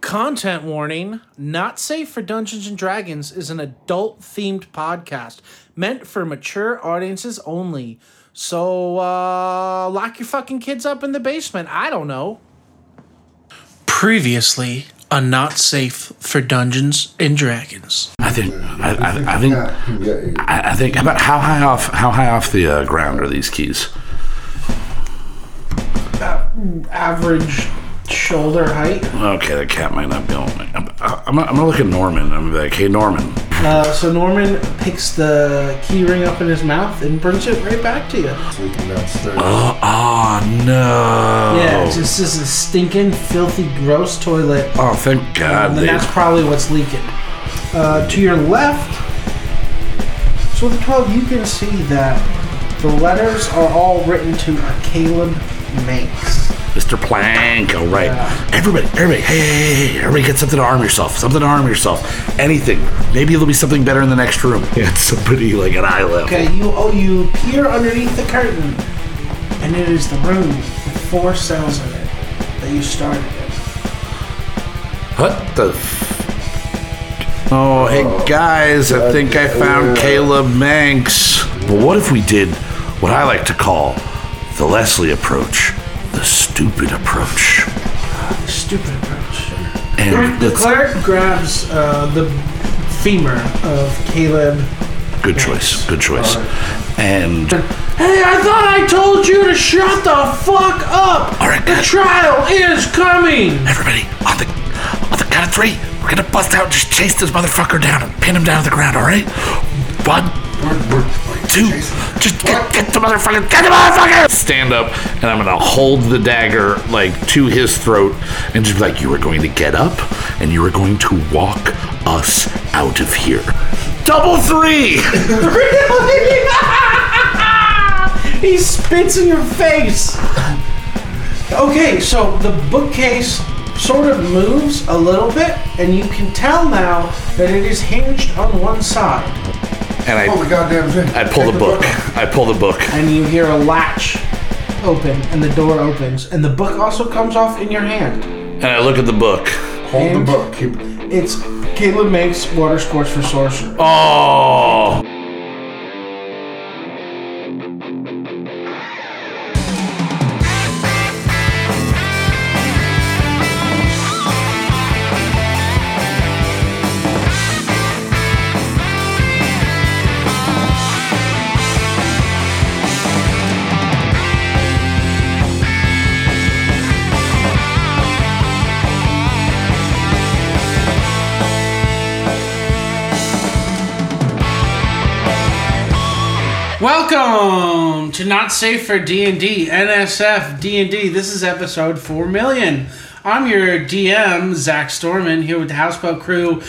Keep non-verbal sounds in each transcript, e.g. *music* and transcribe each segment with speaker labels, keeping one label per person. Speaker 1: Content warning not safe for Dungeons and Dragons is an adult themed podcast meant for mature audiences only. So, uh, lock your fucking kids up in the basement. I don't know. Previously, a not safe for Dungeons and Dragons.
Speaker 2: I think I, I, I think
Speaker 3: Yeah, yeah.
Speaker 2: I, I think about how high off how high off the uh, ground are these keys?
Speaker 1: Average shoulder height.
Speaker 2: Okay, the cat might not be able. To, I'm, uh, I'm, I'm gonna look at Norman. I'm gonna be like, hey Norman,
Speaker 1: Uh, so, Norman picks the key ring up in his mouth and brings it right back to you.
Speaker 3: Sleeping downstairs.
Speaker 2: oh, oh no,
Speaker 1: Yeah, it's just this is a stinking, filthy, gross toilet.
Speaker 2: oh thank God,
Speaker 1: And then
Speaker 2: they,
Speaker 1: that's probably what's leaking. Uh, to your left, so with the 12, you can see that the letters are all written to a Caleb Manx.
Speaker 2: Mr. Plank. All right,
Speaker 1: Yeah.
Speaker 2: everybody, everybody, hey, hey, hey, hey, everybody, get something to arm yourself. Something to arm yourself. Anything. Maybe there'll be something better in the next room. Yeah, it's somebody like an eye level.
Speaker 1: Okay, you oh you peer underneath the curtain, and it is the room with four cells in it that you started in.
Speaker 2: What the? F- oh, hey guys, I think I found Caleb Manx. But what if we did what I like to call the Leslie approach, the stupid approach,
Speaker 1: Stupid approach.
Speaker 2: and that's a
Speaker 1: Clark grabs uh, the femur uh, of Caleb
Speaker 2: good choice, good choice. And
Speaker 1: Hey, I thought I told you to shut the fuck up!
Speaker 2: All right,
Speaker 1: the
Speaker 2: guys.
Speaker 1: trial is *laughs* coming!
Speaker 2: everybody on the on the count of three, we're gonna bust out and just chase this motherfucker down and pin him down to the ground. All right, one. Two, just get, get the motherfucker, get the motherfucker! Stand up, and I'm gonna hold the dagger like to his throat, and just be like, "You are going to get up, and you are going to walk us out of here." Double three. *laughs*
Speaker 1: *laughs* he spits in your face! Okay, so the bookcase sort of moves a little bit, and you can tell now that it is hinged on one side.
Speaker 2: And
Speaker 3: Pull the
Speaker 2: I,
Speaker 3: goddamn thing.
Speaker 2: I pull
Speaker 3: Take
Speaker 2: the book. I pull the book.
Speaker 1: And you hear a latch open, and the door opens, and the book also comes off in your hand.
Speaker 2: And I look at the book.
Speaker 3: Hold the book. Keep it.
Speaker 1: It's Caleb makes water sports for sorcerer.
Speaker 2: Oh.
Speaker 1: Welcome to Not Safe for D&D, NSF D&D. This is episode 4 million. I'm your DM, Zach Storman, here with the Houseboat crew.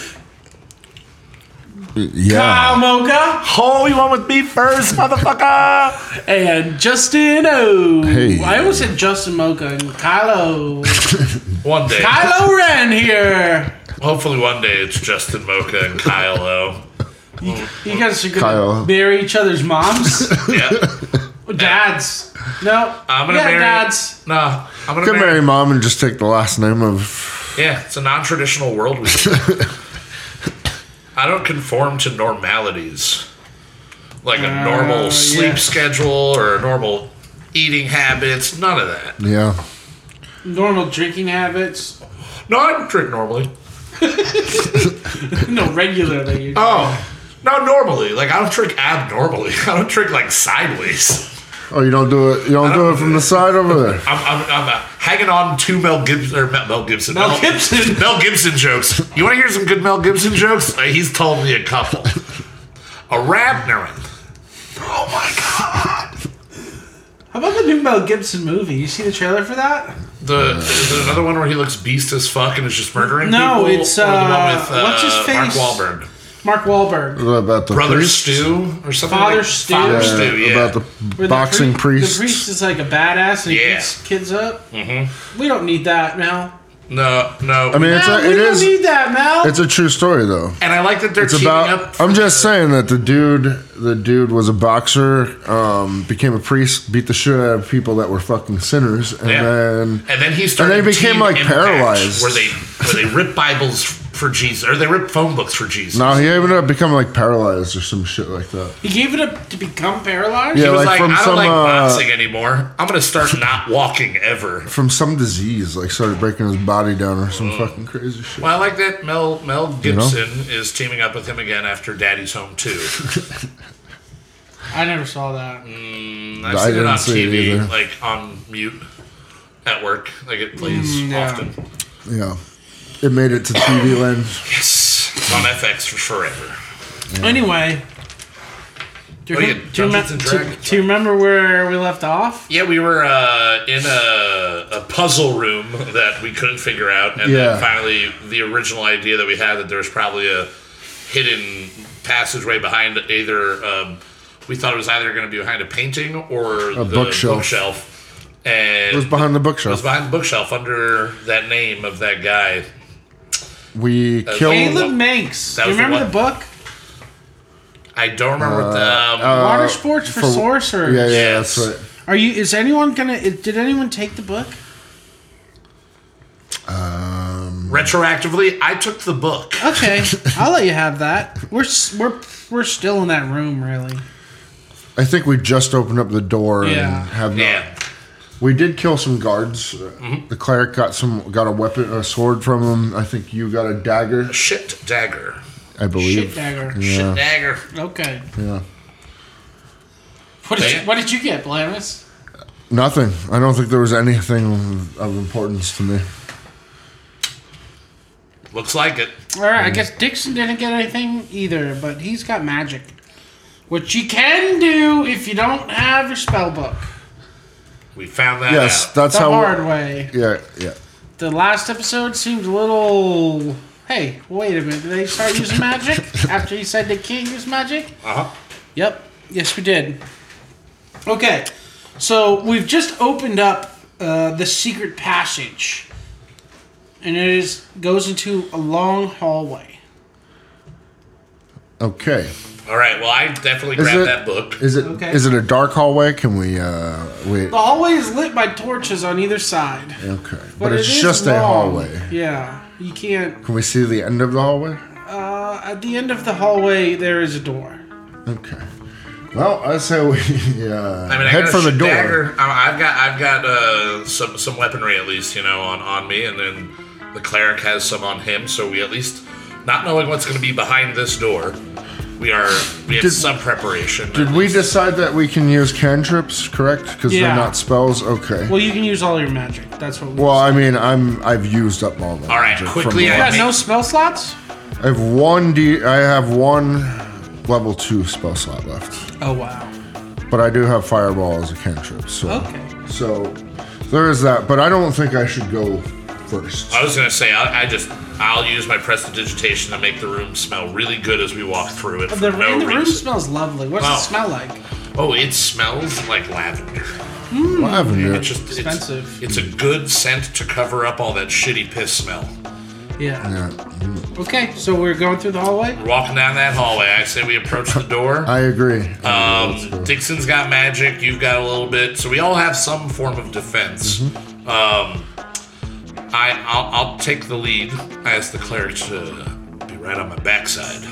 Speaker 1: Kyle Mocha
Speaker 2: Oh, you went with me first, motherfucker.
Speaker 1: and Justin O.
Speaker 3: Hey.
Speaker 1: I always said Justin Mocha and Kylo.
Speaker 4: One day.
Speaker 1: Kylo Ren here.
Speaker 4: Hopefully, one day it's Justin Mocha and Kyle
Speaker 2: *laughs*
Speaker 4: O.
Speaker 1: You guys are gonna
Speaker 3: Kyle.
Speaker 1: marry each other's moms?
Speaker 4: Yeah.
Speaker 1: dads. No.
Speaker 4: I'm gonna
Speaker 1: yeah,
Speaker 4: marry-
Speaker 1: dads.
Speaker 4: Nah, I'm gonna
Speaker 3: Get
Speaker 4: marry.
Speaker 3: married, mom, and just take the last name of.
Speaker 4: Yeah, it's a non-traditional world we live in.
Speaker 2: *laughs*
Speaker 4: I don't conform to normalities, like a normal sleep
Speaker 1: Uh, yeah.
Speaker 4: schedule or normal eating habits. None of that.
Speaker 3: Yeah.
Speaker 1: Normal drinking habits.
Speaker 4: No, I drink normally.
Speaker 1: No, regularly. you-
Speaker 4: Oh, no, normally. Like I don't drink abnormally. *laughs* I don't drink like sideways.
Speaker 3: Oh, you don't do it. You don't do it from the side
Speaker 2: *laughs*
Speaker 3: over there.
Speaker 4: I'm, I'm, I'm uh, hanging on to Mel Gibson or Mel, Mel Gibson.
Speaker 1: Mel
Speaker 2: *laughs*
Speaker 1: Gibson.
Speaker 4: Mel Gibson jokes. You want to hear some good Mel Gibson jokes? Uh, he's told me a
Speaker 2: *laughs*
Speaker 4: couple. A Rabnerin.
Speaker 1: How about the new Mel Gibson movie? You see the trailer for that?
Speaker 4: The is there another one where he looks beast as fuck and is just murdering
Speaker 1: No,
Speaker 4: people.
Speaker 1: it's,
Speaker 4: Or the
Speaker 1: uh,
Speaker 4: one with uh,
Speaker 1: what's his face?
Speaker 4: Mark Wahlberg.
Speaker 1: Mark Wahlberg.
Speaker 3: What about the
Speaker 4: Brother
Speaker 3: priest?
Speaker 4: Stew or something.
Speaker 1: Father
Speaker 4: like-
Speaker 1: Stew.
Speaker 4: Father
Speaker 3: Yeah,
Speaker 4: Stew. Yeah.
Speaker 3: About
Speaker 1: Where
Speaker 3: the
Speaker 1: the
Speaker 3: boxing
Speaker 1: pri-
Speaker 3: priest.
Speaker 1: The priest is like a badass and he
Speaker 4: Yeah.
Speaker 1: beats kids up. Mm-hmm. We don't need that now.
Speaker 2: No, no.
Speaker 3: I mean, it's
Speaker 1: Mal,
Speaker 3: a,
Speaker 1: we
Speaker 3: it
Speaker 1: don't
Speaker 3: is.
Speaker 1: need that, Mal.
Speaker 3: It's a true story though.
Speaker 2: and I like that they're
Speaker 3: It's
Speaker 2: teaming
Speaker 3: about.
Speaker 2: up.
Speaker 3: I'm just saying that the dude, the dude was a boxer, um, became a priest, beat the shit out of people that were fucking sinners, and
Speaker 2: Yeah.
Speaker 3: then
Speaker 2: and then he started.
Speaker 3: they became,
Speaker 2: Team
Speaker 3: like,
Speaker 2: Impact,
Speaker 3: paralyzed.
Speaker 2: Where they where they rip Bibles for Jesus, or they rip phone books for Jesus.
Speaker 3: no, he ended up becoming like paralyzed or some shit like that.
Speaker 1: He gave it up to become paralyzed?
Speaker 3: Yeah,
Speaker 2: He was like,
Speaker 3: like, from
Speaker 2: I don't
Speaker 3: some
Speaker 2: like
Speaker 3: uh,
Speaker 2: boxing anymore. I'm gonna start not walking ever.
Speaker 3: from some disease, like started breaking his body down or
Speaker 2: Mm.
Speaker 3: some fucking crazy shit.
Speaker 2: Well, I like that Mel Mel
Speaker 3: know?
Speaker 2: Gibson is teaming up with him again after Daddy's Home Two.
Speaker 3: *laughs*
Speaker 1: I never saw that.
Speaker 2: I've
Speaker 3: I
Speaker 2: seen it
Speaker 3: didn't
Speaker 2: on
Speaker 3: see it
Speaker 2: TV,
Speaker 3: either.
Speaker 2: like on mute at work. Like it plays
Speaker 1: yeah.
Speaker 2: often.
Speaker 3: Yeah, it made it to TV land.
Speaker 2: Yes, it's on FX for forever.
Speaker 1: Anyway. Do you,
Speaker 2: What do you
Speaker 1: rem-
Speaker 2: get,
Speaker 1: do you
Speaker 2: Oh, Dungeons
Speaker 1: rem-
Speaker 2: and
Speaker 1: do-
Speaker 2: Dragons?
Speaker 1: do you remember where we left off?
Speaker 2: Yeah, we were uh, in a, a puzzle room that we couldn't figure out, and
Speaker 3: Yeah.
Speaker 2: then finally the original idea that we had that there was probably a hidden passageway behind either. Um, we thought it was either going to be behind a painting or the
Speaker 3: bookshelf.
Speaker 2: bookshelf, and
Speaker 3: It was behind the
Speaker 2: it was
Speaker 3: bookshelf.
Speaker 2: behind the bookshelf under that name of that guy.
Speaker 3: We killed.
Speaker 1: Caleb Manx.
Speaker 2: That
Speaker 1: Do you
Speaker 2: was the
Speaker 1: remember the, book?
Speaker 2: I don't remember what
Speaker 3: Uh,
Speaker 2: the. Um,
Speaker 1: Water sports for,
Speaker 3: for-
Speaker 1: sorcerers.
Speaker 3: Yeah, yeah,
Speaker 2: Yes.
Speaker 3: that's right.
Speaker 1: Are you? Is anyone gonna? i- Did anyone take the book?
Speaker 3: Um,
Speaker 2: retroactively, I took the book.
Speaker 3: Oh. *laughs*
Speaker 1: Okay, I'll let you have that. We're s- we're we're still in that room, really.
Speaker 3: I think we just opened up the door
Speaker 1: Yeah.
Speaker 3: and have not.
Speaker 2: Yeah, Mm-hmm.
Speaker 3: We did kill some guards. Uh, The cleric got some, got a weapon, a sword from him. I think you got a dagger,
Speaker 2: shit dagger.
Speaker 3: I
Speaker 1: Shit
Speaker 3: believe.
Speaker 1: dagger.
Speaker 2: Shit dagger.
Speaker 1: Okay.
Speaker 3: Yeah,
Speaker 1: What did you,
Speaker 2: Yeah.
Speaker 1: what did you get, Blamis?
Speaker 3: nothing. I don't think there was anything of importance to me.
Speaker 2: Looks like it.
Speaker 1: All right, I guess Dixon didn't get anything either, but he's got magic, which you can do if you don't have your spell book
Speaker 2: We found that
Speaker 3: Yes,
Speaker 2: out.
Speaker 3: that's
Speaker 1: the
Speaker 3: how.
Speaker 1: hard way.
Speaker 3: Yeah, yeah.
Speaker 1: The last episode seemed a little. Hey, wait a minute. Did they start using
Speaker 3: *laughs*
Speaker 1: magic after he said they can't use magic?
Speaker 2: Uh-huh.
Speaker 1: Yep. Yes, we did. Okay. So we've just opened up uh, the secret passage, and it is goes into a long hallway.
Speaker 3: Okay.
Speaker 2: All right. Well, I definitely
Speaker 3: Is
Speaker 2: grabbed
Speaker 3: it-
Speaker 2: that book.
Speaker 3: Is it? Is
Speaker 1: Okay.
Speaker 3: it a dark hallway? Can we? uh Wait.
Speaker 1: The hallway is lit by torches on either side,
Speaker 3: Okay. But,
Speaker 1: but,
Speaker 3: it's
Speaker 1: it is
Speaker 3: just a
Speaker 1: long.
Speaker 3: hallway.
Speaker 1: Yeah, you can't.
Speaker 3: Can we see the end of the hallway?
Speaker 1: Uh, at the end of the hallway, there is a door.
Speaker 3: Okay. Well, I say we *laughs* uh,
Speaker 2: I mean, I
Speaker 3: head
Speaker 2: got a
Speaker 3: for the
Speaker 2: sh-
Speaker 3: door.
Speaker 2: Dagger. I- I've got, I've got uh, some some weaponry at least, you know, on on me, and then the cleric has some on him. So we at least, not knowing what's going to be behind this door, we are we have
Speaker 3: Did-
Speaker 2: some preparation.
Speaker 3: Did we decide that we can use cantrips, correct? Because
Speaker 1: Yeah.
Speaker 3: they're not spells. Okay.
Speaker 1: Well, you can use all your magic. That's what. We
Speaker 3: Well, I mean, I'm I've used up all. All
Speaker 2: All right, quickly,
Speaker 1: you
Speaker 2: I-
Speaker 1: got no spell slots.
Speaker 3: I have one D. I have one level two spell slot left,
Speaker 1: Oh wow.
Speaker 3: but I do have fireball as a cantrip. So
Speaker 1: Okay.
Speaker 3: so there is that, but I don't think I should go first.
Speaker 2: I was going to say, I, I just I'll use my prestidigitation to make the room smell really good as we walk through it. For
Speaker 1: Oh, The,
Speaker 2: no
Speaker 1: and the room
Speaker 2: reason.
Speaker 1: smells lovely. What's
Speaker 2: Wow.
Speaker 1: it smell like?
Speaker 2: oh, it smells like lavender.
Speaker 3: Lavender.
Speaker 2: It's just it's-
Speaker 1: Expensive.
Speaker 2: It's, a good scent to cover up all that shitty piss smell.
Speaker 1: Yeah.
Speaker 3: Yeah,
Speaker 1: Okay, so we're going through the hallway.
Speaker 2: We're walking down that hallway. I say we approach the door.
Speaker 3: I agree.
Speaker 2: Um, Dixon's got magic. You've got a little bit. So we all have some form of defense. Um, I I'll, I'll take the lead. I ask the cleric to be right on my backside.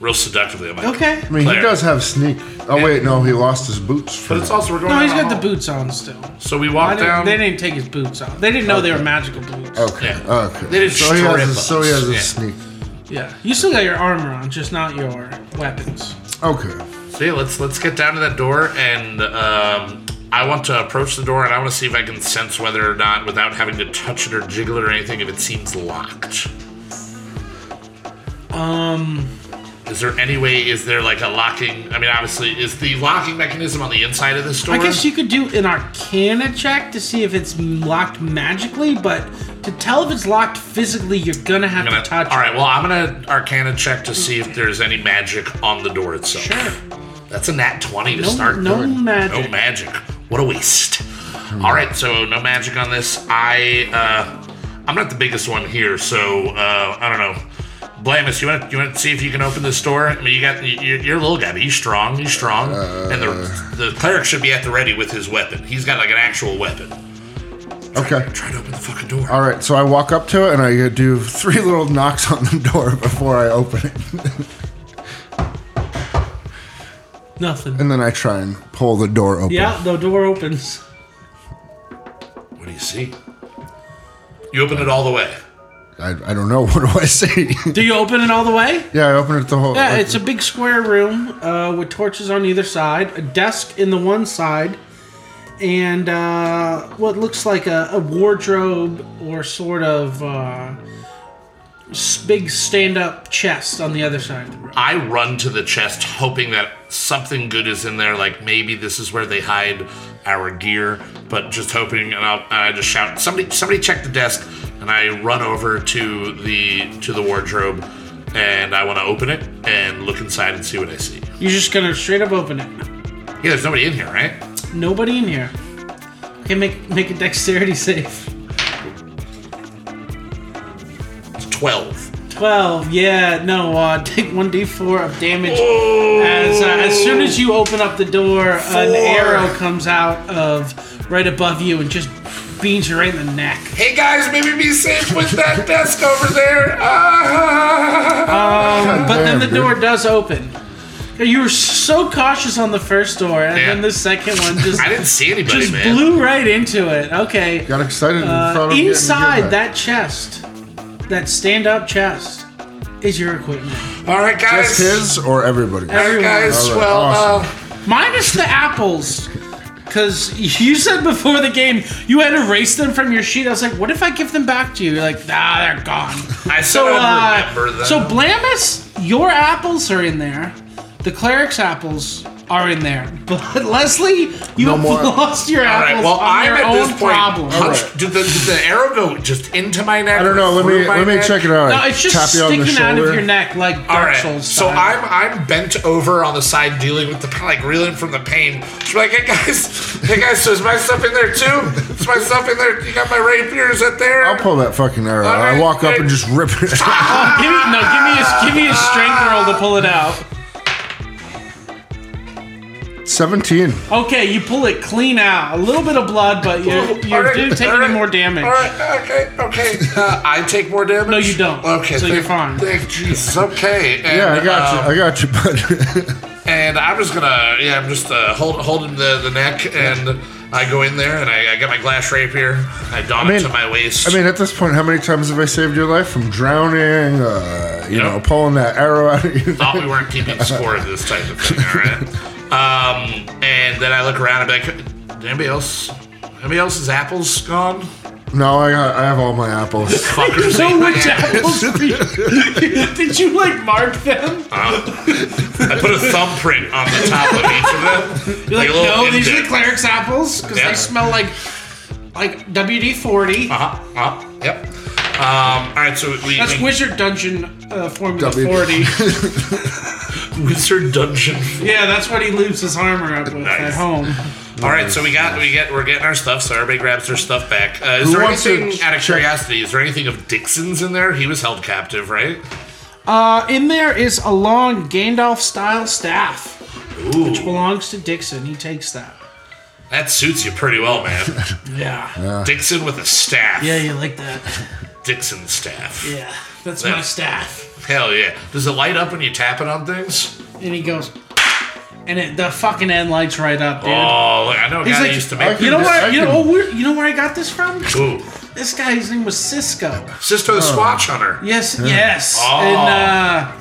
Speaker 2: Real seductively. I'm like,
Speaker 1: Okay.
Speaker 3: I mean, he
Speaker 2: Claire.
Speaker 3: does have sneak. Oh wait, no, he lost his boots. For
Speaker 2: But it's also we're going.
Speaker 1: No, he's
Speaker 2: down
Speaker 1: got the
Speaker 2: hall.
Speaker 1: boots on still.
Speaker 2: So we
Speaker 1: I
Speaker 2: walk
Speaker 1: didn't-
Speaker 2: down.
Speaker 1: they didn't take his boots off. They didn't know they were magical boots.
Speaker 3: Okay.
Speaker 2: Yeah.
Speaker 3: Okay.
Speaker 2: They didn't
Speaker 3: so, he
Speaker 2: strip
Speaker 3: has a,
Speaker 2: us.
Speaker 3: so he has a
Speaker 2: Yeah.
Speaker 3: sneak.
Speaker 1: Yeah. You still got your armor on, just not your weapons.
Speaker 3: Okay.
Speaker 2: So yeah, let's let's get down to that door, and um, I want to approach the door, and I want to see if I can sense whether or not, without having to touch it or jiggle it or anything, if it seems locked.
Speaker 1: Um.
Speaker 2: Is there any way? Is there like a locking? I mean, obviously, is the locking mechanism on the inside of this door?
Speaker 1: I guess you could do an arcana check to see if it's locked magically, but to tell if it's locked physically, you're gonna have
Speaker 2: I'm gonna,
Speaker 1: to touch
Speaker 2: all right. Well, I'm gonna Arcana check to see if there's any magic on the door itself.
Speaker 1: it. Sure.
Speaker 2: That's a nat twenty to
Speaker 1: No,
Speaker 2: start.
Speaker 1: no
Speaker 2: doing.
Speaker 1: magic.
Speaker 2: No magic. What a waste. All right, so no magic on this. I uh, I'm not the biggest one here, so uh, I don't know. Blamus, you want you want to see if you can open this door? I mean, you got you- you're, you're a little guy, but he's strong. He's strong, and the the cleric should be at the ready with his weapon. He's got like an actual weapon.
Speaker 3: Okay.
Speaker 2: Try to open the fucking door.
Speaker 3: All right, so I walk up to it and I do three little knocks on the door before I open it. *laughs*
Speaker 1: Nothing.
Speaker 3: and then I try and pull the door open.
Speaker 1: Yeah, the door opens.
Speaker 2: What do you see? You open it all the way.
Speaker 3: I, I don't know. *laughs* What do I see?
Speaker 1: Do you open it all the way?
Speaker 3: yeah, I open it the whole.
Speaker 1: Yeah,
Speaker 3: like-
Speaker 1: it's a big square room uh, with torches on either side, a desk in the one side, and uh, what looks like a, a wardrobe or sort of uh, s- big stand up chest on the other side of the room.
Speaker 2: I run to the chest, hoping that something good is in there. Like maybe this is where they hide our gear, but just hoping. And, I'll, and I just shout, "Somebody, somebody, check the desk!" And I run over to the to the wardrobe, and I want to open it and look inside and see what I see.
Speaker 1: You're just gonna straight up open it.
Speaker 2: Yeah, there's nobody in here, right?
Speaker 1: Nobody in here. Okay, make make a dexterity save.
Speaker 2: It's Twelve.
Speaker 1: Twelve. Yeah, no. Uh, *laughs* take one d4 of damage. As uh, as soon as you open up the door, an arrow comes out of right above you and just beams you right in the neck.
Speaker 2: Hey guys, maybe be safe with that *laughs* desk over there. Ah.
Speaker 1: Um, but then
Speaker 3: Damn,
Speaker 1: the
Speaker 3: dude.
Speaker 1: door does open. You were so cautious on the first door, and
Speaker 2: Yeah.
Speaker 1: then the second one just
Speaker 2: *laughs* I didn't see anybody,
Speaker 1: just
Speaker 2: man.
Speaker 1: blew right into it. Okay.
Speaker 3: Got excited and
Speaker 1: Uh,
Speaker 3: thought of
Speaker 1: inside that chest, that stand-up chest, is your equipment.
Speaker 2: All right, guys.
Speaker 3: That's his or everybody.
Speaker 2: All right, guys.
Speaker 3: All right,
Speaker 2: well,
Speaker 3: awesome.
Speaker 2: uh,
Speaker 1: Minus the apples. Because you said before the game you had erased them from your sheet. I was like, what if I give them back to you? You're like, nah, they're
Speaker 2: *laughs*
Speaker 1: gone.
Speaker 2: I
Speaker 1: So,
Speaker 2: still
Speaker 1: uh,
Speaker 2: remember them.
Speaker 1: so Blamus, your apples are in there. The cleric's apples are in there. But *laughs* Leslie, you
Speaker 3: No
Speaker 1: have
Speaker 3: more.
Speaker 1: lost your
Speaker 2: All
Speaker 1: apples
Speaker 2: right. Well,
Speaker 1: on
Speaker 2: I'm
Speaker 1: your
Speaker 2: at
Speaker 1: own
Speaker 2: this point.
Speaker 1: problem.
Speaker 2: hunched- did, the, did the arrow go just into my neck?
Speaker 3: I don't know. Let me let me check it out.
Speaker 1: No, it's just
Speaker 3: Tap you on the
Speaker 1: sticking out of
Speaker 3: shoulder.
Speaker 1: your neck like Dark
Speaker 2: All right.
Speaker 1: Souls
Speaker 2: So
Speaker 1: style.
Speaker 2: I'm I'm bent over on the side, dealing with the pain, like reeling from the pain. She's like, hey guys, hey guys, so is my stuff in there too? Is my stuff in there? You got my rapier? Is it there?
Speaker 3: I'll pull that fucking arrow.
Speaker 2: All
Speaker 3: out.
Speaker 2: right,
Speaker 3: I walk up
Speaker 2: hey.
Speaker 3: and just rip
Speaker 1: *laughs*
Speaker 3: it. out.
Speaker 1: Give me, no, give me a give me a strength roll to pull it out.
Speaker 3: Seventeen.
Speaker 1: Okay, you pull it clean out. A little bit of blood,
Speaker 2: *laughs*
Speaker 1: but you
Speaker 2: All
Speaker 1: you
Speaker 2: right,
Speaker 1: do take
Speaker 2: all right,
Speaker 1: any more damage.
Speaker 2: All right. Okay. Okay. Uh, I take more damage.
Speaker 1: No, you don't.
Speaker 2: Okay.
Speaker 1: So
Speaker 2: thank,
Speaker 1: you're fine.
Speaker 2: Thank Jesus. Okay. And,
Speaker 3: Yeah, I got
Speaker 2: um,
Speaker 3: you. I got you, bud. *laughs*
Speaker 2: And I'm just gonna, yeah, I'm just uh, hold, holding the, the neck, and I go in there, and I, I get my glass rapier, I don
Speaker 3: I
Speaker 2: it
Speaker 3: mean-
Speaker 2: to my waist.
Speaker 3: I mean, at this point, how many times have I saved your life from drowning? Uh, you
Speaker 2: Yep.
Speaker 3: know, pulling that arrow out
Speaker 2: *laughs*
Speaker 3: of you.
Speaker 2: thought we weren't keeping
Speaker 1: *laughs*
Speaker 2: score of this type of thing, all right? Um, and then I look around and be like, anybody else? Anybody else's apples gone?
Speaker 3: No, I got. I have all my
Speaker 2: *laughs*
Speaker 3: apples.
Speaker 2: Fuckers.
Speaker 1: So
Speaker 2: ate my
Speaker 1: which
Speaker 2: apple.
Speaker 1: apples were you- *laughs* did you like mark them?
Speaker 2: Uh, I put a thumbprint on the top of each of them.
Speaker 1: You're like,
Speaker 2: a little
Speaker 1: no, these are the
Speaker 2: indent.
Speaker 1: cleric's apples because
Speaker 2: Yeah.
Speaker 1: they smell like like WD forty.
Speaker 2: Uh-huh, uh-huh, yep. Um, all right, so we,
Speaker 1: That's
Speaker 2: we
Speaker 1: Wizard Dungeon uh, Formula
Speaker 3: WD.
Speaker 1: forty.
Speaker 2: Wizard Dungeon
Speaker 1: yeah, that's what he leaves his armor up with
Speaker 2: Nice.
Speaker 1: at home.
Speaker 2: All right, so we got we get we're getting our stuff, so everybody grabs their stuff back. Uh, is
Speaker 3: Who
Speaker 2: there
Speaker 3: wants to
Speaker 2: anything out of
Speaker 3: check-
Speaker 2: curiosity? Is there anything of Dixon's in there? He was held captive, right?
Speaker 1: Uh, in there is a long Gandalf style staff.
Speaker 2: Ooh,
Speaker 1: Belongs to Dixon. He takes that.
Speaker 2: that suits you pretty well,
Speaker 1: *laughs*
Speaker 2: man.
Speaker 1: Yeah.
Speaker 2: Dixon with a staff.
Speaker 1: Yeah, you like that.
Speaker 2: Dixon staff.
Speaker 1: Yeah, that's
Speaker 2: Yeah.
Speaker 1: my staff.
Speaker 2: Hell yeah! Does it light up when you tap it on things?
Speaker 1: And he goes, and it, the fucking end lights right up, dude.
Speaker 2: Oh, look, I know a guy
Speaker 1: He's
Speaker 2: that
Speaker 1: like,
Speaker 2: used to make.
Speaker 3: I
Speaker 1: you know
Speaker 3: I
Speaker 1: where you
Speaker 3: can-
Speaker 1: know, oh, where, you know where I got this from?
Speaker 2: Ooh,
Speaker 1: This guy's name was Cisco.
Speaker 2: Sisto the Swatch Hunter.
Speaker 1: Yes, yes.
Speaker 2: Oh.
Speaker 1: And uh,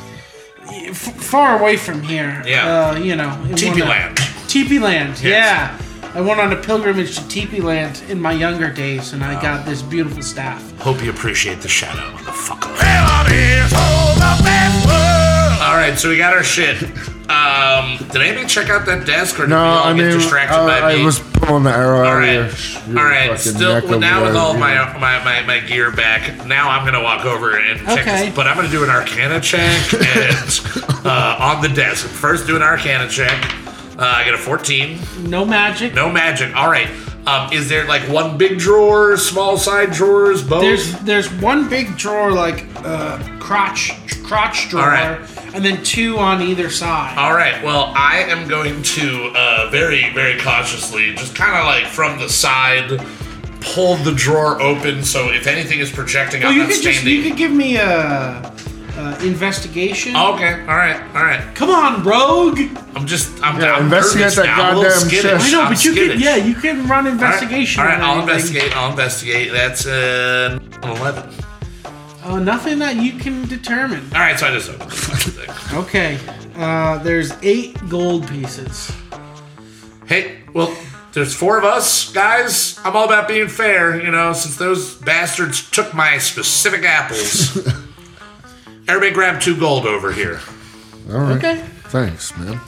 Speaker 1: f- far away from here.
Speaker 2: Yeah.
Speaker 1: Uh, you know. in
Speaker 2: Teepee
Speaker 1: one of-
Speaker 2: Land.
Speaker 1: Teepee Land.
Speaker 2: Yes.
Speaker 1: Yeah. I went on a pilgrimage to Teepee Land in my younger days, and I got this beautiful staff.
Speaker 2: Hope you appreciate the shout out, motherfucker. Hell on All right, so we got our shit. Um, did anybody check out that desk, or did
Speaker 3: No,
Speaker 2: we all
Speaker 3: I
Speaker 2: get
Speaker 3: mean, uh,
Speaker 2: distracted by
Speaker 3: I,
Speaker 2: me?
Speaker 3: I was pulling the arrow
Speaker 2: all
Speaker 3: out
Speaker 2: right,
Speaker 3: of your-
Speaker 2: all
Speaker 3: your.
Speaker 2: right.
Speaker 3: fucking
Speaker 2: Still,
Speaker 3: neck
Speaker 2: well,
Speaker 3: over
Speaker 2: now with
Speaker 3: there,
Speaker 2: all
Speaker 3: you
Speaker 2: my,
Speaker 3: know.
Speaker 2: my my my gear back, now I'm gonna walk over and check.
Speaker 1: Okay.
Speaker 2: This, but I'm gonna do an Arcana
Speaker 3: *laughs*
Speaker 2: check and, uh, on the desk. First, do an Arcana check. Uh, I get a 14.
Speaker 1: No magic.
Speaker 2: No magic. All right. Um, is there like one big drawer, small side drawers, both?
Speaker 1: There's there's one big drawer like uh, crotch crotch drawer,
Speaker 2: All right.
Speaker 1: and then two on either side.
Speaker 2: All right. Well, I am going to uh, very, very cautiously, just kind of like from the side, pull the drawer open. So if anything is projecting,
Speaker 1: well,
Speaker 2: I'm
Speaker 1: Oh, you
Speaker 2: not
Speaker 1: could just
Speaker 2: standing.
Speaker 1: you could give me a, a investigation.
Speaker 2: Oh, Okay. All right. All right.
Speaker 1: Come on, rogue!
Speaker 2: I'm just. I'm.
Speaker 3: Yeah,
Speaker 2: I'm
Speaker 3: investigate
Speaker 2: nervous
Speaker 3: that
Speaker 2: now. I'm a little
Speaker 3: goddamn
Speaker 2: skittish.
Speaker 3: chest.
Speaker 1: I know,
Speaker 2: I'm
Speaker 1: but you
Speaker 2: skittish.
Speaker 1: can yeah, you can run
Speaker 2: All right,
Speaker 1: investigation.
Speaker 2: All right. I'll
Speaker 1: on anything.
Speaker 2: investigate. I'll investigate. That's uh, an eleven.
Speaker 1: Uh, nothing that you can determine.
Speaker 2: All right. So I just opened *laughs* the fucking thing.
Speaker 1: Okay, uh, there's eight gold pieces.
Speaker 2: Hey. Well. There's four of us, guys. I'm all about being fair, you know, since those bastards took my specific *laughs* apples. Everybody grab two gold over here.
Speaker 3: All right.
Speaker 1: Okay.
Speaker 3: Thanks, man.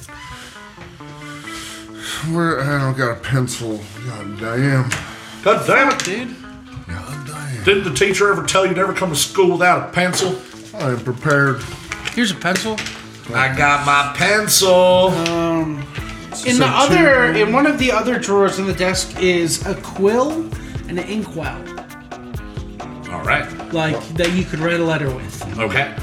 Speaker 3: Where I don't got a pencil. God damn.
Speaker 2: God damn it.
Speaker 1: Dude,
Speaker 3: God damn.
Speaker 2: Didn't the teacher ever tell you never come to school without a pencil?
Speaker 3: I am prepared.
Speaker 1: here's a pencil.
Speaker 2: I got my pencil.
Speaker 1: In the
Speaker 3: So two
Speaker 1: other, in one of the other drawers on the desk is a quill and an inkwell,
Speaker 2: All right.
Speaker 1: like that you could write a letter with.
Speaker 2: Okay.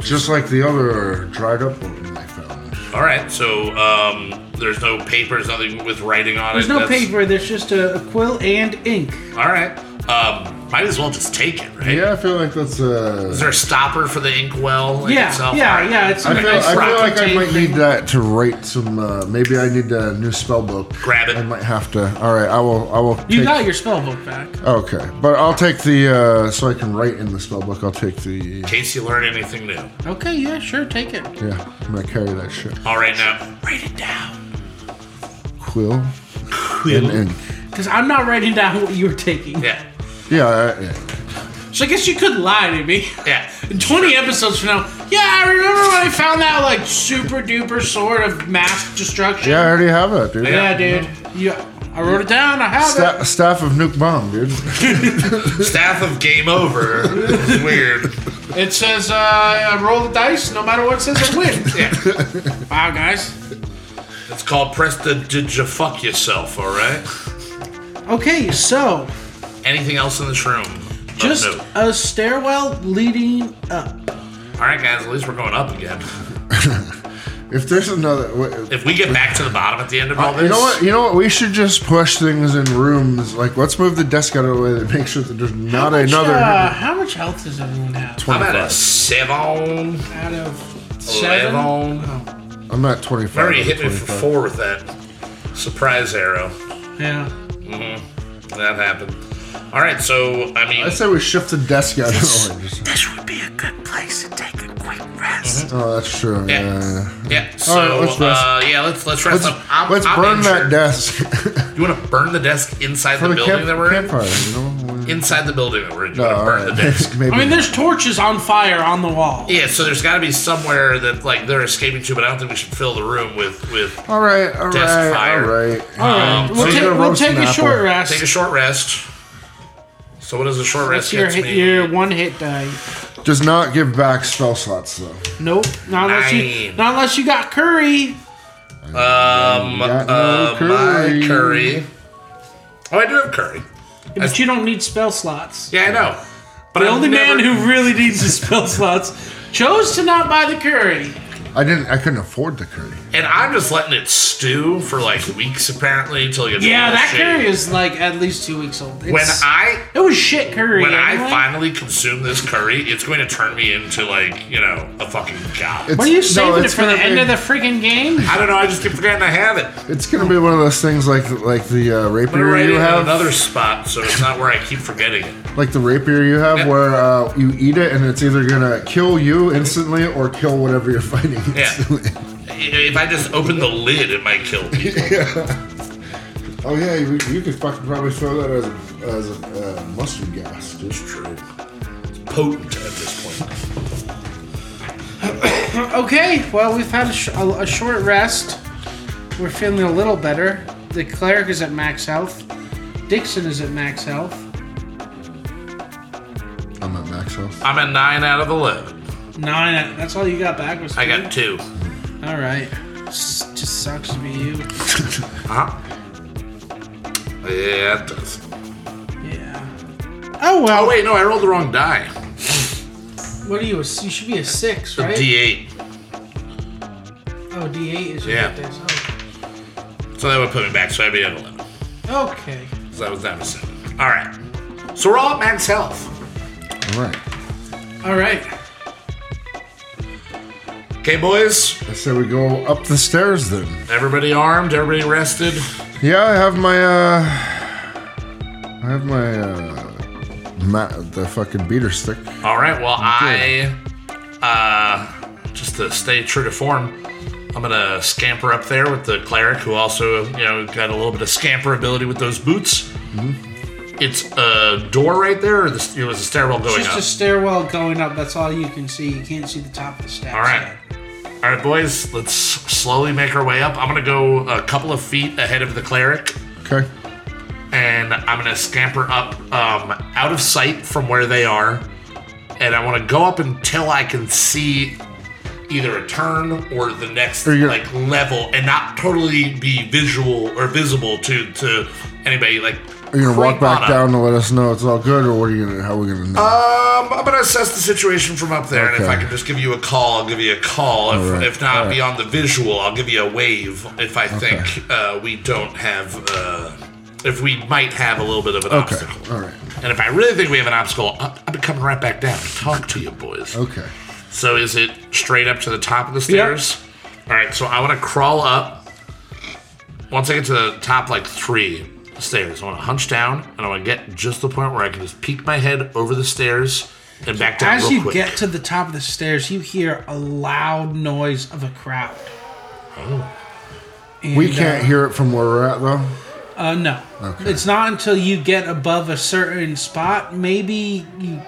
Speaker 3: Just like the other dried up one I found.
Speaker 2: All right. So um, there's no papers, nothing with writing on
Speaker 1: There's
Speaker 2: it.
Speaker 1: no
Speaker 2: That's-
Speaker 1: paper. There's just a, a quill and ink.
Speaker 2: All right. Um, might as well just take it, right?
Speaker 3: Yeah, I feel like
Speaker 2: Is
Speaker 3: that's uh
Speaker 2: there a stopper for the inkwell
Speaker 1: Yeah,
Speaker 2: itself?
Speaker 1: yeah,
Speaker 2: All right.
Speaker 1: yeah. It's
Speaker 3: I feel,
Speaker 1: nice
Speaker 3: I feel
Speaker 1: rock
Speaker 3: like I
Speaker 1: tape
Speaker 3: might
Speaker 1: thing.
Speaker 3: need that to write some. Uh, maybe I need a new spell book.
Speaker 2: Grab it.
Speaker 3: I might have to. All right, I will. I will.
Speaker 1: You
Speaker 3: take-
Speaker 1: got your spell book back.
Speaker 3: Okay, but I'll take the uh, so I can write in the spell book. I'll take the
Speaker 2: In case you learn anything new.
Speaker 1: Okay, yeah, sure, take it.
Speaker 3: yeah. I'm gonna carry that shit.
Speaker 2: All right, now write it down.
Speaker 3: Quill, and ink.
Speaker 1: Because I'm not writing down what you were taking.
Speaker 2: Yeah.
Speaker 3: Yeah, I, yeah.
Speaker 1: So I guess you could lie to me. *laughs*
Speaker 2: Yeah.
Speaker 1: In 20 episodes from now, yeah, I remember when I found that like super duper sword of mass destruction.
Speaker 3: yeah. I already have that, dude.
Speaker 1: Yeah, dude. Yeah, I wrote it down. I have it.
Speaker 3: Sta- staff of nuke bomb, dude.
Speaker 2: Staff of game over. Weird.
Speaker 1: It says uh, I roll the dice. No matter what it says, I win.
Speaker 3: *laughs*
Speaker 2: Yeah.
Speaker 1: wow, guys.
Speaker 2: It's called press the did you fuck yourself. All right.
Speaker 1: Okay, so
Speaker 2: Anything else in this room? Oh, of
Speaker 1: just
Speaker 2: note?
Speaker 1: a stairwell leading up.
Speaker 2: All right, guys. At least we're going up again.
Speaker 3: If there's another, wait,
Speaker 2: If we get back to the bottom at the end of all this,
Speaker 3: Uh, you know what? You know what? We should just push things in rooms. Like, let's move the desk out of the way to make sure that there's
Speaker 1: How
Speaker 3: not
Speaker 1: much,
Speaker 3: another.
Speaker 1: Uh, how much health does everyone have?
Speaker 2: I'm at a
Speaker 3: 25.
Speaker 2: seven.
Speaker 1: Out of seven.
Speaker 2: Seven.
Speaker 1: Oh,
Speaker 3: I'm at 25.
Speaker 2: I already hit me for
Speaker 3: 25.
Speaker 2: four with that surprise arrow.
Speaker 1: yeah.
Speaker 2: That happened. All right, so I mean,
Speaker 3: I say we shift the desk out of the way. Just-
Speaker 5: This would be a good place to take a quick rest.
Speaker 3: Oh, that's true.
Speaker 2: yeah,
Speaker 3: Yeah.
Speaker 2: yeah. So
Speaker 3: Uh, All right, let's rest.
Speaker 2: uh, yeah, let's let's rest
Speaker 3: Let's,
Speaker 2: up. I'm,
Speaker 3: let's
Speaker 2: I'm
Speaker 3: burn that
Speaker 2: injured.
Speaker 3: desk
Speaker 2: You want to burn the desk inside
Speaker 3: for
Speaker 2: the
Speaker 3: *laughs* the
Speaker 2: building
Speaker 3: camp,
Speaker 2: that we're in?
Speaker 3: campfire. You know. We-
Speaker 2: Inside the building that we're in, you
Speaker 3: No,
Speaker 2: want to
Speaker 3: all
Speaker 2: burn
Speaker 3: right.
Speaker 2: the desk. *laughs*
Speaker 3: Maybe.
Speaker 1: I mean, there's torches on fire on the wall.
Speaker 2: Yeah, so there's got to be somewhere that like they're escaping to, but I don't think we should fill the room with with.
Speaker 3: all right. All right.
Speaker 2: Desk fire.
Speaker 3: All right.
Speaker 1: All right,
Speaker 2: Um,
Speaker 1: we'll,
Speaker 3: so
Speaker 1: take,
Speaker 3: you're gonna
Speaker 1: we'll
Speaker 3: roast
Speaker 1: take
Speaker 3: an
Speaker 1: a
Speaker 3: apple.
Speaker 1: short rest.
Speaker 2: Take a short rest. So what does a short rest
Speaker 1: That's your,
Speaker 2: gets
Speaker 1: hit,
Speaker 2: me?
Speaker 1: your one hit die.
Speaker 3: Does not give back spell slots though.
Speaker 1: Nope. Not unless you
Speaker 2: Nine.
Speaker 1: not unless you got curry.
Speaker 2: Um,
Speaker 3: got no
Speaker 2: uh, my
Speaker 3: curry.
Speaker 2: curry. Oh, I do have curry.
Speaker 1: But you don't need spell slots.
Speaker 2: Yeah, I know. But
Speaker 1: The
Speaker 2: I've
Speaker 1: only
Speaker 2: never-
Speaker 1: man who really needs the *laughs* spell slots chose to not buy the curry.
Speaker 3: I didn't. I couldn't afford the curry.
Speaker 2: and I'm just letting it stew for like weeks apparently until you.
Speaker 1: Yeah, that curry is like at least two weeks old.
Speaker 2: When
Speaker 1: It's-
Speaker 2: I
Speaker 1: it was shit curry.
Speaker 2: when I
Speaker 1: anyway.
Speaker 2: finally consume this curry, it's going to turn me into like you know a fucking god.
Speaker 3: It's,
Speaker 1: what are you
Speaker 3: no,
Speaker 1: saving it
Speaker 3: it's
Speaker 1: for the
Speaker 3: gonna
Speaker 1: end
Speaker 3: be-
Speaker 1: of the freaking game?
Speaker 2: I don't know. I just keep forgetting I have it.
Speaker 3: It's gonna be one of those things like like the uh,
Speaker 2: I'm gonna
Speaker 3: rapier
Speaker 2: write it
Speaker 3: you
Speaker 2: in
Speaker 3: have,
Speaker 2: another spot, so it's not where I keep forgetting it.
Speaker 3: like the rapier you have,
Speaker 2: Yeah.
Speaker 3: where uh, you eat it and it's either gonna kill you instantly or kill whatever you're *laughs* fighting instantly.
Speaker 2: I- If I just open the lid, it might kill people.
Speaker 3: oh yeah, you, you could fucking probably throw that as a, as a uh, mustard gas. Dude.
Speaker 2: True. It's *laughs* potent at this point.
Speaker 1: Okay, well we've had a, sh- a, a short rest. We're feeling a little better. The cleric is at max health. Dixon is at max health.
Speaker 3: I'm at max health.
Speaker 2: I'm at nine out of eleven.
Speaker 1: Nine. That's all you got back was.
Speaker 2: I
Speaker 1: food?
Speaker 2: got two. Uh-huh.
Speaker 1: All right. S- Just sucks to be you.
Speaker 2: Huh? Yeah, it does.
Speaker 1: Yeah. Oh well.
Speaker 2: Oh wait, no, I rolled the wrong die.
Speaker 1: What are you? A, you should be a six,
Speaker 2: The
Speaker 1: right?
Speaker 2: D8.
Speaker 1: oh, D eight is your
Speaker 2: Yeah.
Speaker 1: dice. Oh.
Speaker 2: So that would put me back. So I'd be at 11.
Speaker 1: Okay.
Speaker 2: So that was down to seven. All right. So we're all at max health.
Speaker 3: All right.
Speaker 1: All right.
Speaker 2: Okay, boys.
Speaker 3: I say we go up the stairs then.
Speaker 2: Everybody armed. Everybody rested.
Speaker 3: Yeah, I have my uh, I have my uh, ma- the fucking beater stick.
Speaker 2: All right. Well, I, uh, just to stay true to form, I'm gonna scamper up there with the cleric, who also, you know, got a little bit of scamper ability with those boots. It's a door right there, or the, it was a stairwell going
Speaker 1: Just
Speaker 2: up.
Speaker 1: a stairwell going up. That's all you can see. You can't see the top of the stairs.
Speaker 2: All right. All right, boys. Let's slowly make our way up. I'm gonna go a couple of feet ahead of the cleric.
Speaker 3: Okay.
Speaker 2: and I'm gonna scamper up um, out of sight from where they are, and I want to go up until I can see either a turn or the next
Speaker 3: Or you're-
Speaker 2: like level, and not totally be visual or visible to to anybody. Like
Speaker 3: Are you gonna walk
Speaker 2: creep
Speaker 3: back
Speaker 2: on
Speaker 3: down to let us know it's all good, or what are you gonna? How are we gonna know?
Speaker 2: up. Um, I'm gonna assess the situation from up there, and if I
Speaker 3: Okay.
Speaker 2: can just give you a call, I'll give you a call. If,
Speaker 3: right,
Speaker 2: if not
Speaker 3: all right.
Speaker 2: beyond the visual, I'll give you a wave. If I think uh, we don't have, uh, if we might have a little bit of an
Speaker 3: okay.
Speaker 2: obstacle.
Speaker 3: All right.
Speaker 2: And if I really think we have an obstacle, I- I'll be coming right back down to talk to you boys.
Speaker 3: Okay.
Speaker 2: So is it straight up to the top of the stairs? All right, so I want to crawl up. Once I get to the top, like three stairs, I want to hunch down and I want to get just the point where I can just peek my head over the stairs and back down
Speaker 1: As
Speaker 2: real
Speaker 1: you
Speaker 2: quick.
Speaker 1: get to the top of the stairs, you hear a loud noise of a crowd. Oh.
Speaker 3: We can't hear it from where we're at though.
Speaker 1: Uh, no. It's not until you get above a certain spot. Maybe you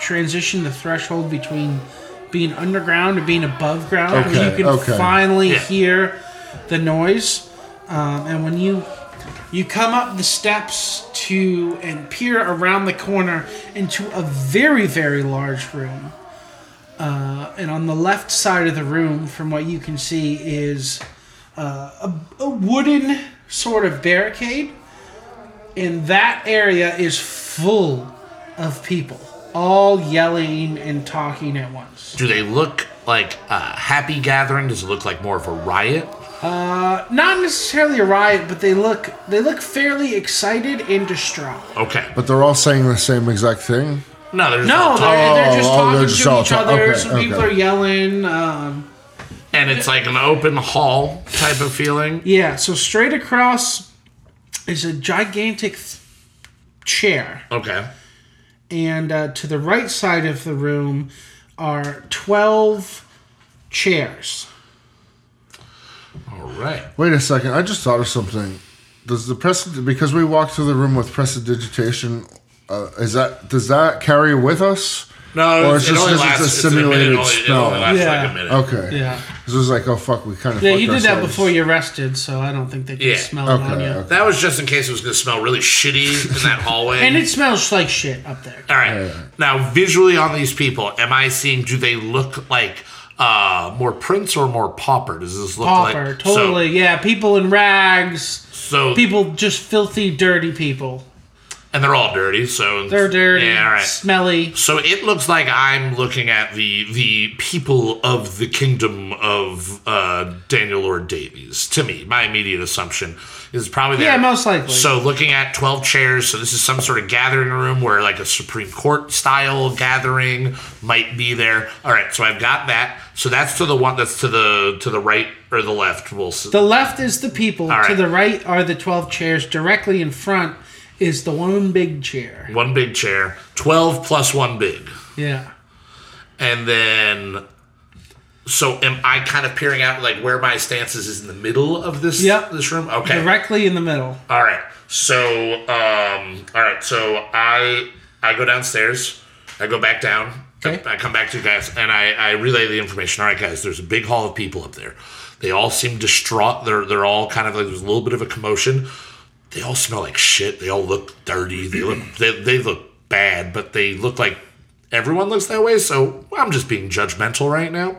Speaker 1: transition the threshold between being underground and being above ground. where
Speaker 3: Okay,
Speaker 1: you can
Speaker 3: okay.
Speaker 1: finally
Speaker 2: Yeah.
Speaker 1: hear the noise. Um, and when you you come up the steps to and peer around the corner into a very very large room. Uh, and on the left side of the room, from what you can see, is a wooden sort of barricade, and that area is full of people, all yelling and talking at once.
Speaker 2: Do they look like a happy gathering? Does it look like more of a riot?
Speaker 1: Not necessarily a riot, but they look they look fairly excited and distraught.
Speaker 2: Okay.
Speaker 3: But they're all saying the same exact thing.
Speaker 2: No, there's
Speaker 1: No,
Speaker 2: no.
Speaker 1: they're, they're just
Speaker 3: Oh, oh,
Speaker 1: talking
Speaker 3: they're just
Speaker 1: to
Speaker 3: all
Speaker 1: each
Speaker 3: ta-
Speaker 1: other.
Speaker 3: okay,
Speaker 1: Some people
Speaker 3: okay.
Speaker 1: are yelling. Um,
Speaker 2: and it's like an open hall type of feeling.
Speaker 1: yeah, so straight across is a gigantic th- chair.
Speaker 2: Okay.
Speaker 1: and uh, to the right side of the room are 12 chairs.
Speaker 2: All right.
Speaker 3: Wait a second. I just thought of something. Does the press because we walked through the room with prestidigitation? Uh, is that does that carry with us?
Speaker 2: No,
Speaker 3: Or
Speaker 2: it's,
Speaker 3: it's
Speaker 2: it
Speaker 3: just
Speaker 2: only
Speaker 3: 'cause
Speaker 2: lasts,
Speaker 3: it's a
Speaker 2: it's a minute,
Speaker 3: simulated
Speaker 2: it only, it only
Speaker 3: spell.
Speaker 2: lasts like
Speaker 1: Yeah.
Speaker 2: a minute.
Speaker 3: Okay.
Speaker 1: Yeah.
Speaker 3: This was like, oh fuck, we kind of.
Speaker 1: Yeah, you did that before you rested, so I don't think they can
Speaker 2: Yeah.
Speaker 1: smell it on
Speaker 3: Okay.
Speaker 1: you.
Speaker 3: okay.
Speaker 2: That was just in case it was going to smell really shitty in
Speaker 1: *laughs*
Speaker 2: that hallway.
Speaker 1: And it smells like shit up there.
Speaker 2: All right. Now, visually on these people, am I seeing, do they look like uh, more prince or more pauper? Does this look
Speaker 1: Pauper,
Speaker 2: like. so-
Speaker 1: totally. yeah, people in rags,
Speaker 2: So,
Speaker 1: people just filthy, dirty people.
Speaker 2: And they're all dirty, so.
Speaker 1: They're dirty,
Speaker 2: Yeah, all right.
Speaker 1: smelly.
Speaker 2: So it looks like I'm looking at the the people of the kingdom of uh, Daniel Lord Davies. To me, my immediate assumption is probably
Speaker 1: Yeah,
Speaker 2: that-
Speaker 1: most likely.
Speaker 2: So looking at twelve chairs, so this is some sort of gathering room where like a Supreme Court style gathering might be there. All right, so I've got that. So that's to the one that's to the to the right or the left. We'll s-
Speaker 1: The left is the people,
Speaker 2: All
Speaker 1: to
Speaker 2: right.
Speaker 1: the right are the 12 chairs. Directly in front is the one big chair.
Speaker 2: one big chair, twelve plus one big.
Speaker 1: Yeah.
Speaker 2: And then, so am I kind of peering out like where my stance is, is in the middle of this
Speaker 1: Yep.
Speaker 2: this room? Okay.
Speaker 1: Directly in the middle.
Speaker 2: All right. So, um, all right. So I I go downstairs. I go back down.
Speaker 1: Okay.
Speaker 2: I come back to you guys and I, I relay the information. All right, guys. There's a big hall of people up there. They all seem distraught. They're they're all kind of like there's a little bit of a commotion. They all smell like shit. They all look dirty. They look they, they look bad, but they look like everyone looks that way. So I'm just being judgmental right now.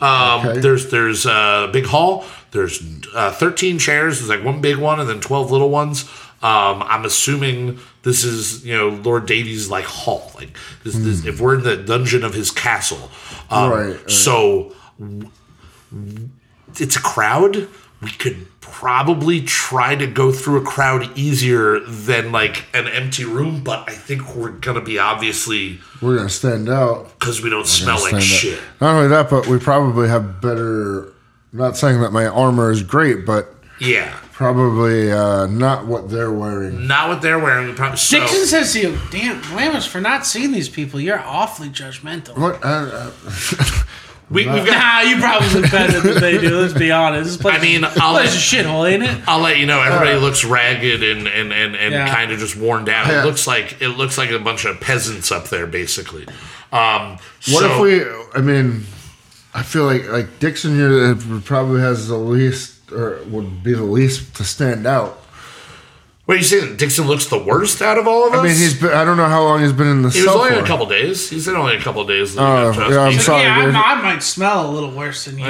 Speaker 2: Um,
Speaker 3: Okay.
Speaker 2: There's there's a big hall. There's uh, 13 chairs. There's like one big one and then 12 little ones. Um, I'm assuming this is you know Lord Davies like hall. Like this, this, if we're in the dungeon of his castle, um,
Speaker 3: Hmm. Right, right.
Speaker 2: So w- w- it's a crowd. We could probably try to go through a crowd easier than like an empty room, but I think we're gonna be obviously
Speaker 3: We're gonna stand out.
Speaker 2: because we don't smell like
Speaker 3: Stand out.
Speaker 2: shit.
Speaker 3: Not only that, but we probably have better. Not saying that my armor is great, but
Speaker 2: Yeah,
Speaker 3: probably uh, not what they're wearing.
Speaker 2: not what they're wearing. Probably, so,
Speaker 1: Dixon says to you, "Damn, blame us for not seeing these people. You're awfully judgmental."
Speaker 3: What? Uh, uh,
Speaker 2: we, we've got.
Speaker 1: Nah, you probably look better than they do. Let's be honest. This place,
Speaker 2: I mean,
Speaker 1: this
Speaker 2: I'll-
Speaker 1: place *laughs* is a shithole, ain't it?
Speaker 2: I'll let you know. Everybody looks ragged and and and, and
Speaker 1: Yeah.
Speaker 2: kind of just worn down.
Speaker 3: Yeah.
Speaker 2: It looks like it looks like a bunch of peasants up there, basically. Um,
Speaker 3: what
Speaker 2: so-
Speaker 3: if we? I mean, I feel like like Dixon here uh, probably has the least, or would be the least to stand out.
Speaker 2: What are you saying? Dixon looks the worst out of all of us.
Speaker 3: I mean, he's been, I don't know how long he's been in the
Speaker 2: he was
Speaker 3: cell
Speaker 2: only in a
Speaker 3: for.
Speaker 2: couple days. He's in only a couple days.
Speaker 3: Oh,
Speaker 2: leading up to us
Speaker 3: yeah, I'm
Speaker 2: meeting.
Speaker 3: sorry,
Speaker 1: yeah,
Speaker 3: dude.
Speaker 1: I, I might smell a little worse than you.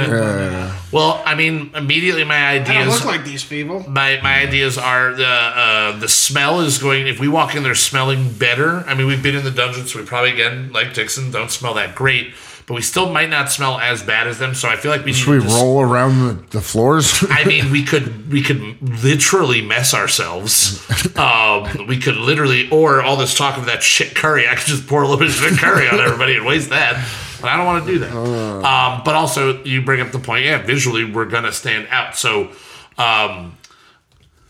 Speaker 2: Well, I mean, immediately my
Speaker 1: I don't
Speaker 2: ideas
Speaker 1: look like these people.
Speaker 2: my, my ideas are the uh, the smell is going. If we walk in there smelling better, I mean, we've been in the dungeon, so we probably again like Dixon don't smell that great, but we still might not smell as bad as them. So I feel like we
Speaker 3: Should we
Speaker 2: need to just-
Speaker 3: roll around the,
Speaker 2: *laughs*
Speaker 3: the floors?
Speaker 2: I mean, we could we could literally mess
Speaker 3: *laughs*
Speaker 2: ourselves. Um, we could literally, or all this talk of that shit curry, I could just pour a little bit of shit curry on everybody and waste that. But I don't want to do that.
Speaker 3: Uh.
Speaker 2: Um, but also, you bring up the point. Yeah, visually, we're gonna stand out. So. Um,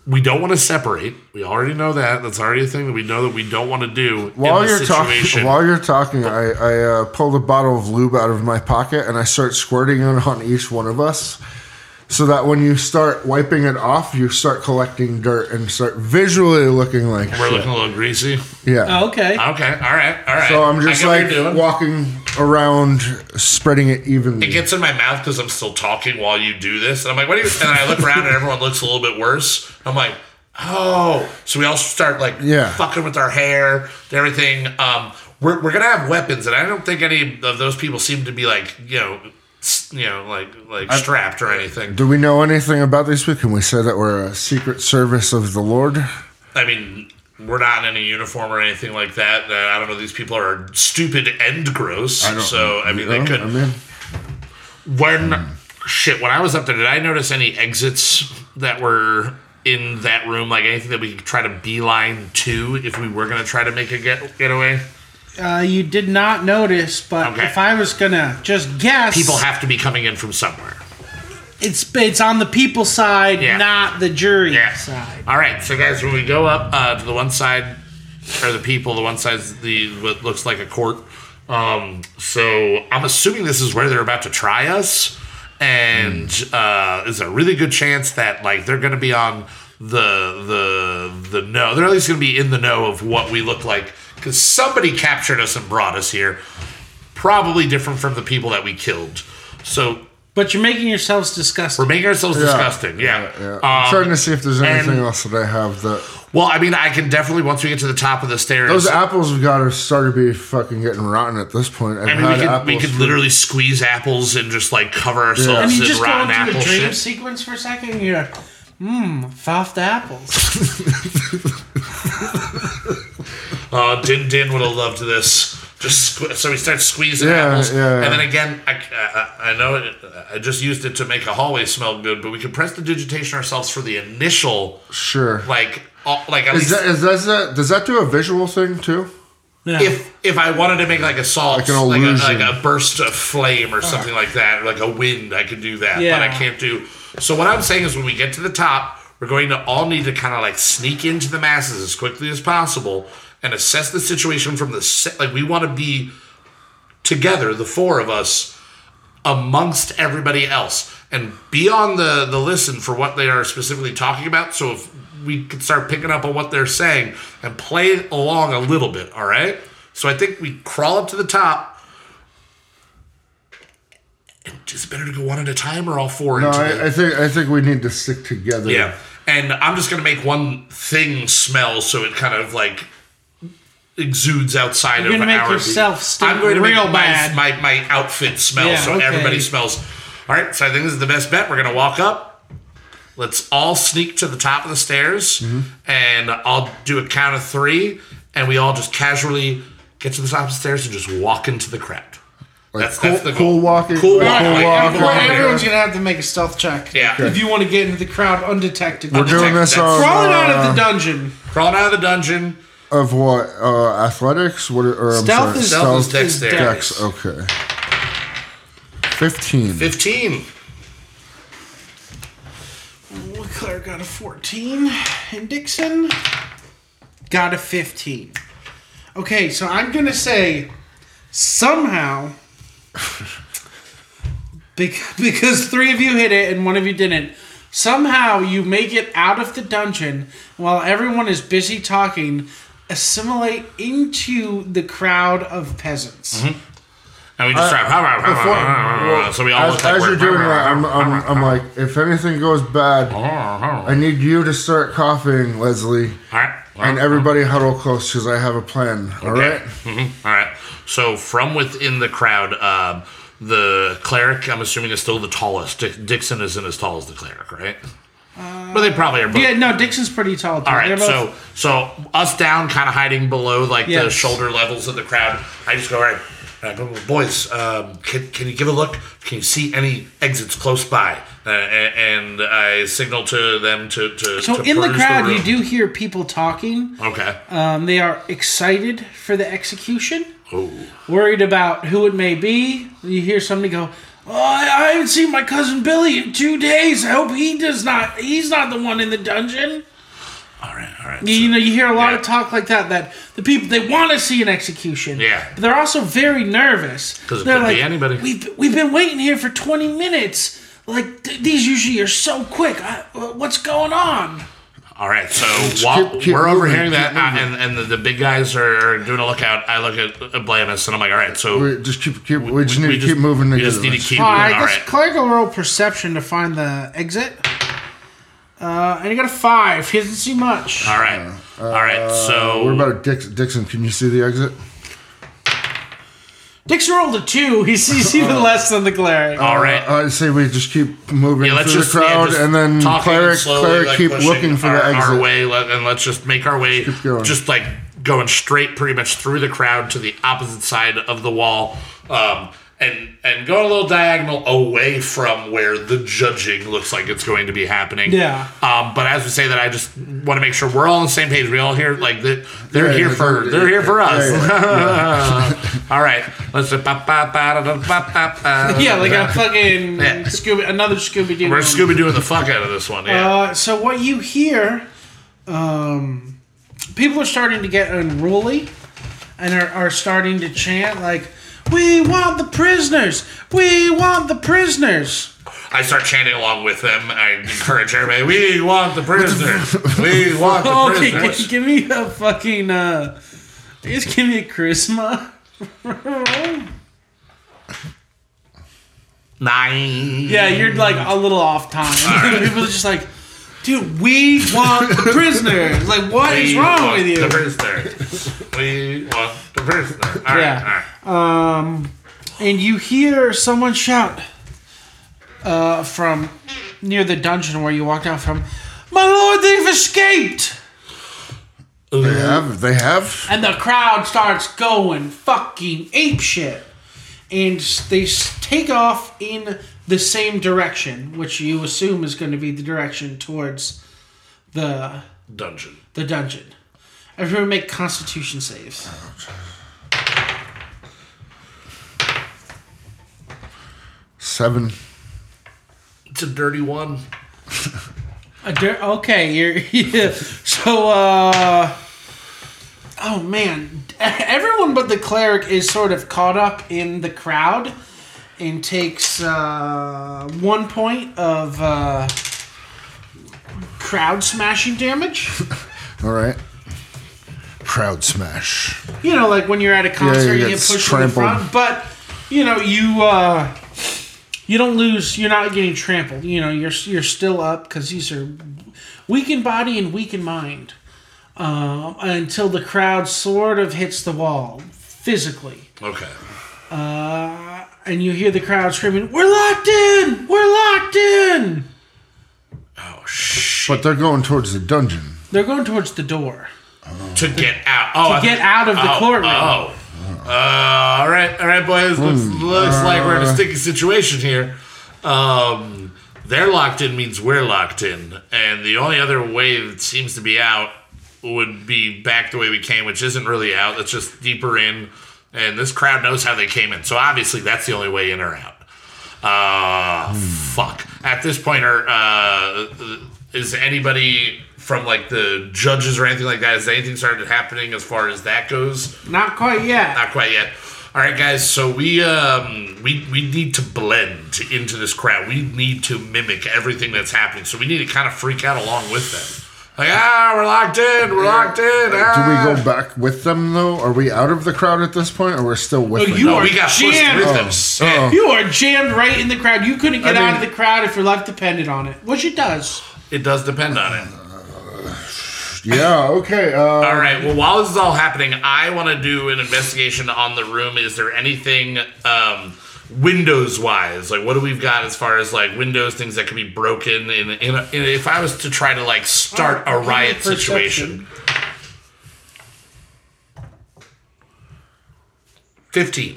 Speaker 2: we don't want to separate. We already know that. That's already a thing that we know that we don't want to do.
Speaker 3: *laughs* While
Speaker 2: in
Speaker 3: you're
Speaker 2: this
Speaker 3: talking,
Speaker 2: situation.
Speaker 3: while you're talking, I, I uh, pulled a bottle of lube out of my pocket and I start squirting it on each one of us, so that when you start wiping it off, you start collecting dirt and start visually looking like
Speaker 2: we're
Speaker 3: shit.
Speaker 2: looking a little greasy.
Speaker 3: yeah.
Speaker 1: Oh, okay.
Speaker 2: Okay, all right, all right.
Speaker 3: So I'm
Speaker 2: I
Speaker 3: just
Speaker 2: get what
Speaker 3: like
Speaker 2: you're doing.
Speaker 3: walking around, spreading it evenly.
Speaker 2: it gets in my mouth because I'm still talking while you do this. And I'm like, what are you? And I look around and everyone looks a little bit worse. I'm like, oh. So we all start like
Speaker 3: Yeah.
Speaker 2: fucking with our hair and everything. Um, we're, we're going to have weapons. And I don't think any of those people seem to be like, you know, s- you know, like like strapped or anything.
Speaker 3: Do we know anything about these people? Can we say that we're a secret service of the Lord?
Speaker 2: I mean, we're not in a uniform or anything like that. Uh, I don't know. These people are stupid and gross. so I mean, they
Speaker 3: No?
Speaker 2: could.
Speaker 3: I mean,
Speaker 2: When shit, when I was up there, did I notice any exits that were in that room? Like anything that we could try to beeline to if we were gonna try to make a get getaway?
Speaker 1: Uh, you did not notice, but
Speaker 2: Okay.
Speaker 1: if I was gonna just guess,
Speaker 2: People have to be coming in from somewhere.
Speaker 1: it's it's on the people side,
Speaker 2: Yeah.
Speaker 1: not the jury
Speaker 2: Yeah.
Speaker 1: side.
Speaker 2: All right, so guys, when we go up uh, to the one side, or the people, the one side's the what looks like a court. Um, so I'm assuming this is where they're about to try us, and
Speaker 3: Hmm.
Speaker 2: uh, there's a really good chance that like they're going to be on the the the know. They're at least going to be in the know of what we look like because somebody captured us and brought us here. Probably different from the people that we killed. So
Speaker 1: But you're making yourselves disgusting.
Speaker 2: we're making ourselves disgusting. Yeah.
Speaker 3: yeah. I'm
Speaker 2: Um,
Speaker 3: trying to see if there's anything
Speaker 2: and-
Speaker 3: else that I have that
Speaker 2: well, I mean, I can definitely once we get to the top of the stairs.
Speaker 3: Those apples have got to start to be fucking getting rotten at this point. I've
Speaker 2: I mean,
Speaker 3: had
Speaker 2: we could,
Speaker 3: apples.
Speaker 2: we could
Speaker 3: for-
Speaker 2: literally squeeze apples and just like cover
Speaker 1: I
Speaker 2: ourselves
Speaker 1: mean,
Speaker 2: in
Speaker 1: just go
Speaker 2: rotten
Speaker 1: into the
Speaker 2: apple
Speaker 1: dream
Speaker 2: shit.
Speaker 1: sequence for a second. and You're, mmm, soft *laughs* apples.
Speaker 2: Uh, Din Din would have loved this. Just sque- so we start squeezing
Speaker 3: Yeah,
Speaker 2: apples,
Speaker 3: yeah.
Speaker 2: and then again, I, I, I know it, I just used it to make a hallway smell good, but we could press the digitation ourselves for the initial
Speaker 3: Sure.
Speaker 2: like all, like at
Speaker 3: Is
Speaker 2: least
Speaker 3: that, is that, is that, does that do a visual thing too?
Speaker 1: Yeah.
Speaker 2: if if I wanted to make like a salt,
Speaker 3: Like
Speaker 2: like,
Speaker 3: an
Speaker 2: a,
Speaker 3: illusion.
Speaker 2: like a burst of flame or something like that, or like a wind, I could do that. But I
Speaker 1: Uh-huh. Yeah.
Speaker 2: can't do. So what I'm saying is, when we get to the top, we're going to all need to kind of like sneak into the masses as quickly as possible and assess the situation from the set. Like we want to be together, the four of us, amongst everybody else, and be on the the listen for what they are specifically talking about. So if we could start picking up on what they're saying and play along a little bit, all right? So I think we crawl up to the top. And Is it better to go one at a time or all four?
Speaker 3: No,
Speaker 2: into the-
Speaker 3: I, I think I think we need to stick together.
Speaker 2: yeah. And I'm just going to make one thing smell so it kind of like exudes outside
Speaker 1: You're
Speaker 2: of
Speaker 1: gonna make
Speaker 2: our
Speaker 1: yourself stink real
Speaker 2: my,
Speaker 1: bad.
Speaker 2: my my outfit smell
Speaker 1: Yeah,
Speaker 2: so
Speaker 1: okay.
Speaker 2: everybody smells. All right, so I think this is the best bet. We're going to walk up Let's all sneak to the top of the stairs,
Speaker 1: Mm-hmm.
Speaker 2: and I'll do a count of three, and we all just casually get to the top of the stairs and just walk into the crowd. that's,
Speaker 3: cool,
Speaker 2: that's the
Speaker 3: cool
Speaker 2: goal.
Speaker 3: walking.
Speaker 2: Cool walk.
Speaker 1: Oh,
Speaker 3: Cool
Speaker 2: like,
Speaker 3: walking.
Speaker 2: everyone-
Speaker 3: Yeah.
Speaker 6: everyone's gonna have to make a stealth check.
Speaker 2: Yeah. Okay.
Speaker 6: If you want to get into the crowd undetected.
Speaker 3: We're doing this
Speaker 2: That's-
Speaker 3: on
Speaker 1: Crawling out of the
Speaker 3: uh,
Speaker 1: dungeon.
Speaker 2: Crawling out of the dungeon.
Speaker 3: of what? Uh, athletics? What? Or I'm
Speaker 1: Stealth
Speaker 3: sorry,
Speaker 1: is-
Speaker 2: Stealth is
Speaker 1: is
Speaker 2: dexterity.
Speaker 1: dex.
Speaker 3: dex. Okay. Fifteen.
Speaker 2: 15.
Speaker 1: Claire got a 14, and Dixon got a 15. Okay, so I'm going to say somehow, *laughs* because, because three of you hit it and one of you didn't, somehow you make it out of the dungeon while everyone is busy talking, assimilate into the crowd of peasants.
Speaker 2: Mm-hmm. And we just try.
Speaker 3: Uh, Before-
Speaker 2: so we all
Speaker 3: as,
Speaker 2: look like
Speaker 3: as
Speaker 2: we're-
Speaker 3: you're doing that, I'm, I'm, I'm like, if anything goes bad,
Speaker 2: Oh.
Speaker 3: I need you to start coughing, Leslie,
Speaker 2: Uh-huh. All right.
Speaker 3: and everybody huddle close because I have a plan. All right.
Speaker 2: Mm-hmm. All right. So from within the crowd, um, the cleric, I'm assuming, is still the tallest. Dick- Dixon isn't as tall as the cleric, right? but they probably are both.
Speaker 1: Yeah, no, Dixon's pretty tall.
Speaker 2: All right. So so us down, kind of hiding below like the
Speaker 1: Yes.
Speaker 2: shoulder levels of the crowd. I just go all right. I go, boys, um, can, can you give a look? Can you see any exits close by? Uh, a- and I signal to them to to.
Speaker 1: So
Speaker 2: to
Speaker 1: in the
Speaker 2: peruse
Speaker 1: crowd,
Speaker 2: room.
Speaker 1: you do hear people talking.
Speaker 2: Okay.
Speaker 1: Um, they are excited for the execution,
Speaker 2: oh.
Speaker 1: worried about who it may be. You hear somebody go, "Oh, I, I haven't seen my cousin Billy in two days. I hope he does not. He's not the one in the dungeon."
Speaker 2: All right. All right.
Speaker 1: You, you know, you hear a lot of
Speaker 2: Yeah.
Speaker 1: talk like that. That the people they want to see an execution.
Speaker 2: Yeah.
Speaker 1: but they're also very nervous
Speaker 2: 'Cause it
Speaker 1: They're
Speaker 2: could be anybody.
Speaker 1: We've we've been waiting here for twenty minutes. Like th- these usually are so quick. I, what's going on?
Speaker 2: All right, so while
Speaker 3: keep- keep
Speaker 2: we're
Speaker 3: moving,
Speaker 2: overhearing
Speaker 3: keep
Speaker 2: that, uh, and, and the, the big guys are, are doing a lookout, I look at uh, Blamus and I'm like, all right, so
Speaker 3: We just keep keep. We, just need to keep moving
Speaker 2: We
Speaker 3: together.
Speaker 2: just need to keep
Speaker 1: All right,
Speaker 2: moving. All
Speaker 1: let's
Speaker 2: right,
Speaker 1: Claire go roll perception to find the exit. Uh, and he got a five. He doesn't see much.
Speaker 2: all right, all right. So
Speaker 3: What Uh, about Dix, Dixon? Can you see the exit?
Speaker 1: Dixon rolled a two. He sees
Speaker 2: *laughs* Oh.
Speaker 1: even less than the cleric.
Speaker 2: all right,
Speaker 3: I Uh, say we just keep moving
Speaker 2: yeah, let's
Speaker 3: through
Speaker 2: just
Speaker 3: the
Speaker 2: yeah,
Speaker 3: crowd,
Speaker 2: just
Speaker 3: and then
Speaker 2: talking
Speaker 3: cleric,
Speaker 2: slowly,
Speaker 3: cleric
Speaker 2: like,
Speaker 3: keep
Speaker 2: pushing
Speaker 3: looking for
Speaker 2: our,
Speaker 3: the
Speaker 2: our
Speaker 3: exit.
Speaker 2: way, let- and let's just make our way,
Speaker 3: going.
Speaker 2: just like going straight, pretty much through the crowd to the opposite side of the wall, um, and and go a little diagonal away from where the judging looks like it's going to be happening.
Speaker 1: Yeah.
Speaker 2: Um, but as we say that, I just want to make sure we're all on the same page. We all here, like that. They're
Speaker 3: Yeah,
Speaker 2: here
Speaker 3: yeah,
Speaker 2: for.
Speaker 3: yeah,
Speaker 2: they're here for
Speaker 3: yeah,
Speaker 2: us.
Speaker 3: yeah,
Speaker 2: *laughs* all right. Let's. do ba- ba- ba- da- da- ba- ba- ba-
Speaker 1: Yeah, like a fucking
Speaker 2: Yeah.
Speaker 1: Scooby, another Scooby Doo.
Speaker 2: We're Scooby doing the fuck out of this one. Yeah.
Speaker 1: Uh, so what you hear, um, people are starting to get unruly, and are, are starting to chant like, "We want the prisoners! We want the prisoners!"
Speaker 2: I start chanting along with them. I encourage everybody. We want the prisoners. We want
Speaker 1: *laughs*
Speaker 2: the
Speaker 1: Oh, Okay,
Speaker 2: prisoners.
Speaker 1: g- give me a fucking uh just give me a charisma.
Speaker 2: Nine.
Speaker 1: yeah, you're like a little off time. *laughs* People are just like, dude, we want the prisoners. Like, what is
Speaker 2: We
Speaker 1: wrong
Speaker 2: want
Speaker 1: with
Speaker 2: The
Speaker 1: you?
Speaker 2: prisoners. we want the prisoners. All right.
Speaker 1: Yeah.
Speaker 2: All right.
Speaker 1: Um, and you hear someone shout uh, from near the dungeon where you walked out from. My lord, they've escaped!
Speaker 3: They have. They have.
Speaker 1: And the crowd starts going fucking apeshit. And they s- take off in the same direction, which you assume is going to be the direction towards the
Speaker 2: Dungeon.
Speaker 1: the dungeon. Everyone make constitution saves.
Speaker 3: Seven.
Speaker 2: It's a dirty one.
Speaker 1: A dir- okay, you're *laughs* yeah. so uh Oh man, everyone but the cleric is sort of caught up in the crowd and takes uh, one point of uh, crowd smashing damage.
Speaker 3: All right. Crowd smash.
Speaker 1: You know, like when you're at a concert,
Speaker 3: you
Speaker 1: you
Speaker 3: get
Speaker 1: get pushed to the front,
Speaker 3: trampled.
Speaker 1: but you know you uh, you don't lose. You're not getting trampled. You know, you're you're still up because these are weak in body and weak in mind uh, until the crowd sort of hits the wall physically.
Speaker 2: Okay.
Speaker 1: and you hear the crowd screaming, "We're locked in! We're locked in!"
Speaker 2: Oh shit!
Speaker 3: But they're going towards the dungeon.
Speaker 1: They're going towards the door.
Speaker 2: to get out. Oh, I-
Speaker 1: get out of the
Speaker 2: oh,
Speaker 1: courtroom.
Speaker 2: Oh. Uh, all right, all right, boys. Looks, looks like we're in a sticky situation here. Um, they're locked in means we're locked in, and the only other way that seems to be out would be back the way we came, which isn't really out. That's just deeper in, and this crowd knows how they came in, so obviously that's the only way in or out. Uh, fuck. At this point, are uh, is anybody from like the judges or anything like that? Has anything started happening as far as that goes?
Speaker 1: Not quite yet.
Speaker 2: Not quite yet. All right, guys. So we um we we need to blend into this crowd. We need to mimic everything that's happening. So we need to kind of freak out along with them. Like ah, we're locked in. We're locked in.
Speaker 3: Do we
Speaker 2: ah.
Speaker 3: go back with them though? Are we out of the crowd at this point, or we're still with
Speaker 1: Oh,
Speaker 3: them?
Speaker 1: you
Speaker 2: No,
Speaker 1: are
Speaker 2: we got pushed
Speaker 1: jammed.
Speaker 2: with them. Sick.
Speaker 3: Oh.
Speaker 1: You are jammed right in the crowd. You couldn't get
Speaker 3: I
Speaker 1: out of
Speaker 3: mean-
Speaker 1: the crowd if your life depended on it, which it does.
Speaker 2: It does depend on it.
Speaker 3: yeah. Okay. Uh,
Speaker 2: All right. Well, while this is all happening, I want to do an investigation on the room. Is there anything um, windows wise? Like, what do we've got as far as like windows, things that can be broken? In, in, a, in if I was to try to like start a
Speaker 1: All right, give me
Speaker 2: riot
Speaker 1: perception.
Speaker 2: situation, fifteen.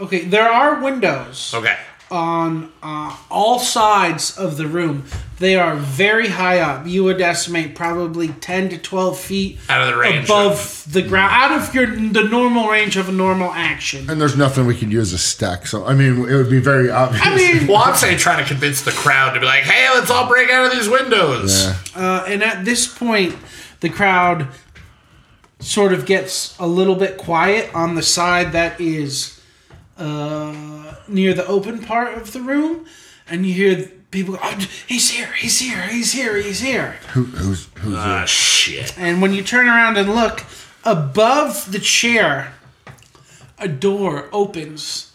Speaker 1: Okay, there are windows
Speaker 2: Okay.
Speaker 1: on uh, all sides of the room. They are very high up. You would estimate probably ten to twelve feet
Speaker 2: Out of Hmm. the range
Speaker 1: above the ground, out of your the normal range of a normal
Speaker 2: Hmm.
Speaker 1: action.
Speaker 3: and there's nothing we could use as stack. So I mean, it would be very obvious.
Speaker 1: I mean,
Speaker 2: Well, I'm saying trying to convince the crowd to be like, "Hey, let's all break out of these windows."
Speaker 3: Yeah.
Speaker 1: Uh, and at this point, the crowd sort of gets a little bit quiet on the side that is uh, near the open part of the room, and you hear people go, oh, "He's here! He's here! He's here! He's here!"
Speaker 3: Who, who's who's
Speaker 2: Ah, shit.
Speaker 1: And when you turn around and look above the chair, a door opens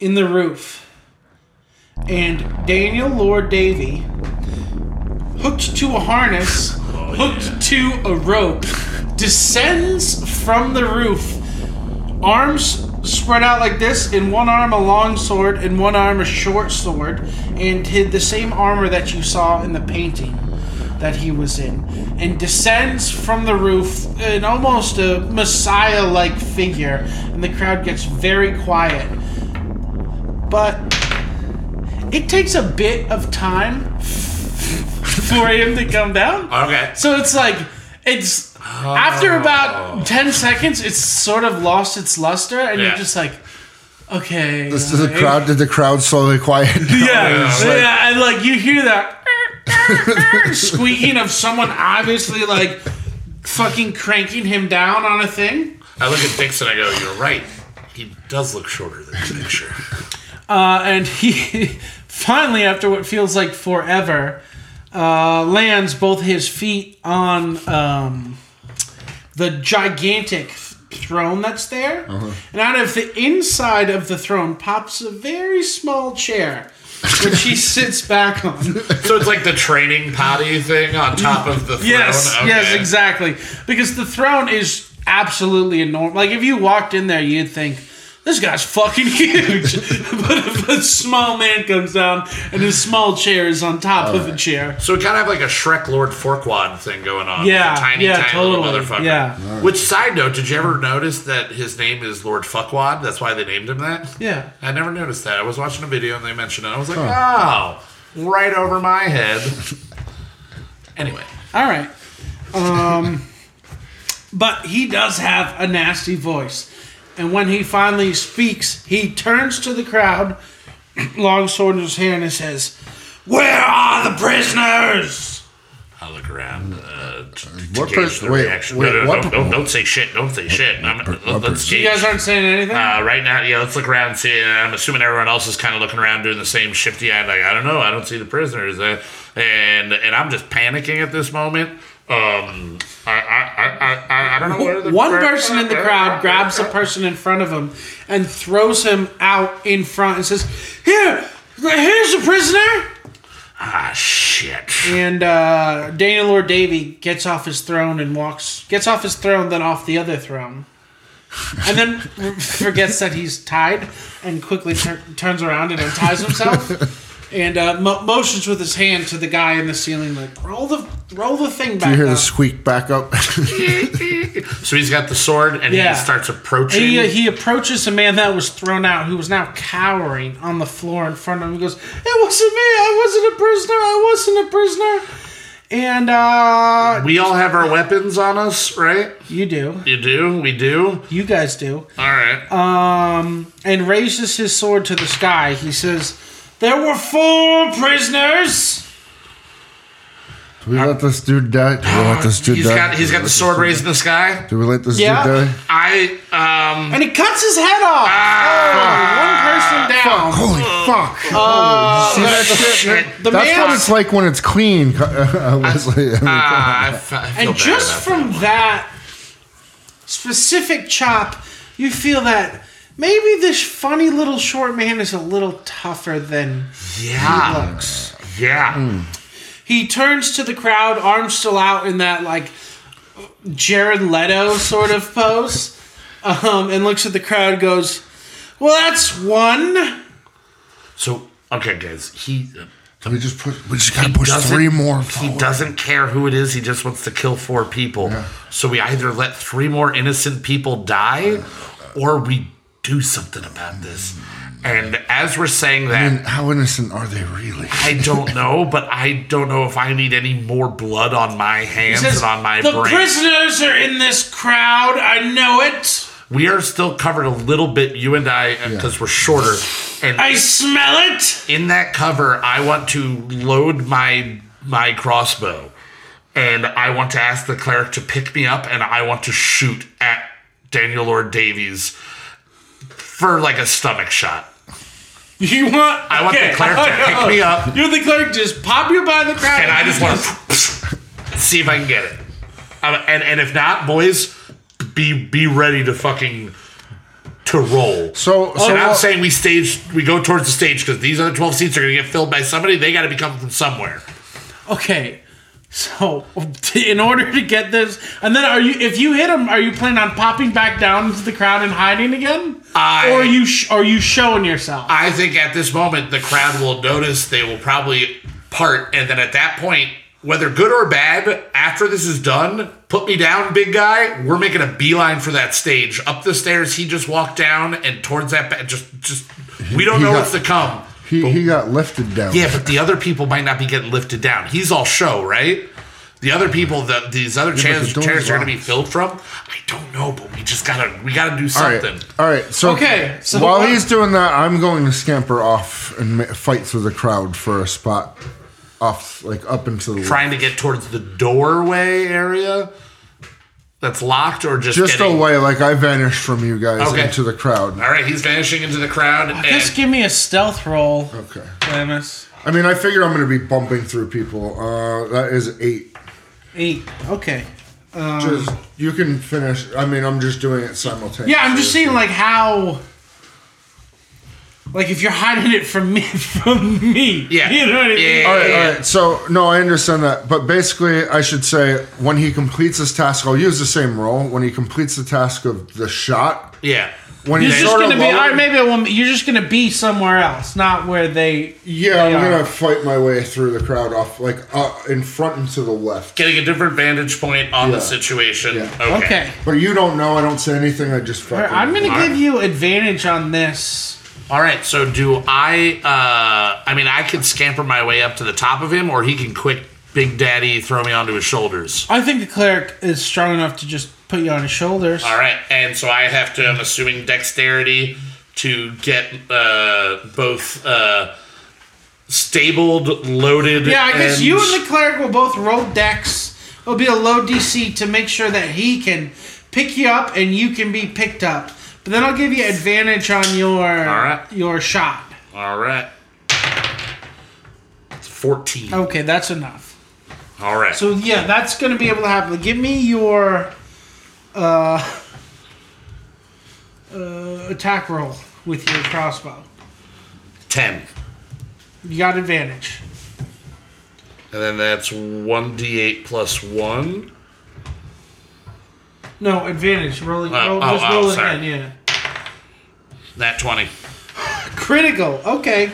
Speaker 1: in the roof. And Daniel Lord Davy, hooked to a harness, hooked to a rope, descends from the roof, arms spread out like this, in one arm a long sword, in one arm a short sword, and hid the same armor that you saw in the painting that he was in, and descends from the roof in almost a messiah like figure, and the crowd gets very quiet. But it takes a bit of time *laughs* for him to come down.
Speaker 2: Okay.
Speaker 1: So it's like it's after about ten seconds, it's sort of lost its luster, and
Speaker 2: Yeah.
Speaker 1: you're just like, okay.
Speaker 3: This is a
Speaker 1: like-
Speaker 3: crowd. Did the crowd slowly quiet? down? *laughs*
Speaker 1: Yeah,
Speaker 2: it's
Speaker 1: yeah, and like you hear that
Speaker 3: *laughs*
Speaker 1: squeaking of someone obviously like fucking cranking him down on a thing.
Speaker 2: I look at Dixon. I go, "You're right. He does look shorter than the picture."
Speaker 1: Uh, and he *laughs* finally, after what feels like forever, uh, lands both his feet on um, the gigantic throne that's there. And out of the inside of the throne pops a very small chair, which he sits back on.
Speaker 2: So it's like the training potty thing on top of the throne.
Speaker 1: Yes,
Speaker 2: Okay.
Speaker 1: yes, exactly. Because the throne is absolutely enormous. Like if you walked in there, you'd think this guy's fucking *laughs* huge. but if a small man comes down and his small chair is on top of a chair,
Speaker 2: So we kind of have like a Shrek Lord Forquad thing going on.
Speaker 1: Yeah,
Speaker 2: With a tiny,
Speaker 1: yeah,
Speaker 2: tiny
Speaker 1: totally,
Speaker 2: little motherfucker.
Speaker 1: yeah.
Speaker 2: Which side note, did you ever notice that his name is Lord Fuckwad? That's why they named him that.
Speaker 1: yeah.
Speaker 2: I never noticed that. I was watching a video and they mentioned it. I was like, oh, right over my head. anyway,
Speaker 1: All right. Um, but he does have a nasty voice. And when he finally speaks, he turns to the crowd, *clears throat* long sword in his hand, and says, Where are the prisoners?
Speaker 2: I look around. Uh, to, to
Speaker 3: What
Speaker 2: gauge
Speaker 3: pers-
Speaker 2: the
Speaker 3: wait,
Speaker 2: reaction.
Speaker 3: wait,
Speaker 2: no, no,
Speaker 3: what-
Speaker 2: no, don't, don't say shit. Don't say shit. I'm,
Speaker 3: per- what
Speaker 2: let's
Speaker 3: person?
Speaker 1: You guys
Speaker 2: gauge.
Speaker 1: aren't saying anything?
Speaker 2: Uh, right now, yeah, let's look around and see. And I'm assuming everyone else is kind of looking around doing the same shifty eye, like, I don't know, I don't see the prisoners. Uh, and and I'm just panicking at this moment. Um, I, I, I, I, I don't know where the
Speaker 1: One person in the crowd grabs the person in front of him and throws him out in front and says, Here, here's the prisoner.
Speaker 2: Ah, shit. *laughs*
Speaker 1: And uh, Daniel Lord Davy gets off his throne and walks, gets off his throne, then off the other throne. And then forgets that he's tied and quickly tur- turns around and unties himself. and uh, mo- motions with his hand to the guy in the ceiling, like roll the roll the thing
Speaker 3: Do
Speaker 1: back
Speaker 3: you hear
Speaker 1: up.
Speaker 3: the squeak back up? *laughs*
Speaker 2: So he's got the sword and
Speaker 1: Yeah.
Speaker 2: he starts approaching.
Speaker 1: He, uh, he approaches a man that was thrown out, who was now cowering on the floor in front of him. He goes, "It wasn't me. I wasn't a prisoner. I wasn't a prisoner." And uh,
Speaker 2: we all have our weapons on us, right?
Speaker 1: you do,
Speaker 2: You do. We do.
Speaker 1: you guys do.
Speaker 2: All right.
Speaker 1: Um, and raises his sword to the sky. He says, "There were four prisoners."
Speaker 3: Do we let this dude die? Do we let this dude
Speaker 2: he's
Speaker 3: die?
Speaker 2: got he's got the sword raised in the sky.
Speaker 3: Do we let this
Speaker 1: Yeah.
Speaker 3: dude die?
Speaker 2: I um
Speaker 1: And he cuts his head off. Ah, Oh, one person down.
Speaker 3: Holy Ah. fuck! Holy
Speaker 2: Oh, shit.
Speaker 1: The
Speaker 3: That's
Speaker 1: man
Speaker 3: what it's like when it's clean, *laughs* Leslie. I mean,
Speaker 2: Ah, I fe- I feel
Speaker 1: And
Speaker 2: bad
Speaker 1: just
Speaker 2: about
Speaker 1: from that specific chop, you feel that maybe this funny little short man is a little tougher than
Speaker 2: yeah,
Speaker 1: he looks.
Speaker 2: yeah.
Speaker 1: Hmm. He turns to the crowd, arms still out in that like Jared Leto sort of pose, um, and looks at the crowd, and goes, "Well, that's one."
Speaker 2: So okay, guys, he
Speaker 3: we just push. We just
Speaker 2: he
Speaker 3: gotta push
Speaker 2: doesn't-
Speaker 3: three more.
Speaker 2: He doesn't care who it is. He just wants to kill four people. So we either let three more innocent people die, or we do something about this. And as we're saying that,
Speaker 3: And how innocent are they really?
Speaker 2: I
Speaker 3: *laughs*
Speaker 2: don't know, but I don't know if I need any more blood on my hands
Speaker 1: Says,
Speaker 2: and on my
Speaker 1: the
Speaker 2: brain.
Speaker 1: prisoners are in this crowd. I know it.
Speaker 2: we are still covered a little bit, you and I, because we're shorter. And
Speaker 1: I smell it.
Speaker 2: in that cover, I want to load my my crossbow, and I want to ask the cleric to pick me up, and I want to shoot at Daniel Lord Davies for like a stomach shot.
Speaker 1: You want?
Speaker 2: I want the cleric to pick me up.
Speaker 1: You're the cleric. Just pop you by the crowd.
Speaker 2: and I just want to see if I can get it. Um, and and if not, boys, be be ready to fucking to roll.
Speaker 3: So, so
Speaker 2: and I'm
Speaker 3: what-
Speaker 2: saying we stage we go towards the stage because these other twelve seats are going to get filled by somebody. They got to be coming from somewhere.
Speaker 1: *laughs* Okay. So, *laughs* in order to get this, and then are you? If you hit him, are you planning on popping back down into the crowd and hiding again,
Speaker 2: I-
Speaker 1: or are you sh- are you showing yourself?
Speaker 2: I think at this moment the crowd will notice. They will probably part, and then at that point. Whether good or bad, after this is done, put me down, big guy. We're making a beeline for that stage. Up the stairs, he just walked down and towards that. Ba- just, just. We don't
Speaker 3: He
Speaker 2: know
Speaker 3: got-
Speaker 2: what's to come.
Speaker 3: he, he got lifted down.
Speaker 2: Yeah, but the other people might not be getting lifted down. He's all show, right? The other people, the, these other chairs,
Speaker 3: the
Speaker 2: chairs
Speaker 3: door's
Speaker 2: are going to be
Speaker 3: locked.
Speaker 2: filled from. I don't know, but we just gotta, we gotta do
Speaker 3: All right.
Speaker 2: something.
Speaker 3: All right. So
Speaker 1: Okay, so
Speaker 3: while
Speaker 1: what-
Speaker 3: he's doing that, I'm going to scamper off and ma- fight through the crowd for a spot, off like up into the
Speaker 2: Trying to get towards the doorway area that's locked, or just
Speaker 3: just
Speaker 2: getting,
Speaker 3: away. Like I vanish from you guys
Speaker 2: Okay.
Speaker 3: into the crowd.
Speaker 2: All right, he's vanishing into the crowd. and
Speaker 1: Just give me a stealth roll,
Speaker 3: Okay.
Speaker 1: Lamus.
Speaker 3: I mean, I figure I'm going to be bumping through people. Uh, that is eight.
Speaker 1: Eight. Okay.
Speaker 3: Just Um, you can finish. I mean, I'm just doing it simultaneously.
Speaker 1: Yeah, I'm just seeing like how. Like if you're hiding it from me, *laughs* from me.
Speaker 2: Yeah.
Speaker 1: You know what I mean?
Speaker 2: Yeah.
Speaker 3: All right, all right. So no, I understand that, but basically, I should say when he completes his task, I'll use the same role. When he completes the task of the shot,
Speaker 2: yeah,
Speaker 3: when
Speaker 1: You're
Speaker 3: he's
Speaker 1: just
Speaker 3: sort
Speaker 1: gonna
Speaker 3: of
Speaker 1: be. All
Speaker 3: lower-
Speaker 1: right, maybe I won't, you're just gonna be somewhere else, not where they.
Speaker 3: Yeah, I'm
Speaker 1: they are.
Speaker 3: gonna fight my way through the crowd off, like uh, in front and to the left.
Speaker 2: getting a different vantage point on the
Speaker 3: Yeah.
Speaker 2: situation.
Speaker 3: Yeah.
Speaker 2: Okay.
Speaker 1: okay.
Speaker 3: But you don't know. I don't say anything. I just
Speaker 1: All right,
Speaker 3: fucking.
Speaker 1: I'm gonna give you advantage on this.
Speaker 2: All right. So do I? uh I mean, I can scamper my way up to the top of him, or he can quick, Big Daddy, throw me onto his shoulders.
Speaker 1: I think the cleric is strong enough to just put you on his shoulders.
Speaker 2: All right, and so I have to. I'm assuming dexterity to get uh, both uh, stabled, loaded.
Speaker 1: Yeah, I guess you and the cleric will both roll dex. It'll be a low DC to make sure that he can pick you up and you can be picked up. But then I'll give you advantage on your
Speaker 2: right.
Speaker 1: your shot.
Speaker 2: All right. It's Fourteen.
Speaker 1: Okay, that's enough.
Speaker 2: All right.
Speaker 1: Oh. So yeah, that's gonna be able to happen. Give me your uh, uh, attack roll with your crossbow.
Speaker 2: Ten.
Speaker 1: You got advantage.
Speaker 2: And then that's one d8 plus one.
Speaker 1: No, advantage. Rolling.
Speaker 2: Oh,
Speaker 1: roll,
Speaker 2: oh,
Speaker 1: just
Speaker 2: oh,
Speaker 1: roll
Speaker 2: sorry.
Speaker 1: again, yeah.
Speaker 2: That twenty.
Speaker 1: Critical. Okay.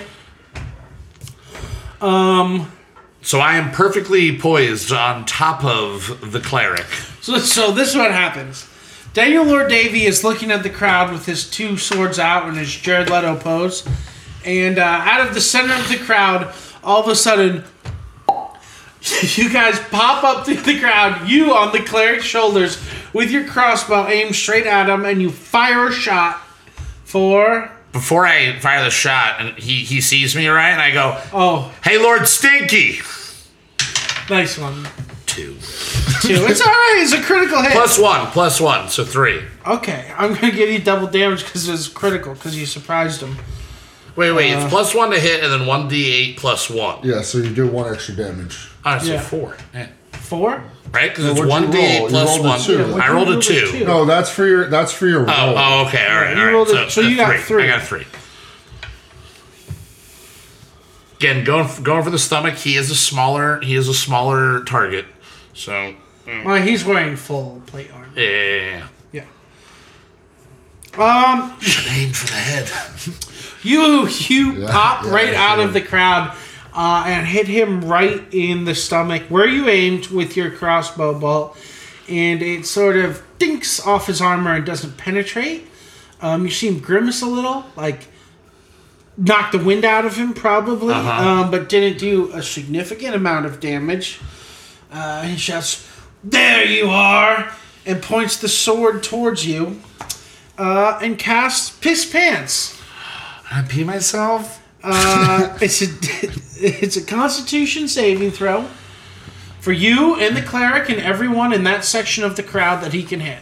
Speaker 2: So I am perfectly poised on top of the cleric.
Speaker 1: So, so this is what happens. Daniel Lord Davy is looking at the crowd with his two swords out in his Jared Leto pose, and uh, out of the center of the crowd, all of a sudden, *laughs* you guys pop up through the crowd. You on the cleric's shoulders with your crossbow aimed straight at him, and you fire a shot for
Speaker 2: Before I fire the shot, and he he sees me right, and I go,
Speaker 1: oh,
Speaker 2: "Hey, Lord Stinky!"
Speaker 1: nice one
Speaker 2: Two
Speaker 1: two. It's all right. It's a critical hit.
Speaker 2: plus one, plus one, so three.
Speaker 1: okay, I'm gonna give you double damage because it's critical because you surprised him.
Speaker 2: Wait, wait, it's plus one to hit, and then one d8 plus one.
Speaker 3: Yeah, so you do one extra damage.
Speaker 2: All right, Ah, so
Speaker 1: Yeah.
Speaker 2: four. Yeah.
Speaker 1: Four.
Speaker 2: Right, because it's
Speaker 3: what'd
Speaker 2: one
Speaker 3: you
Speaker 2: d8
Speaker 3: roll? You
Speaker 2: plus
Speaker 3: rolled a
Speaker 2: one.
Speaker 3: two. Yeah,
Speaker 2: I
Speaker 1: what'd
Speaker 2: rolled
Speaker 1: you
Speaker 2: a
Speaker 1: roll?
Speaker 2: two.
Speaker 1: A two.
Speaker 3: No, that's for your that's for your roll.
Speaker 2: Oh, oh, okay, all right,
Speaker 1: You
Speaker 2: all right.
Speaker 1: rolled a-
Speaker 2: so,
Speaker 1: so
Speaker 2: a
Speaker 1: you got three.
Speaker 2: I got three. Again, going f- going for the stomach. He is a smaller. He is a smaller target. So
Speaker 1: Well, he's wearing full plate armor.
Speaker 2: yeah, yeah, yeah.
Speaker 1: Yeah. Um,
Speaker 2: Should aim for the head.
Speaker 1: you you
Speaker 3: Yeah,
Speaker 1: pop
Speaker 3: yeah,
Speaker 1: right out
Speaker 3: sure.
Speaker 1: of the crowd uh, and hit him right in the stomach where you aimed with your crossbow bolt, and it sort of dinks off his armor and doesn't penetrate. Um, you see him grimace a little, like knocked the wind out of him probably, um, but didn't do a significant amount of damage. Uh, he shouts, "There you are!" and points the sword towards you, uh, and casts piss pants.
Speaker 2: I pee myself.
Speaker 1: Uh, It's a *laughs* it's a Constitution saving throw for you and the cleric and everyone in that section of the crowd that he can hit.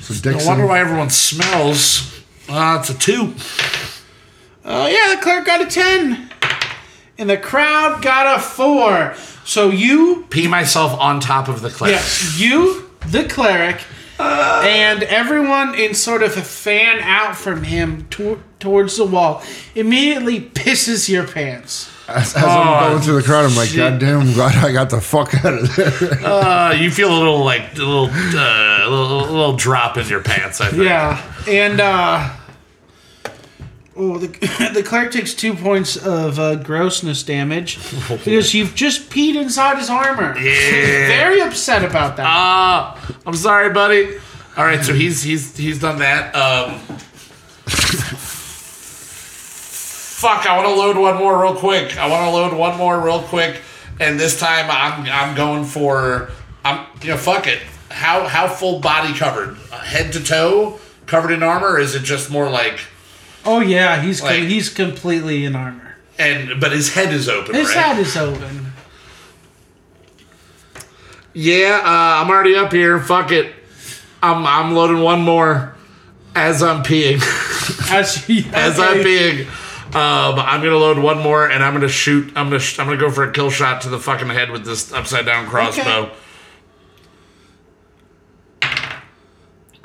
Speaker 3: So
Speaker 2: I
Speaker 3: Dixon,
Speaker 2: wonder why everyone smells. Ah, it's a two.
Speaker 1: Oh yeah, the cleric got a ten, and the crowd got a four. So you,
Speaker 2: Pee myself on top of the cliff.
Speaker 1: yes, you, the cleric, and everyone in sort of a fan out from him to- towards the wall immediately pisses your pants.
Speaker 3: as, as I'm
Speaker 1: Oh,
Speaker 3: going through the crowd, I'm like,
Speaker 2: shit.
Speaker 3: God damn, I'm glad I got the fuck out of there.
Speaker 2: Uh, you feel a little like a little uh, a little, a little drop in your pants. I think.
Speaker 1: Yeah, and uh, oh, the *laughs* the cleric takes two points of uh, grossness
Speaker 2: *laughs*
Speaker 1: damage because you've just peed inside his armor. Very upset about that.
Speaker 2: Ah, I'm sorry, buddy. All right, so he's he's he's done that. Um, fuck, I want to load one more real quick. I want to load one more real quick, and this time I'm I'm going for I'm you know fuck it. How how full body covered, head to toe covered in armor? Or is it just more like
Speaker 1: oh yeah, he's com-
Speaker 2: like-
Speaker 1: he's completely in armor.
Speaker 2: and but his head is open?
Speaker 1: His
Speaker 2: right?
Speaker 1: head is open.
Speaker 2: Yeah, uh, I'm already up here. Fuck it. I'm I'm loading one more as I'm peeing. *laughs*
Speaker 1: As, *laughs* he,
Speaker 2: as I'm being. Um, I'm gonna load one more, and I'm gonna shoot. I'm gonna. Sh- I'm gonna go for a kill shot to the fucking head with this upside down crossbow.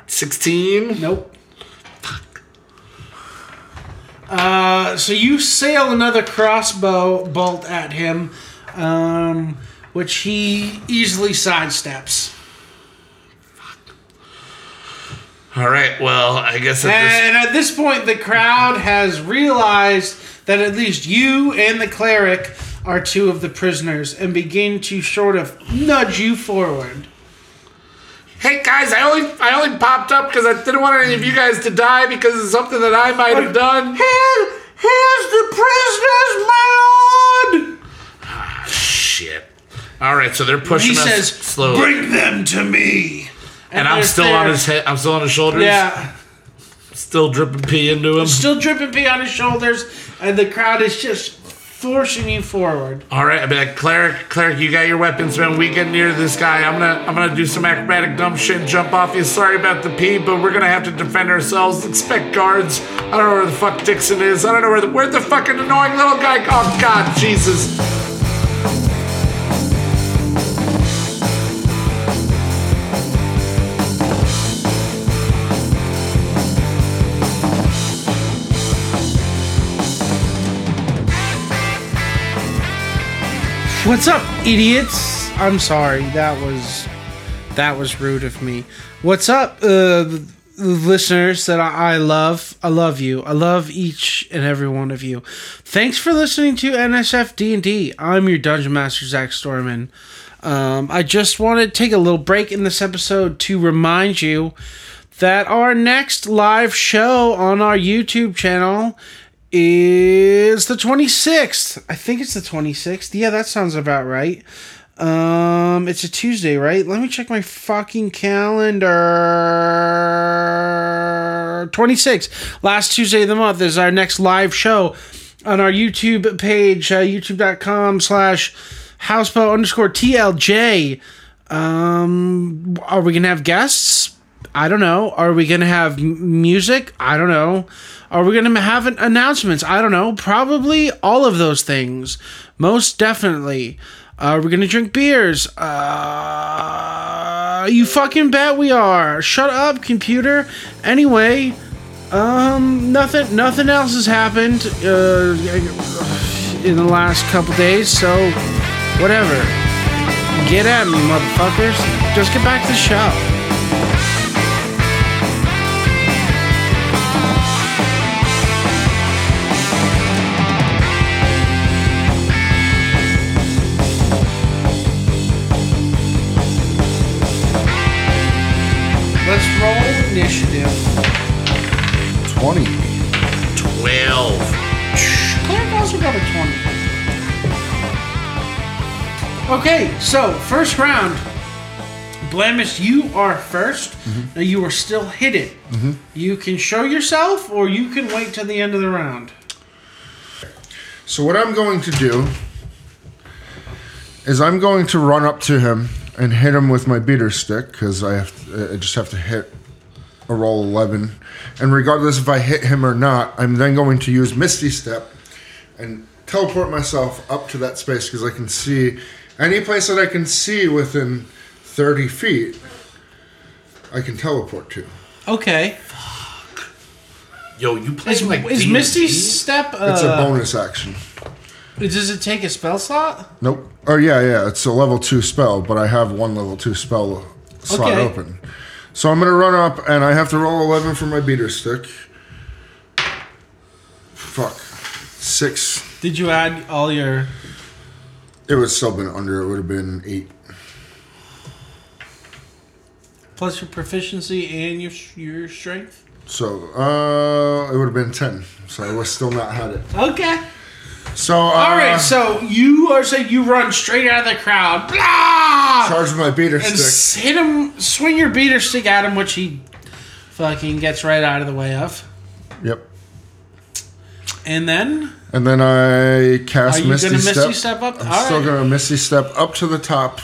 Speaker 2: Sixteen.
Speaker 1: Nope. Uh, so you sail another crossbow bolt at him, um, which he easily sidesteps.
Speaker 2: All right. Well, I guess at
Speaker 1: And at this point, the crowd has realized that at least you and the cleric are two of the prisoners and begin to sort of nudge you forward.
Speaker 2: this, hey guys, I only I only popped up because I didn't want any of you guys to die because of something that I might have done.
Speaker 1: Here, here's the prisoners, my lord!
Speaker 2: Shit. All right. So they're pushing
Speaker 1: He
Speaker 2: us
Speaker 1: says,
Speaker 2: slowly,
Speaker 1: Bring them to me!
Speaker 2: and I'm
Speaker 1: they're
Speaker 2: still
Speaker 1: there.
Speaker 2: on his head. I'm still on his shoulders.
Speaker 1: Yeah,
Speaker 2: Still dripping pee into him.
Speaker 1: still dripping pee on his shoulders, and the crowd is just forcing you forward.
Speaker 2: All right, I'd be like, cleric, cleric, you got your weapons, man. We get near this guy. I'm gonna, I'm gonna do some acrobatic dumb shit, and jump off you. Sorry about the pee, but we're gonna have to defend ourselves. Expect guards. I don't know where the fuck Dixon is. I don't know where the, where the fucking annoying little guy. Oh God, Jesus.
Speaker 1: What's up, idiots? I'm sorry. That was that was rude of me. What's up, uh, listeners that I, I love. I love you. I love each and every one of you. Thanks for listening to NSF D&D. I'm your Dungeon Master, Zach Storman. Um, I just want to take a little break in this episode to remind you that our next live show on our YouTube channel is the 26th. I think it's the 26th. Yeah, that sounds about right. Um, it's a Tuesday, right? Let me check my fucking calendar. 26. Last Tuesday of the month is our next live show on our YouTube page, uh, youtube.com slash houseboat underscore TLJ. Um, are we going to have guests? I don't know. Are we going to have m- music? I don't know. Are we going to have an- announcements? I don't know. Probably all of those things. Most definitely. Uh, we're going to drink beers. Uh, you fucking bet we are. Shut up, computer. Anyway, um, nothing, nothing else has happened uh, in the last couple days. So, whatever. Get at me, motherfuckers. Just get back to the show. Let's roll initiative.
Speaker 3: 20.
Speaker 2: 12.
Speaker 1: Cleric also got a 20. Okay, so first round. Blamish, you are 1st Now you are still hidden. You can show yourself or you can wait till the end of the round.
Speaker 3: So what I'm going to do is I'm going to run up to him and hit him with my beater stick because I have I just have to hit a roll eleven, and regardless if I hit him or not, I'm then going to use Misty Step and teleport myself up to that space because I can see any place that I can see within thirty feet. I can teleport to.
Speaker 1: Okay.
Speaker 2: Yo, you play
Speaker 1: Is,
Speaker 2: like
Speaker 1: is
Speaker 2: D&D?
Speaker 1: Misty's step. Uh,
Speaker 3: It's a bonus action.
Speaker 1: Does it take a spell slot?
Speaker 3: Nope. Oh yeah, yeah. It's a level two spell, but I have one level two spell slot
Speaker 1: Okay.
Speaker 3: open. So I'm gonna run up, and I have to roll eleven for my beater stick. Fuck. Six.
Speaker 1: Did you add all your.
Speaker 3: It would still been under. It would have been eight.
Speaker 1: plus your proficiency and your, your strength?
Speaker 3: So uh, it would have been ten. So I was still not had it.
Speaker 1: Okay.
Speaker 3: So uh,
Speaker 1: All right, so you are saying you run straight out of the crowd, blah,
Speaker 3: charge my beater
Speaker 1: and
Speaker 3: stick.
Speaker 1: s- hit him, swing your beater stick at him, which he fucking gets right out of the way of.
Speaker 3: Yep.
Speaker 1: And then
Speaker 3: And then I cast
Speaker 1: Are you
Speaker 3: Misty
Speaker 1: gonna
Speaker 3: Step.
Speaker 1: Misty Step up?
Speaker 3: I'm
Speaker 1: All
Speaker 3: still
Speaker 1: right.
Speaker 3: gonna Misty Step up to the top.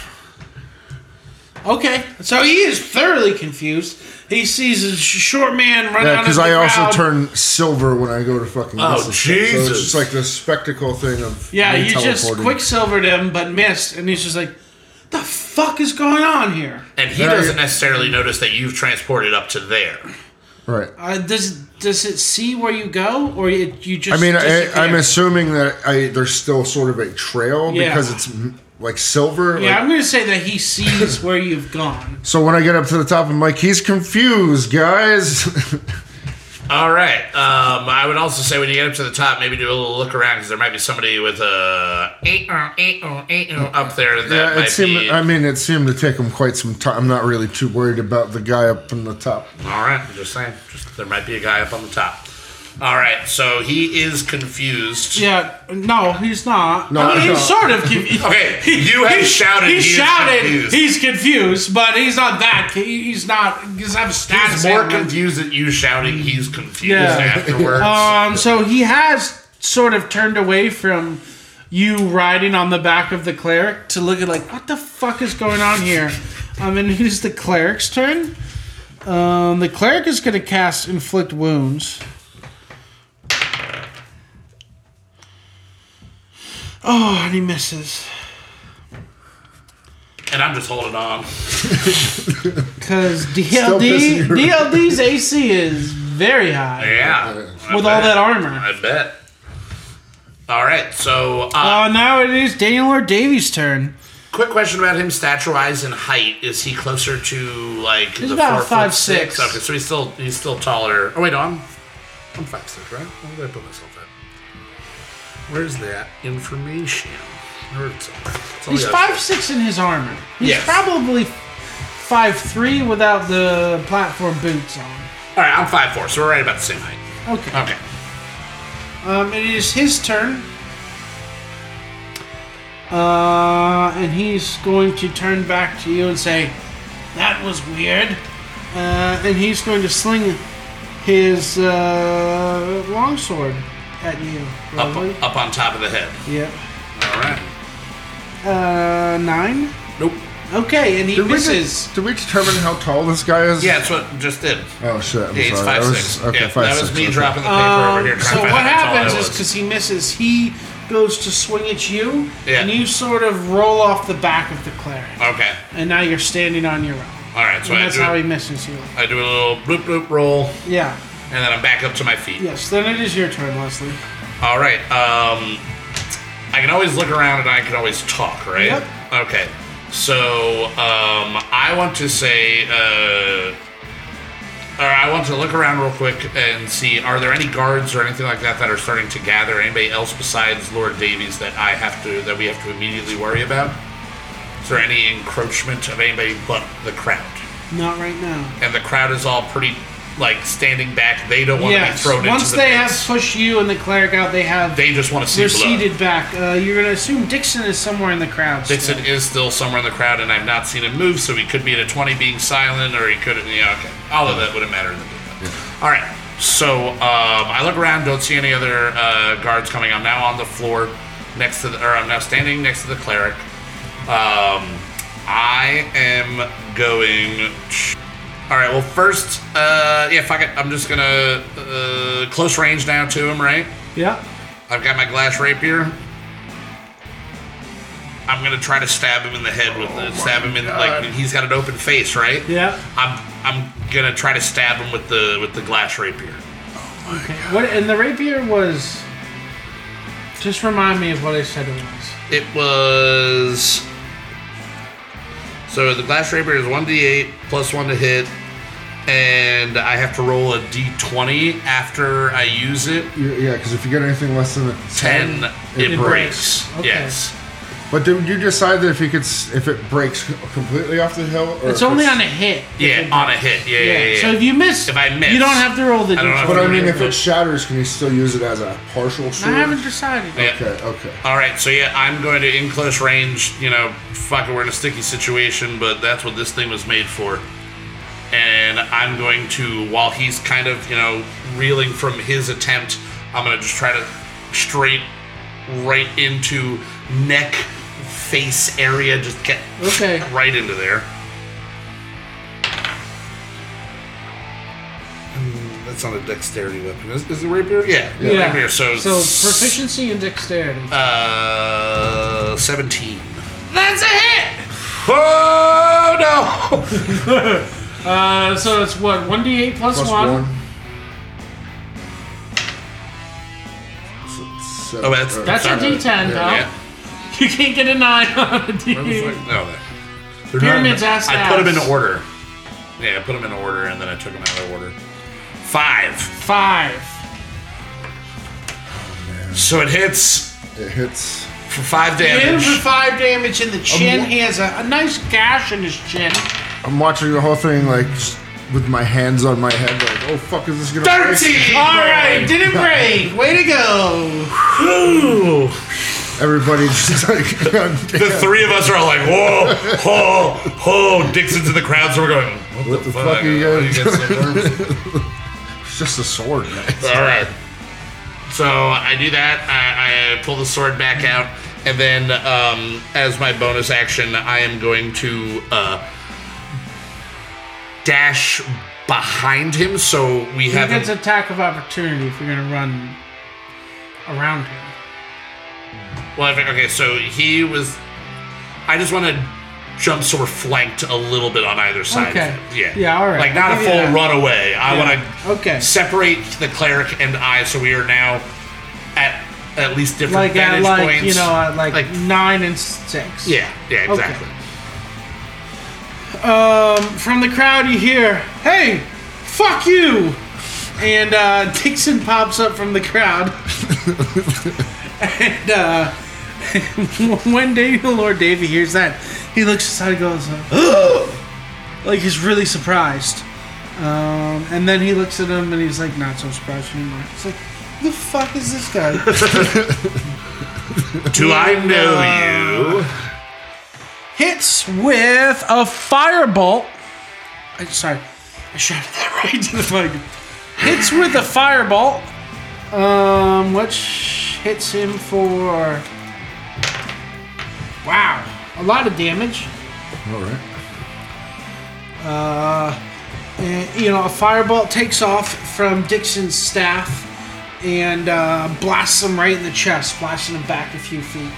Speaker 1: okay, so he is thoroughly confused. He sees a sh- short man run
Speaker 3: Yeah,
Speaker 1: out of
Speaker 3: because
Speaker 1: the
Speaker 3: I
Speaker 1: crowd.
Speaker 3: also turn silver when I go to fucking.
Speaker 2: Oh,
Speaker 3: Missus. So it's
Speaker 2: Jesus.
Speaker 3: just like this spectacle thing of.
Speaker 1: Yeah,
Speaker 3: me
Speaker 1: you just
Speaker 3: teleporting.
Speaker 1: quicksilvered him, but missed, and he's just like, "The fuck is going on here?"
Speaker 2: And he
Speaker 3: There you-
Speaker 2: doesn't necessarily notice that you've transported up to there.
Speaker 3: Right.
Speaker 1: Uh, does does it see where you go, or it, you
Speaker 3: I
Speaker 1: just?
Speaker 3: mean, I,
Speaker 1: disappear?
Speaker 3: I'm assuming that I there's still sort of a trail
Speaker 1: Yeah.
Speaker 3: because it's mm, like silver.
Speaker 1: Yeah,
Speaker 3: like-
Speaker 1: I'm gonna say that he sees where you've gone.
Speaker 3: so when I get up to the top, I'm like, he's confused, guys. *laughs*
Speaker 2: All right. Um, I would also say when you get up to the top, maybe do a little look around because there might be somebody with a eight uh, eight uh, eight uh, up there that
Speaker 3: yeah, it
Speaker 2: might
Speaker 3: seemed.
Speaker 2: be.
Speaker 3: I mean, it seemed to take him quite some time. I'm not really too worried about the guy up in the top.
Speaker 2: All right, I'm just saying. Just, there might be a guy up on the top. All right, so he is confused.
Speaker 1: Yeah, no, he's not.
Speaker 3: No,
Speaker 1: I mean,
Speaker 3: he's
Speaker 1: he's
Speaker 3: not.
Speaker 1: sort of confused.
Speaker 2: *laughs* Okay, you have shouted,
Speaker 1: *laughs* He,
Speaker 2: he is
Speaker 1: shouted.
Speaker 2: confused.
Speaker 1: He's confused, but he's not that. He, he's not. He doesn't have a status.
Speaker 2: He's more
Speaker 1: ailment.
Speaker 2: confused at you shouting. He's confused
Speaker 1: Yeah.
Speaker 2: afterwards.
Speaker 1: Um, so he has sort of turned away from you riding on the back of the cleric to look at like what the fuck is going on here. Um, and it is the cleric's turn. Um, the cleric is going to cast inflict wounds. Oh, and he misses
Speaker 2: and I'm just holding on.
Speaker 1: because
Speaker 3: Still
Speaker 1: DLD
Speaker 3: pissing you
Speaker 1: DLD's AC is very high
Speaker 2: Yeah. I
Speaker 1: with all
Speaker 2: bet.
Speaker 1: that armor.
Speaker 2: I bet. All right, so uh,
Speaker 1: Uh, now it is Daniel or Davies' turn.
Speaker 2: Quick question about him stature wise and height. Is he closer to like
Speaker 1: He's about
Speaker 2: foot
Speaker 1: 5'6".
Speaker 2: Okay, so he's still he's still taller. Oh wait, no, I'm I'm five six, right? Where did I put myself at? Where's that information? Where it's at? It's all
Speaker 1: He's
Speaker 2: the
Speaker 1: five six in his armor. He's
Speaker 2: Oh, Yes.
Speaker 1: probably five three without the platform boots on.
Speaker 2: All right, I'm five four, so we're right about the same height.
Speaker 1: Okay.
Speaker 2: Okay.
Speaker 1: Um, it is his turn. Uh, and he's going to turn back to you and say, "That was weird." Uh, and he's going to sling his uh, longsword at you.
Speaker 2: Up,
Speaker 1: probably.
Speaker 2: up on top of the head.
Speaker 1: Yep.
Speaker 2: All right.
Speaker 1: Uh, nine.
Speaker 2: Nope.
Speaker 1: Okay, and he
Speaker 3: Did we,
Speaker 1: misses.
Speaker 3: de- did we determine how tall this guy is?
Speaker 2: Yeah, that's what I just did.
Speaker 3: Oh shit! I'm
Speaker 2: Yeah, he's
Speaker 3: sorry. I
Speaker 2: five
Speaker 3: was-
Speaker 2: six.
Speaker 3: Okay,
Speaker 2: yeah,
Speaker 3: five
Speaker 2: that was
Speaker 3: six,
Speaker 2: me
Speaker 3: okay.
Speaker 2: dropping the paper over here.
Speaker 1: Um,
Speaker 2: trying
Speaker 1: so
Speaker 2: to find
Speaker 1: what
Speaker 2: out how tall
Speaker 1: happens
Speaker 2: I
Speaker 1: is
Speaker 2: was.
Speaker 1: because he misses, he goes to swing at you,
Speaker 2: Yeah.
Speaker 1: and you sort of roll off the back of the cleric,
Speaker 2: Okay.
Speaker 1: and now you're standing on your own.
Speaker 2: All right. So
Speaker 1: and
Speaker 2: I
Speaker 1: that's
Speaker 2: do,
Speaker 1: how he misses you.
Speaker 2: I do a little bloop bloop roll,
Speaker 1: Yeah.
Speaker 2: and then I'm back up to my feet.
Speaker 1: Yes. Then it is your turn, Leslie.
Speaker 2: All right. Um, I can always look around and I can always talk, right?
Speaker 1: Yep.
Speaker 2: Okay. So um, I want to say, uh, or I want to look around real quick and see: are there any guards or anything like that that are starting to gather? Anybody else besides Lord Davies that I have to that we have to immediately worry about? Is there any encroachment of anybody but the crowd?
Speaker 1: Not right now.
Speaker 2: And the crowd is all pretty like standing back. They don't want
Speaker 1: Yes.
Speaker 2: to be thrown
Speaker 1: Once
Speaker 2: into the
Speaker 1: they have
Speaker 2: mix.
Speaker 1: pushed you and the cleric out, they have
Speaker 2: they just want to see
Speaker 1: they're
Speaker 2: blood.
Speaker 1: seated back. Uh, you're gonna assume Dixon is somewhere in the crowd. still.
Speaker 2: Dixon is still somewhere in the crowd, and I've not seen him move, so he could be at a 20 being silent, or he could have, yeah, okay. All of that wouldn't matter in the game. All right, so um, I look around, don't see any other uh, guards coming. I'm now on the floor next to the, or I'm now standing next to the cleric. Um, I am going. All right, well, first, uh, yeah, fuck it. I'm just gonna uh, close range now to him, right?
Speaker 1: Yeah.
Speaker 2: I've got my glass rapier. I'm gonna try to stab him in the head with the stab him in like he's got an open face, right?
Speaker 1: Yeah.
Speaker 2: I'm I'm gonna try to stab him with the with the glass rapier.
Speaker 1: Okay. What? And the rapier was. Just remind me of what I said it was.
Speaker 2: It was so the glass rapier is one d8 plus one to hit, and I have to roll a d20 after I use it.
Speaker 3: You- Yeah, because if you get anything less than a
Speaker 2: Ten, it,
Speaker 1: It breaks.
Speaker 2: breaks.
Speaker 1: Okay.
Speaker 2: Yes.
Speaker 3: but did you decide that if you could, s- if it breaks completely off the hill, or
Speaker 1: It's
Speaker 3: if
Speaker 1: only on a hit.
Speaker 2: Yeah, on a hit. Yeah, yeah, yeah. yeah.
Speaker 1: So if you miss,
Speaker 2: If I miss,
Speaker 1: you don't have to roll the.
Speaker 2: I don't
Speaker 1: d20.
Speaker 2: have
Speaker 3: But
Speaker 2: to
Speaker 3: I mean, if it shatters, can you still use it as a partial
Speaker 1: I
Speaker 3: sword?
Speaker 1: haven't decided. yet.
Speaker 2: Yeah.
Speaker 3: Okay, okay.
Speaker 2: All right, so yeah, I'm going to in close range. You know, fuck, it, we're in a sticky situation, but that's what this thing was made for. And I'm going to, while he's kind of you know reeling from his attempt, I'm going to just try to straight right into neck, face area, just get
Speaker 1: Okay.
Speaker 2: right into there. Mm, That's not a dexterity weapon. Is, is it rapier? Yeah,
Speaker 1: Yeah.
Speaker 2: rapier. So,
Speaker 1: So proficiency and dexterity.
Speaker 2: uh, 17. That's a hit! Oh no!
Speaker 1: Uh, so it's what one d eight plus,
Speaker 3: Plus
Speaker 1: plus
Speaker 3: one.
Speaker 1: one.
Speaker 3: S- seven-
Speaker 2: Oh, that's-
Speaker 3: or-
Speaker 1: That's a
Speaker 2: Sorry.
Speaker 1: d ten, pal.
Speaker 2: yeah.
Speaker 1: You can't get a nine on a d eight.
Speaker 2: No, they're
Speaker 1: Pyramids
Speaker 2: not in-
Speaker 1: ass
Speaker 2: I put them
Speaker 1: ass.
Speaker 2: in order. Yeah, I put them in order and then I took them out of order. Five.
Speaker 1: Five.
Speaker 2: So it hits
Speaker 3: it hits.
Speaker 2: for five
Speaker 1: Him
Speaker 2: damage.
Speaker 1: for five damage in the chin.
Speaker 3: wa-
Speaker 1: he has a, a nice gash in his chin.
Speaker 3: I'm watching the whole thing like just with my hands on my head, like, oh fuck, is this gonna? break?
Speaker 2: 13!
Speaker 1: All right, didn't break. Way to go.
Speaker 2: Ooh.
Speaker 3: Everybody just *laughs* like,
Speaker 2: The three of us are all like, whoa, ho, ho. Dixon's in the crowd, so we're going, what, the, fuck?
Speaker 3: fuck are you
Speaker 2: Why
Speaker 3: guys
Speaker 2: guys so nervous?
Speaker 3: it's just a sword. guys.
Speaker 2: All right. So I do that. I, I pull the sword back out, and then um, as my bonus action, I am going to uh, dash behind him. So we
Speaker 1: He gets
Speaker 2: have.
Speaker 1: attack of opportunity if you're gonna run around him.
Speaker 2: Well, I think- okay. So he was. I just want to jump so we're flanked a little bit on either side. of
Speaker 1: Okay.
Speaker 2: him. Yeah.
Speaker 1: Yeah, all right.
Speaker 2: Like not a
Speaker 1: I'll
Speaker 2: full
Speaker 1: give you that.
Speaker 2: run away. I want to
Speaker 1: Okay.
Speaker 2: separate the cleric and I, so we are now at at least different
Speaker 1: Like at
Speaker 2: vantage
Speaker 1: like
Speaker 2: points.
Speaker 1: you know at like,
Speaker 2: Like-
Speaker 1: nine and six.
Speaker 2: yeah, yeah, exactly.
Speaker 1: um, From the crowd, you hear, "Hey, fuck you!" And uh, *laughs* Dixon pops up from the crowd. and uh, *laughs* when Davy Lord Davy hears that, he looks aside and goes, *gasps* like he's really surprised. Um, and then he looks at him and he's like, not so surprised anymore. It's like, the fuck is this guy?
Speaker 2: Do I
Speaker 1: uh,
Speaker 2: know you?
Speaker 1: hits with a firebolt. I, sorry, I shouted that *laughs* right into the mic. Hits with a firebolt. Um, which hits him for wow, a lot of damage.
Speaker 3: All right.
Speaker 1: And, Uh, you know, a firebolt takes off from Dixon's staff and uh, blasts him right in the chest, blasting him back a few feet.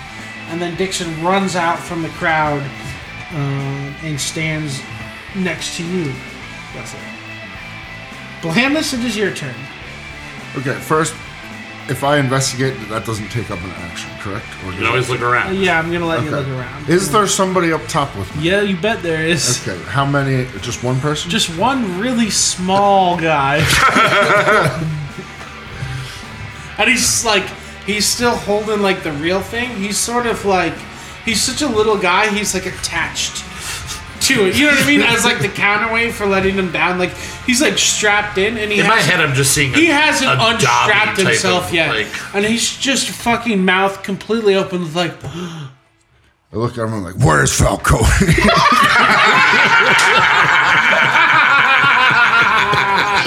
Speaker 1: And then Dixon runs out from the crowd um, and stands next to you. That's it. Blandness, it is your turn.
Speaker 3: Okay, first, if I investigate, that doesn't take up an action, correct? Or
Speaker 2: You can always look
Speaker 1: Uh,
Speaker 2: around.
Speaker 1: yeah, I'm gonna let you
Speaker 3: Okay.
Speaker 1: look around.
Speaker 3: Is there somebody up top with me?
Speaker 1: yeah, you bet there is.
Speaker 3: Okay, how many? Just one person?
Speaker 1: Just one really
Speaker 2: *laughs*
Speaker 1: small guy. and he's just like, he's still holding like the real thing. He's sort of like, he's such a little guy, he's like attached to it. You know what I mean? As like the counterweight for letting him down. Like, he's like strapped in and he
Speaker 2: In my
Speaker 1: has.
Speaker 2: head, I'm just seeing. A,
Speaker 1: he hasn't
Speaker 2: a Dobby
Speaker 1: unstrapped
Speaker 2: type of,
Speaker 1: himself yet,
Speaker 2: Like,
Speaker 1: and he's just fucking mouth completely open, with, like *gasps*
Speaker 3: I look at him and I'm like, where's Falco? *laughs*
Speaker 2: *laughs*
Speaker 1: Falcone.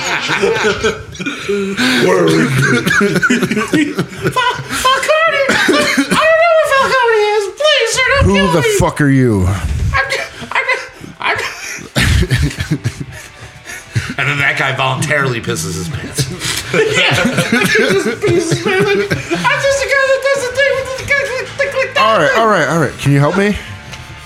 Speaker 1: I don't know where Falcone is. Please, sir, don't kill
Speaker 3: Who the
Speaker 1: me.
Speaker 3: fuck are you?
Speaker 1: I'm just, I'm just, I'm just-
Speaker 2: and then that guy voluntarily pisses his pants.
Speaker 1: Jesus, man, like, I'm just a guy that does the thing with the guy click, click, click,
Speaker 3: All
Speaker 1: that.
Speaker 3: right, all right, all right. Can you help me?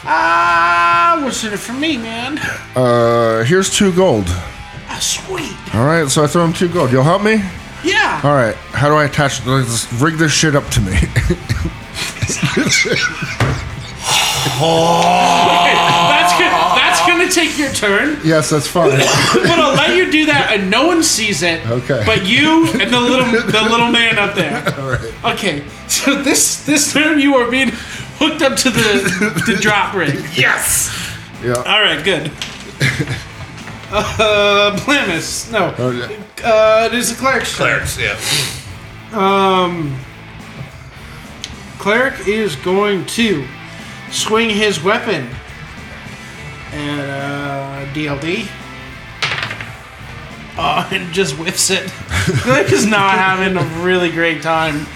Speaker 1: Ah, what's in it for me, man?
Speaker 3: Uh, here's two gold.
Speaker 1: Ah, sweet.
Speaker 3: All right, so I throw him two gold. You'll help me?
Speaker 1: Yeah.
Speaker 3: All right. How do I attach? Let's rig this shit up to me. *laughs* Oh.
Speaker 1: That's gonna, that's gonna take your turn.
Speaker 3: yes, that's fine.
Speaker 1: But I'll let you do that, and no one sees it.
Speaker 3: Okay.
Speaker 1: But you and the little the little man up
Speaker 3: *laughs*
Speaker 1: there. All right. Okay. So this this turn you are being hooked up to the the drop rig.
Speaker 2: yes.
Speaker 3: Yeah.
Speaker 1: All right.
Speaker 3: *laughs*
Speaker 1: Good. Uh, Blamis. No.
Speaker 3: Oh, yeah.
Speaker 1: Uh, it is a cleric's turn.
Speaker 2: Clarence. Yeah.
Speaker 1: Cleric is going to swing his weapon at uh, DLD. Uh, *laughs* and just whiffs it. Cleric is not having a really great time.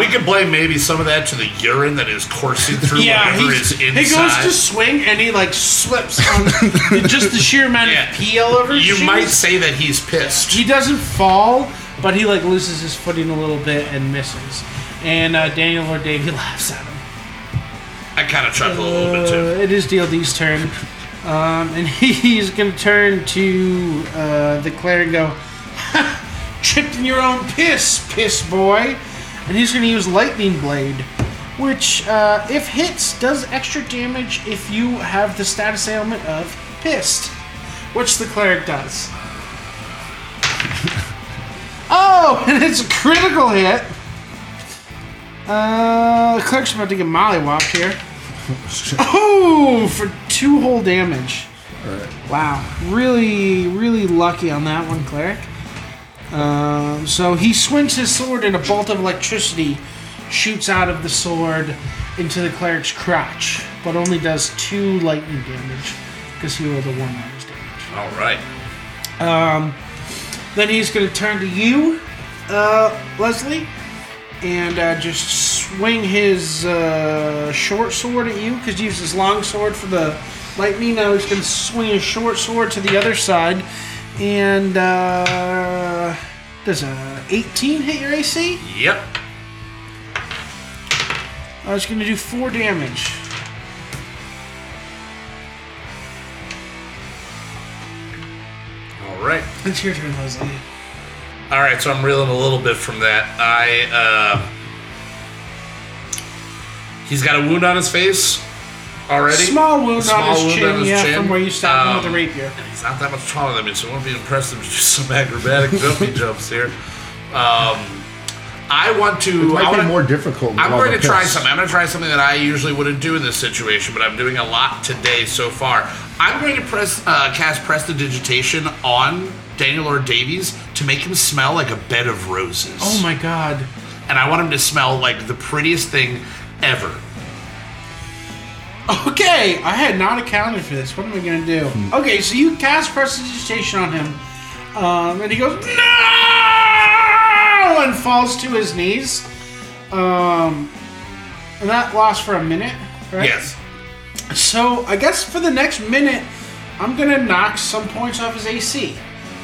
Speaker 2: we could blame maybe some of that to the urine that is coursing through whatever is
Speaker 1: he's-
Speaker 2: inside.
Speaker 1: he goes to swing and he like slips on just the sheer amount
Speaker 2: Yeah.
Speaker 1: of pee all over. his
Speaker 2: You
Speaker 1: shoes.
Speaker 2: might say that he's pissed.
Speaker 1: He doesn't fall, but he like loses his footing a little bit and misses. And uh, Daniel or Davey laughs at him.
Speaker 2: I kind of chuckle a little bit too.
Speaker 1: Uh, it is DLD's turn. Um, and *laughs* he's going to turn to uh, the Claire and go, "Ha! tripped in your own piss, piss boy. And he's going to use Lightning Blade, which, uh, if hits, does extra damage if you have the status ailment of pissed, which the cleric does. *laughs* Oh, *laughs* and it's a critical hit. Uh, cleric's about to get mollywopped here. Oh, for two whole damage. Wow, really, really lucky on that one, cleric. Um, so he swings his sword, and a bolt of electricity shoots out of the sword into the cleric's crotch, but only does two lightning damage because he rolled a one minus damage.
Speaker 2: All right.
Speaker 1: Then he's going to turn to you, uh, Leslie, and uh, just swing his uh, short sword at you because he used his long sword for the lightning. Now he's going to swing his short sword to the other side, and uh, does a 18 hit your AC?
Speaker 2: Yep.
Speaker 1: I was going to do four damage.
Speaker 2: All right.
Speaker 1: It's your turn, Leslie.
Speaker 2: All right, so I'm reeling a little bit from that. I uh, he's got a wound on his face already.
Speaker 1: Small wound
Speaker 2: Small
Speaker 1: on his chin, yeah, from where you stabbed him with
Speaker 2: Um,
Speaker 1: the rapier.
Speaker 2: He's not that much taller than me, so it won't be impressive to do some *laughs* acrobatic
Speaker 1: *laughs*
Speaker 2: jumpy jumps here. Um, I want to.
Speaker 3: It might
Speaker 2: I
Speaker 3: be
Speaker 2: wanna-
Speaker 3: more difficult.
Speaker 2: I'm
Speaker 3: while
Speaker 2: going to
Speaker 3: the
Speaker 2: try
Speaker 3: piss.
Speaker 2: something. I'm going to try something that I usually wouldn't do in this situation, but I'm doing a lot today so far. I'm going to press uh, cast prestidigitation on Daniel or Davies to make him smell like a bed of roses.
Speaker 1: Oh my god.
Speaker 2: And I want him to smell like the prettiest thing ever.
Speaker 1: Okay, I had not accounted for this. What am I gonna do?
Speaker 2: Hmm.
Speaker 1: Okay, so you cast prestidigitation on him, um, and he goes no, and falls to his knees. Um, and that lasts for a minute, right?
Speaker 2: Yes.
Speaker 1: So I guess for the next minute, I'm gonna knock some points off his AC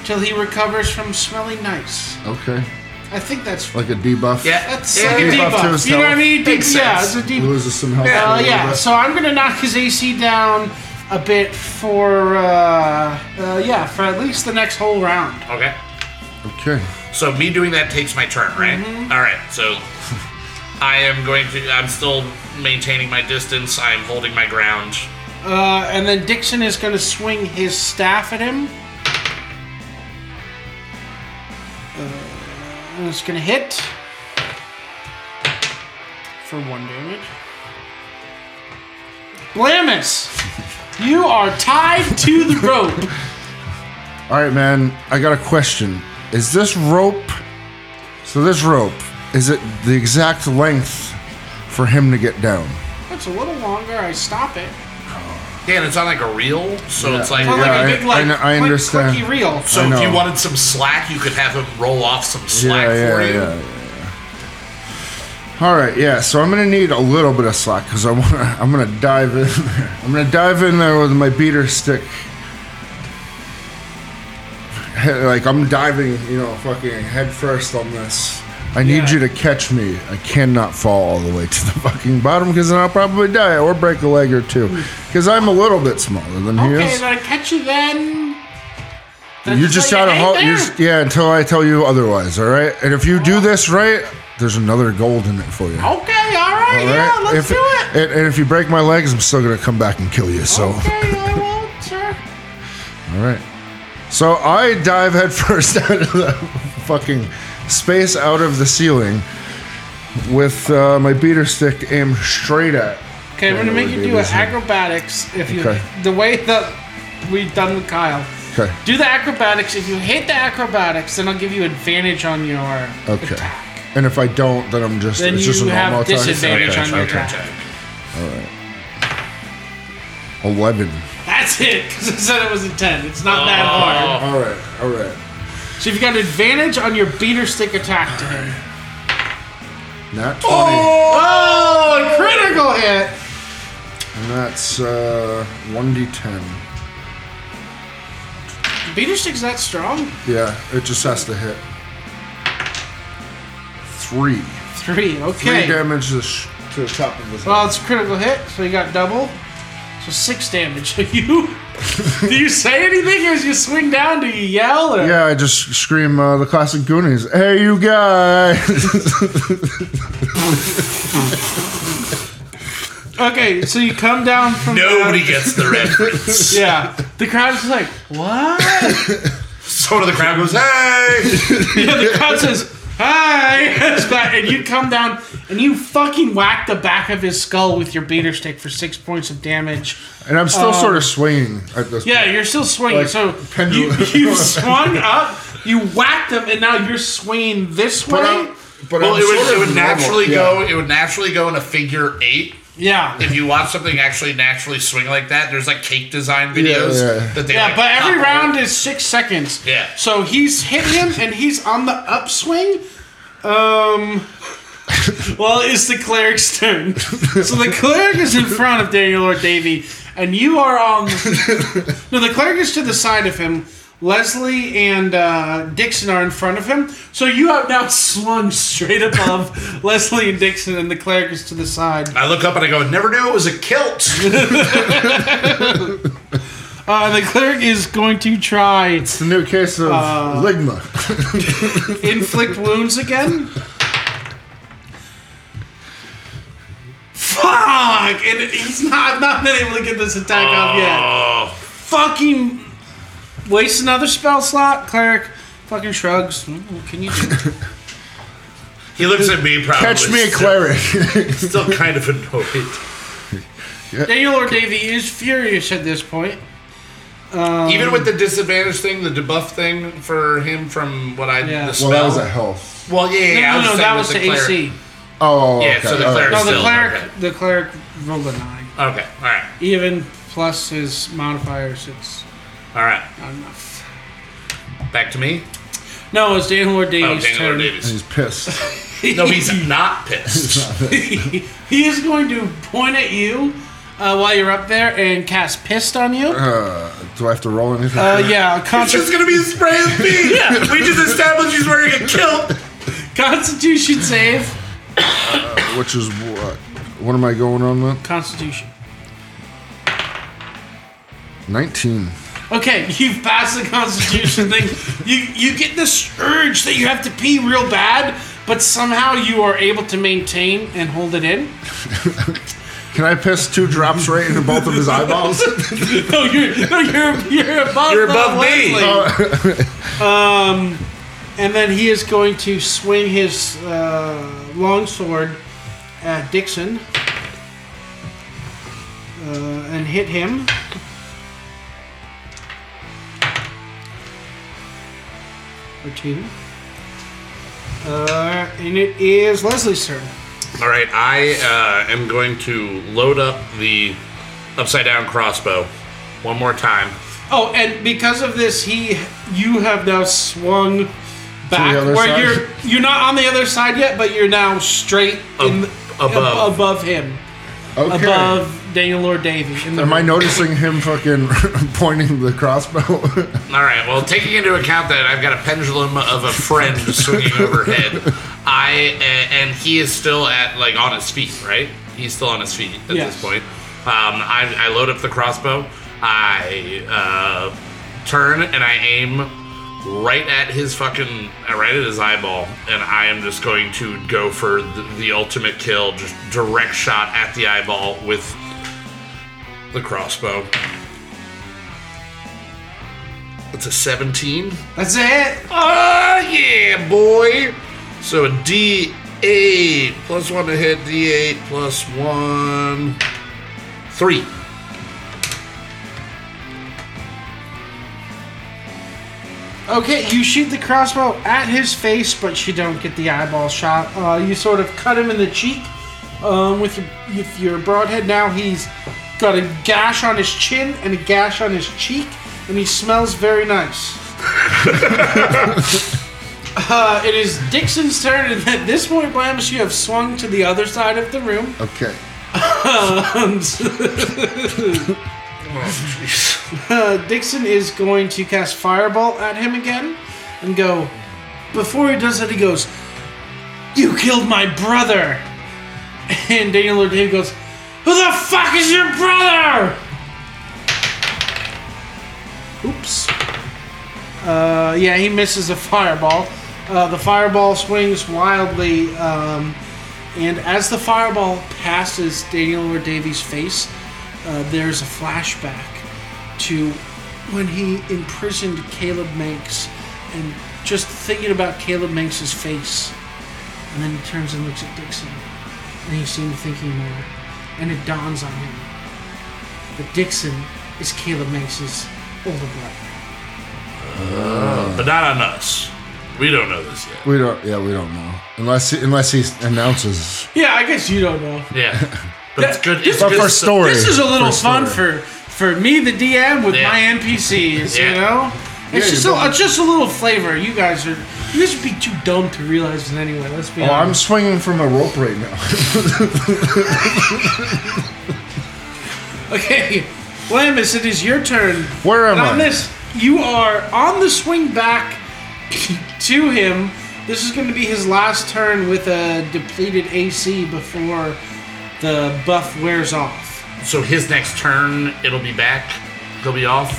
Speaker 1: till he recovers from smelling nice.
Speaker 3: Okay,
Speaker 1: I think that's
Speaker 3: like a debuff.
Speaker 2: Yeah.
Speaker 1: that's
Speaker 2: yeah,
Speaker 1: like a
Speaker 2: yeah.
Speaker 3: debuff to
Speaker 1: debuff.
Speaker 3: his
Speaker 1: You know what I
Speaker 3: health.
Speaker 1: mean?
Speaker 2: Makes
Speaker 1: yeah,
Speaker 2: sense.
Speaker 1: it's a debuff.
Speaker 3: loses some health.
Speaker 1: Yeah,
Speaker 3: a little
Speaker 1: yeah.
Speaker 3: bit.
Speaker 1: So I'm gonna knock his AC down a bit for uh, uh, yeah for at least the next whole round.
Speaker 2: Okay.
Speaker 3: okay.
Speaker 2: So me doing that takes my turn, right?
Speaker 1: Mm-hmm.
Speaker 2: All right. So *laughs* I am going to. I'm still maintaining my distance. I'm holding my ground.
Speaker 1: Uh, and then Dixon is gonna swing his staff at him. Uh, and it's gonna hit for one damage. Blamus, you are tied to the rope.
Speaker 3: All right, man. I got a question. Is this rope? So this rope is it the exact length for him to get down?
Speaker 1: That's a little longer. I stop it.
Speaker 2: Yeah, and it's on like a reel, so it's like
Speaker 1: Not like
Speaker 3: Yeah,
Speaker 1: a big
Speaker 3: I-
Speaker 1: like
Speaker 3: I kn- I
Speaker 1: click,
Speaker 3: understand.
Speaker 1: clicky reel.
Speaker 2: So
Speaker 3: I
Speaker 2: if you
Speaker 3: know.
Speaker 2: wanted some slack, you could have him roll off some slack for you.
Speaker 3: yeah. All right, yeah. So I'm gonna need a little bit of slack because I wanna. I'm gonna dive in. There. I'm gonna dive in there with my beater stick. *laughs* He- Like I'm diving, you know, fucking head first on this. I need
Speaker 1: Yeah.
Speaker 3: you to catch me. I cannot fall all the way to the *laughs* fucking bottom because then I'll probably die or break a leg or two. Because I'm a little bit smaller than he
Speaker 1: okay,
Speaker 3: is.
Speaker 1: then I catch you then. Then
Speaker 3: You just
Speaker 1: like,
Speaker 3: gotta
Speaker 1: "Hey
Speaker 3: hold.
Speaker 1: there." Oh.
Speaker 3: You just, yeah, until I tell you otherwise. All right. And if you do this right, there's another gold in it for you. All
Speaker 1: Okay, all right, Oh, yeah, let's
Speaker 3: if,
Speaker 1: do it.
Speaker 3: And, and if you break my legs, I'm still gonna come back and kill you. So,
Speaker 1: Okay, I won't, sir.
Speaker 3: all right. So I dive headfirst *laughs* out of the fucking space out of the ceiling with uh, my beater stick aimed straight at.
Speaker 1: Okay, I'm gonna make you do acrobatics if you
Speaker 3: Okay.
Speaker 1: the way that we've done with Kyle.
Speaker 3: Okay.
Speaker 1: Do the acrobatics. If you hit the acrobatics, then I'll give you advantage on your.
Speaker 3: Okay. And if I don't, then I'm just.
Speaker 1: Then
Speaker 3: it's
Speaker 1: you
Speaker 3: just an
Speaker 1: have
Speaker 3: normal attack.
Speaker 1: disadvantage
Speaker 3: Okay.
Speaker 1: on your attack.
Speaker 3: Eleven.
Speaker 1: That's it, because I said it was a ten. It's not that hard.
Speaker 3: All right. All right.
Speaker 1: So if you got advantage on your beater stick attack to him.
Speaker 3: Not twenty.
Speaker 1: Oh, a critical hit.
Speaker 3: And that's uh, 1d10.
Speaker 1: Beater stick's that strong?
Speaker 3: Yeah, it just has to hit. Three.
Speaker 1: Three.
Speaker 3: Three
Speaker 1: Okay.
Speaker 3: damage to the, sh- to the top of his head.
Speaker 1: well, it's a critical hit, so you got double. So six damage. *laughs* you? do you say anything as you swing down? Do you yell? Or?
Speaker 3: yeah, I just scream uh, the classic Goonies. Hey, you guys! *laughs*
Speaker 1: Okay, so you come down from.
Speaker 2: Nobody
Speaker 1: down-
Speaker 2: gets the *laughs*
Speaker 3: *laughs*
Speaker 2: reference.
Speaker 1: Yeah. The crowd's just like, what? *laughs*
Speaker 2: So the crowd goes, hey!
Speaker 1: yeah, the crowd says, hi. *laughs* It's back- and you come down and you fucking whack the back of his skull with your beater stick for six points of damage.
Speaker 3: and I'm still sort
Speaker 2: Um,
Speaker 3: of swinging at this
Speaker 1: Yeah, you're still swinging.
Speaker 3: Like
Speaker 1: so you,
Speaker 3: pendulum.
Speaker 1: you swung up, you whacked him, and now you're swinging this way.
Speaker 3: But I'm, but
Speaker 2: Well,
Speaker 3: I'm
Speaker 2: it would,
Speaker 3: sort
Speaker 2: it
Speaker 3: of
Speaker 2: would
Speaker 3: normal.
Speaker 2: naturally
Speaker 3: Yeah.
Speaker 2: go. It would naturally go in a figure eight.
Speaker 1: yeah.
Speaker 2: If you watch something actually naturally swing like that, there's like cake design videos
Speaker 3: yeah.
Speaker 2: that they
Speaker 1: Yeah,
Speaker 2: like,
Speaker 1: but every
Speaker 2: couple.
Speaker 1: round is six seconds.
Speaker 2: Yeah.
Speaker 1: So he's hitting him, and he's on the upswing. Um. *laughs* Well, it's the cleric's turn. So the cleric is in front of Daniel or Davy, and you are on. *laughs* No, the cleric is to the side of him. Leslie and uh, Dixon are in front of him. So you have now *laughs* swung straight above *laughs* Leslie and Dixon, and the cleric is to the side.
Speaker 3: *laughs*
Speaker 2: I look up and I go, never knew it was a kilt.
Speaker 1: Uh, the cleric is going to try
Speaker 3: It's the new case of
Speaker 2: Uh, *laughs*
Speaker 3: Ligma.
Speaker 1: inflict wounds again. Fuck! And he's not not been able to get this attack off yet.
Speaker 2: Oh.
Speaker 1: Fucking waste another spell slot, cleric. Fucking shrugs. Mm, what Can you do?
Speaker 2: He looks at me probably.
Speaker 3: Catch me a
Speaker 2: still-
Speaker 3: cleric.
Speaker 2: Still kind of annoyed.
Speaker 1: Daniel Lord Davy is furious at this point.
Speaker 3: Um,
Speaker 2: Even with the disadvantage thing, the debuff thing for him from what I
Speaker 1: Yeah.
Speaker 2: the
Speaker 3: *laughs* well,
Speaker 2: spell.
Speaker 3: that was at health.
Speaker 2: Well, yeah, yeah.
Speaker 1: No,
Speaker 2: I
Speaker 1: no,
Speaker 2: was
Speaker 1: no,
Speaker 2: saying
Speaker 1: that
Speaker 2: with
Speaker 1: was
Speaker 2: the
Speaker 1: the
Speaker 2: cleric.
Speaker 1: AC.
Speaker 3: Oh,
Speaker 2: Yeah,
Speaker 3: okay,
Speaker 2: so the
Speaker 3: all right.
Speaker 2: cleric-
Speaker 1: No, the
Speaker 2: Still,
Speaker 1: cleric.
Speaker 2: okay.
Speaker 1: The cleric rolled a nine,
Speaker 2: Okay, all right,
Speaker 1: even plus his modifier. So it's
Speaker 2: all right.
Speaker 1: not enough.
Speaker 2: Back to me.
Speaker 1: No, it's Daniel Lord
Speaker 2: Oh,
Speaker 1: Davy's
Speaker 2: Daniel
Speaker 1: turn.
Speaker 2: or Davies. *laughs*
Speaker 3: He's pissed. *laughs*
Speaker 2: No, he's not pissed.
Speaker 1: *laughs* he is going to point at you uh, while you're up there and cast pissed on you. Uh,
Speaker 3: Do I have to roll anything?
Speaker 2: Uh,
Speaker 1: yeah,
Speaker 2: It's just *laughs*
Speaker 1: consti-
Speaker 2: gonna be a spray of pee. yeah, we just established he's wearing a kilt.
Speaker 1: Constitution save.
Speaker 3: Which is what? What am I going on then?
Speaker 1: Constitution.
Speaker 3: 19.
Speaker 1: Okay, *laughs* you've passed the Constitution thing. You you get this urge that you have to pee real bad, but somehow you are able to maintain and hold it in.
Speaker 3: Can I piss two drops right into both of his
Speaker 1: *laughs*
Speaker 3: eyeballs?
Speaker 1: No, you're no, you're you're above
Speaker 2: You're
Speaker 1: the
Speaker 2: above me.
Speaker 1: Wesley. *laughs* um, and then he is going to swing his uh, longsword at Dixon uh, and hit him. Thirteen. Uh, and it is Leslie's turn.
Speaker 2: All right, I uh, am going to load up the upside down crossbow one more time.
Speaker 1: Oh, and because of this, he you have now swung back
Speaker 3: other
Speaker 1: where
Speaker 3: side?
Speaker 1: you're you're not on the other side yet, but you're now straight in
Speaker 2: above.
Speaker 1: above him,
Speaker 3: Okay.
Speaker 1: above Daniel Lord Davy. In the
Speaker 3: Am I noticing him fucking *laughs* pointing the crossbow? *laughs*
Speaker 2: All right. Well, taking into account that I've got a pendulum of a friend swinging overhead, I uh, and he is still at like on his feet, right? He's still on his feet at
Speaker 1: Yes.
Speaker 2: this point. Um, I, I load up the crossbow. I uh, turn and I aim right at his fucking, uh, right at his eyeball, and I am just going to go for the, the ultimate kill, just direct shot at the eyeball with the crossbow. It's a 17.
Speaker 1: That's it.
Speaker 2: Oh, yeah, boy. So a D8 plus one to hit, D8 plus one. Three.
Speaker 1: Okay, you shoot the crossbow at his face, but you don't get the eyeball shot. Uh, you sort of cut him in the cheek um, with your with your broadhead. Now he's got a gash on his chin and a gash on his cheek, and he smells very nice. uh, it is Dixon's turn, and at this point, Blamis, you have swung to the other side of the room. *laughs*
Speaker 3: okay.
Speaker 1: Um, uh, Dixon is going to cast Fireball at him again and go. Before he does that, he goes, You killed my brother! *laughs* And Daniel Lord Dave goes, Who the fuck is your brother? Oops. Uh, yeah, he misses a fireball. Uh, the fireball swings wildly, um, and as the fireball passes Daniel Lord Davy's face, uh, there's a flashback to when he imprisoned Caleb Manx and just thinking about Caleb Manx's face. And then he turns and looks at Dixon. And he seemed thinking more. And it dawns on him that Dixon is Caleb Manx's older brother.
Speaker 2: But not on us. We don't know this yet.
Speaker 3: We don't. Yeah, we don't know. Unless he, unless he announces.
Speaker 1: Yeah, I guess you don't know.
Speaker 2: Yeah. *laughs* But it's good. It's
Speaker 3: But
Speaker 2: good
Speaker 3: for
Speaker 2: so-
Speaker 3: story.
Speaker 1: This is a little
Speaker 3: For
Speaker 1: fun
Speaker 3: story.
Speaker 1: for for me, the DM, with
Speaker 2: Yeah.
Speaker 1: my NPCs.
Speaker 2: Yeah.
Speaker 1: You know, it's
Speaker 3: Yeah,
Speaker 1: just
Speaker 3: you're
Speaker 1: a,
Speaker 3: right.
Speaker 1: it's just a little flavor. You guys are you guys would be too dumb to realize it anyway. Let's be
Speaker 3: Oh, I'm
Speaker 1: honest.
Speaker 3: swinging from a rope right now.
Speaker 1: Okay, Lamus, it is your turn.
Speaker 3: Where am
Speaker 1: And on
Speaker 3: I?
Speaker 1: this, you are on the swing back to him. This is going to be his last turn with a depleted AC before the buff wears off.
Speaker 2: So his next turn, it'll be back. They'll be off.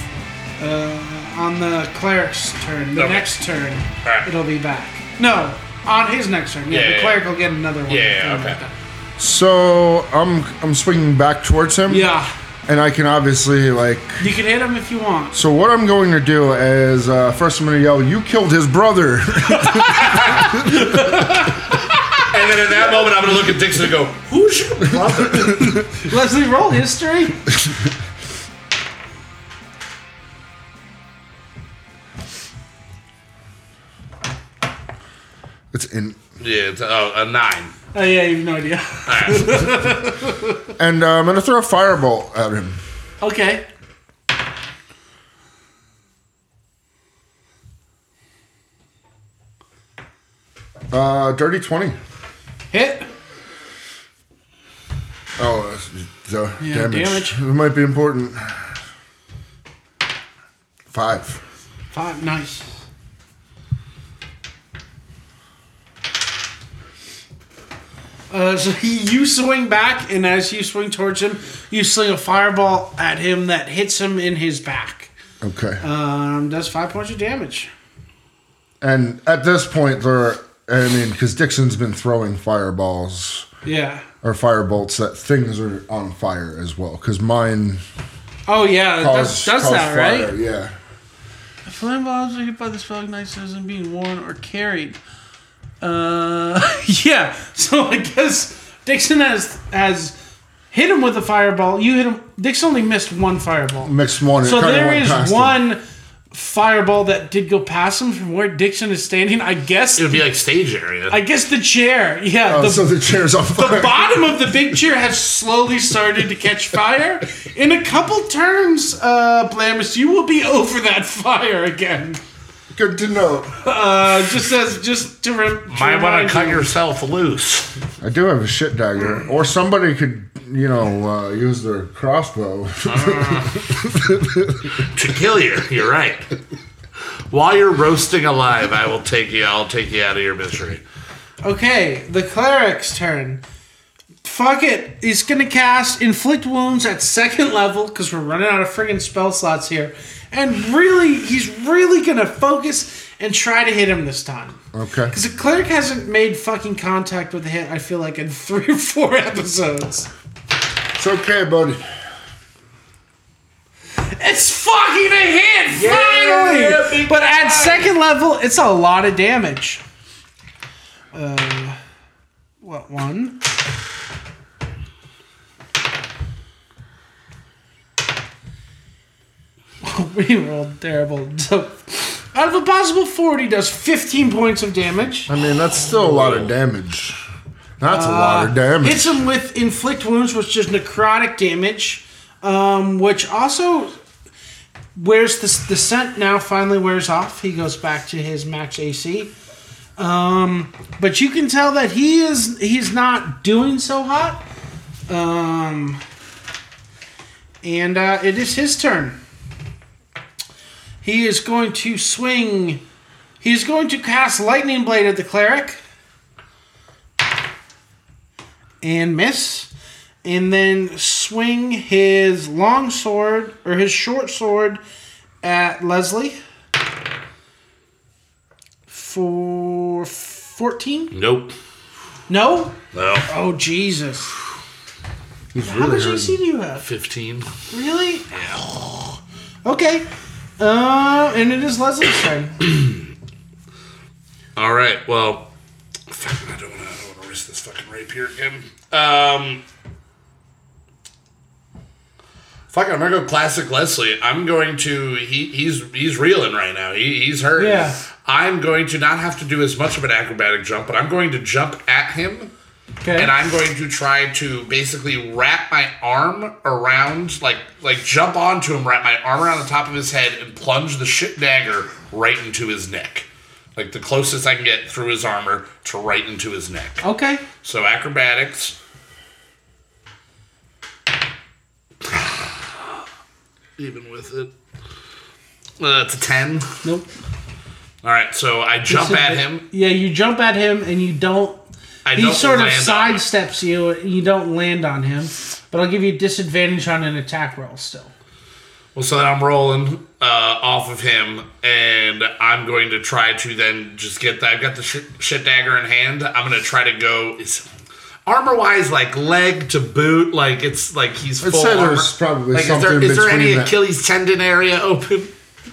Speaker 1: on the cleric's turn, the
Speaker 2: Okay.
Speaker 1: next turn,
Speaker 2: Alright.
Speaker 1: it'll be back. No, on his next turn. Yeah,
Speaker 2: Yeah,
Speaker 1: the
Speaker 2: yeah,
Speaker 1: cleric will get another one.
Speaker 2: Yeah,
Speaker 1: or
Speaker 2: yeah,
Speaker 1: something
Speaker 2: okay.
Speaker 1: like that.
Speaker 3: So I'm I'm swinging back towards him.
Speaker 1: Yeah,
Speaker 3: And I can obviously like.
Speaker 1: you can hit him if you
Speaker 3: *laughs*
Speaker 1: want.
Speaker 3: So what I'm going to do is uh, first I'm going to yell, "You killed his brother!" *laughs*
Speaker 2: And then at that moment, I'm gonna look at Dixon and go, "Who's your brother?"
Speaker 1: Leslie, roll history.
Speaker 3: it's in.
Speaker 2: yeah, it's a, a nine.
Speaker 1: Oh yeah, you have no idea. *laughs*
Speaker 3: And uh, I'm going to throw a fireball at him.
Speaker 1: Okay.
Speaker 3: Uh, dirty twenty.
Speaker 1: Hit.
Speaker 3: Oh, that's- the
Speaker 1: Yeah,
Speaker 3: damage.
Speaker 1: damage.
Speaker 3: It might be important. Five.
Speaker 1: Five. Nice. Uh, so he, you swing back, and as you swing towards him, you sling a fireball at him that hits him in his back.
Speaker 3: Okay.
Speaker 1: Um, does five points of damage.
Speaker 3: and at this point, there. I mean, because Dixon's been throwing fireballs
Speaker 1: Yeah.
Speaker 3: or firebolts that things are on fire as well. Because mine
Speaker 1: Oh yeah, it does,
Speaker 3: caused,
Speaker 1: does
Speaker 3: caused
Speaker 1: that
Speaker 3: fire.
Speaker 1: right?
Speaker 3: Yeah.
Speaker 1: Flame bombs are hit by the spell ignites isn't being worn or carried. Uh, *laughs* yeah. So I guess Dixon has has hit him with a fireball. You hit him. Dixon only missed one fireball.
Speaker 3: Mixed one. it
Speaker 1: So
Speaker 3: kinda
Speaker 1: there
Speaker 3: went
Speaker 1: is
Speaker 3: past him.
Speaker 1: one fireball that did go past him from where Dixon is standing. I guess.
Speaker 2: It would be like stage area.
Speaker 1: I guess the chair. Yeah.
Speaker 3: Oh,
Speaker 1: the,
Speaker 3: so the chair's on fire.
Speaker 1: the bottom of the big chair has slowly started to catch fire. In a couple turns, uh, Blamis, you will be over that fire again.
Speaker 3: *laughs* Good to know.
Speaker 1: Uh, just as just to rem-
Speaker 2: Might want
Speaker 1: remind
Speaker 2: to cut
Speaker 1: you.
Speaker 2: yourself loose.
Speaker 3: I do have a shit dagger, or somebody could, you know, uh, use their crossbow. *laughs*
Speaker 2: to kill you. You're right. While you're roasting alive, I will take you. I'll take you out of your misery.
Speaker 1: Okay, the cleric's turn. Fuck it. He's gonna cast inflict wounds at second level because we're running out of friggin' spell slots here, and really, he's really gonna focus and try to hit him this time.
Speaker 3: Okay.
Speaker 1: Because the cleric hasn't made fucking contact with the hit, I feel like, in *laughs* three or four episodes.
Speaker 3: It's okay, buddy.
Speaker 1: It's fucking a hit, finally!
Speaker 2: yeah, big
Speaker 1: but at second level, it's a lot of damage. Uh, what one? *laughs* we rolled terrible. *laughs* So, out of a possible 40, does 15 points of damage.
Speaker 3: I mean, that's still a lot of damage. That's a lot of damage.
Speaker 1: Hits him with inflict wounds, which is necrotic damage, um, which also wears the the scent now finally wears off. He goes back to his max AC, um, but you can tell that he is he's not doing so hot. Um, and uh, it is his turn. He is going to swing. He's going to cast lightning blade at the cleric and miss, and then swing his long sword or his short sword at Leslie for 14.
Speaker 2: Nope.
Speaker 1: No?
Speaker 2: No.
Speaker 1: Oh, Jesus.
Speaker 3: He's
Speaker 1: How
Speaker 3: really
Speaker 1: much
Speaker 3: hurt.
Speaker 1: AC do you have?
Speaker 2: Fifteen.
Speaker 1: Really? Okay. Uh, and it is Leslie's turn.
Speaker 2: All right. Well, fuck, I don't want to. I don't want to risk this fucking rapier again. Um. Fuck, it, I'm gonna go classic Leslie. I'm going to. He, he's he's reeling right now. He, he's hurting.
Speaker 1: Yeah.
Speaker 2: I'm going to not have to do as much of an acrobatic jump, but I'm going to jump at him.
Speaker 1: Okay.
Speaker 2: and I'm going to try to basically wrap my arm around, like, like jump onto him, wrap my arm around the top of his head, and plunge the shit dagger right into his neck, like the closest I can get through his armor to right into his neck.
Speaker 1: okay.
Speaker 2: So acrobatics. *sighs* Even with it, uh, it's a ten.
Speaker 1: Nope.
Speaker 2: All right, so I jump at him.
Speaker 1: Yeah, you jump at him and you don't
Speaker 2: I
Speaker 1: he
Speaker 2: don't
Speaker 1: sort of
Speaker 2: land on him.
Speaker 1: sidesteps you. You don't land on him, but I'll give you disadvantage on an attack roll still.
Speaker 2: Well, so then I'm rolling uh, off of him, and I'm going to try to then just get that. I've got the shit, shit dagger in hand. I'm going to try to go armor wise, like leg to boot. Like it's like he's full
Speaker 3: I'd say
Speaker 2: armor.
Speaker 3: there's probably
Speaker 2: like, is
Speaker 3: something
Speaker 2: there, is there any
Speaker 3: between that.
Speaker 2: Achilles tendon area open?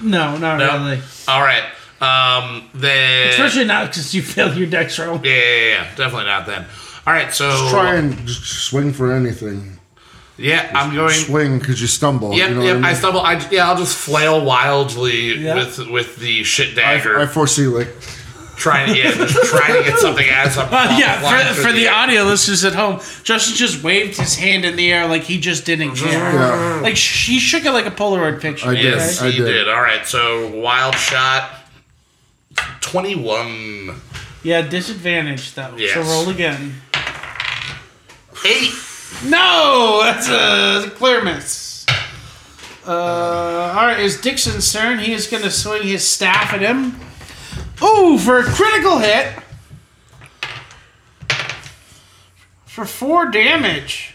Speaker 1: No, not
Speaker 2: No.
Speaker 1: really.
Speaker 2: All right. Um, then.
Speaker 1: Especially not because you failed your dex roll.
Speaker 2: yeah, yeah, yeah, definitely not then. All right, so
Speaker 3: Try and just swing for anything.
Speaker 2: yeah, I'm going.
Speaker 3: Swing because you stumble.
Speaker 2: Yep,
Speaker 3: you know
Speaker 2: yep. I,
Speaker 3: what I, mean?
Speaker 2: stumble. I, yeah, I'll just flail wildly with with the shit dagger,
Speaker 3: I foresee like
Speaker 2: trying to yeah, just trying to get something as
Speaker 3: *laughs*
Speaker 2: I'm
Speaker 1: Uh,
Speaker 2: flying
Speaker 1: yeah, for,
Speaker 2: through
Speaker 1: for the
Speaker 2: air.
Speaker 1: audio listeners at home, Justin just waved his hand in the air like he just didn't care.
Speaker 3: yeah,
Speaker 1: Like sh- he shook it like a Polaroid picture.
Speaker 3: I did.
Speaker 2: Yes,
Speaker 3: I
Speaker 2: he
Speaker 3: did.
Speaker 2: did. All right, so wild shot, twenty one,
Speaker 1: Yeah, disadvantage though.
Speaker 2: Yes.
Speaker 1: So roll again.
Speaker 2: eight.
Speaker 1: No, that's a clear miss. Uh, all right, it's Dixon's turn. He is going to swing his staff at him. Ooh, for a critical hit. For four damage.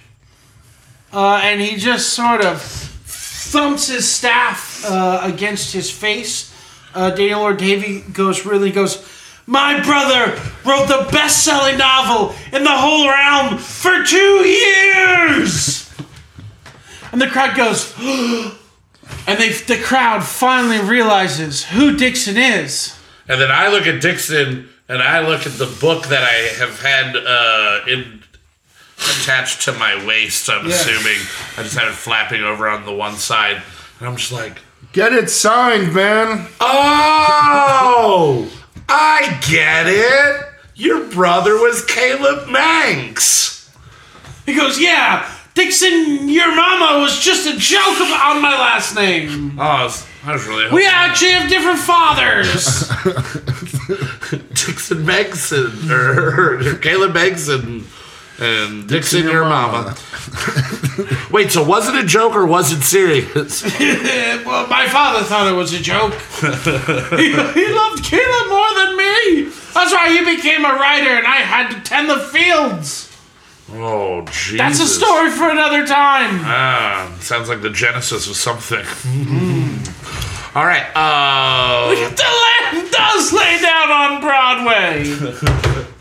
Speaker 1: Uh, and he just sort of thumps his staff uh, against his face. Uh, Daniel Lord Davy goes, really goes, My brother wrote the best selling novel in the whole realm for two years! *laughs* and the crowd goes, *gasps* And they, the crowd finally realizes who Dixon is.
Speaker 2: And then I look at Dixon, and I look at the book that I have had uh, in attached to my waist. I'm assuming I just have it flapping over on the one side, and I'm just like,
Speaker 3: get it signed, man.
Speaker 2: Oh, I get it. Your brother was Caleb Manx.
Speaker 1: He goes, Yeah, Dixon, your mama was just a joke about on my last name.
Speaker 2: Oh, I was, I was really hoping
Speaker 1: We actually have different fathers.
Speaker 2: Dixon Megson or, *laughs* or Caleb Megson and Dixon, your mama. *laughs* Wait, so was it a joke or was it serious?
Speaker 1: *laughs* well, my father thought it was a joke. he, he loved Caleb more than me. That's why he became a writer and I had to tend the fields.
Speaker 2: Oh, Jesus.
Speaker 1: That's a story for another time.
Speaker 2: Ah, sounds like the genesis of something. *laughs* All right. Uh,
Speaker 1: *laughs* The lamb does lay down on Broadway.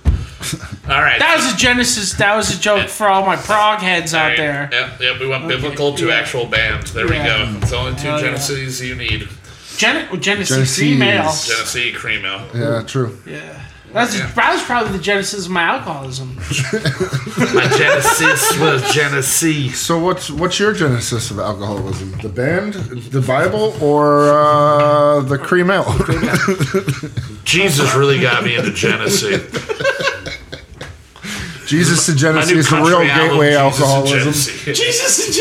Speaker 2: all right.
Speaker 1: That was a Genesis. That was a joke for all my prog heads out there.
Speaker 2: Yep, yep, we went biblical to
Speaker 1: yeah.
Speaker 2: actual band. There
Speaker 1: Yeah.
Speaker 2: we go. It's the only two
Speaker 1: Hell yeah.
Speaker 2: Geneses you need.
Speaker 1: Gen- Genesis
Speaker 3: Genesis.
Speaker 1: female.
Speaker 2: Genesee cream ale.
Speaker 3: Yeah, true.
Speaker 1: Yeah. That's, That was probably the genesis of my alcoholism.
Speaker 2: My Genesis was Genesee.
Speaker 3: So what's what's your genesis of alcoholism? The band, the Bible, or uh, the cream ale? *laughs*
Speaker 2: Jesus really got me into *laughs* Genesee.
Speaker 3: Jesus to
Speaker 2: My
Speaker 3: Genesee
Speaker 2: new
Speaker 3: is the
Speaker 2: country
Speaker 3: real
Speaker 2: album,
Speaker 3: gateway
Speaker 2: Jesus and
Speaker 3: alcoholism.
Speaker 2: Genesee.
Speaker 1: Jesus and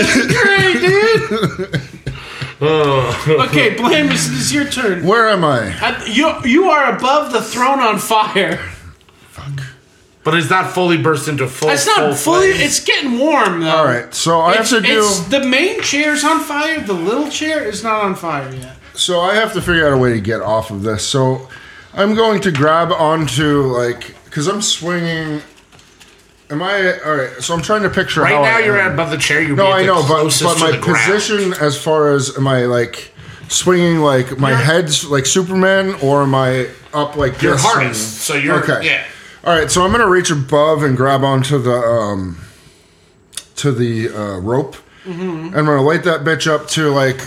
Speaker 1: Genesis is great, dude. okay, Blamus, it's your turn.
Speaker 3: Where am I?
Speaker 1: Uh, You you are above the throne on fire.
Speaker 2: But it's not fully burst into full.
Speaker 1: It's not
Speaker 2: full
Speaker 1: fully.
Speaker 2: flames.
Speaker 1: It's getting warm though.
Speaker 3: All right, so I have
Speaker 1: It's,
Speaker 3: to do.
Speaker 1: it's- the main chair's on fire. The little chair is not on fire yet.
Speaker 3: So I have to figure out a way to get off of this. So I'm going to grab onto like because I'm swinging. Am I all right? So I'm trying to picture.
Speaker 2: Right
Speaker 3: how
Speaker 2: now
Speaker 3: I
Speaker 2: you're
Speaker 3: am.
Speaker 2: at above the chair. You're
Speaker 3: No, I know, but
Speaker 2: closest
Speaker 3: but
Speaker 2: to
Speaker 3: my
Speaker 2: the ground.
Speaker 3: position as far as am I like swinging like my head's like Superman or am I up like
Speaker 2: You're
Speaker 3: this
Speaker 2: hardest, so you're
Speaker 3: Okay.
Speaker 2: yeah.
Speaker 3: and- all right, so I'm gonna reach above and grab onto the um to the uh, rope.
Speaker 1: Mm-hmm.
Speaker 3: And I'm gonna light that bitch up to like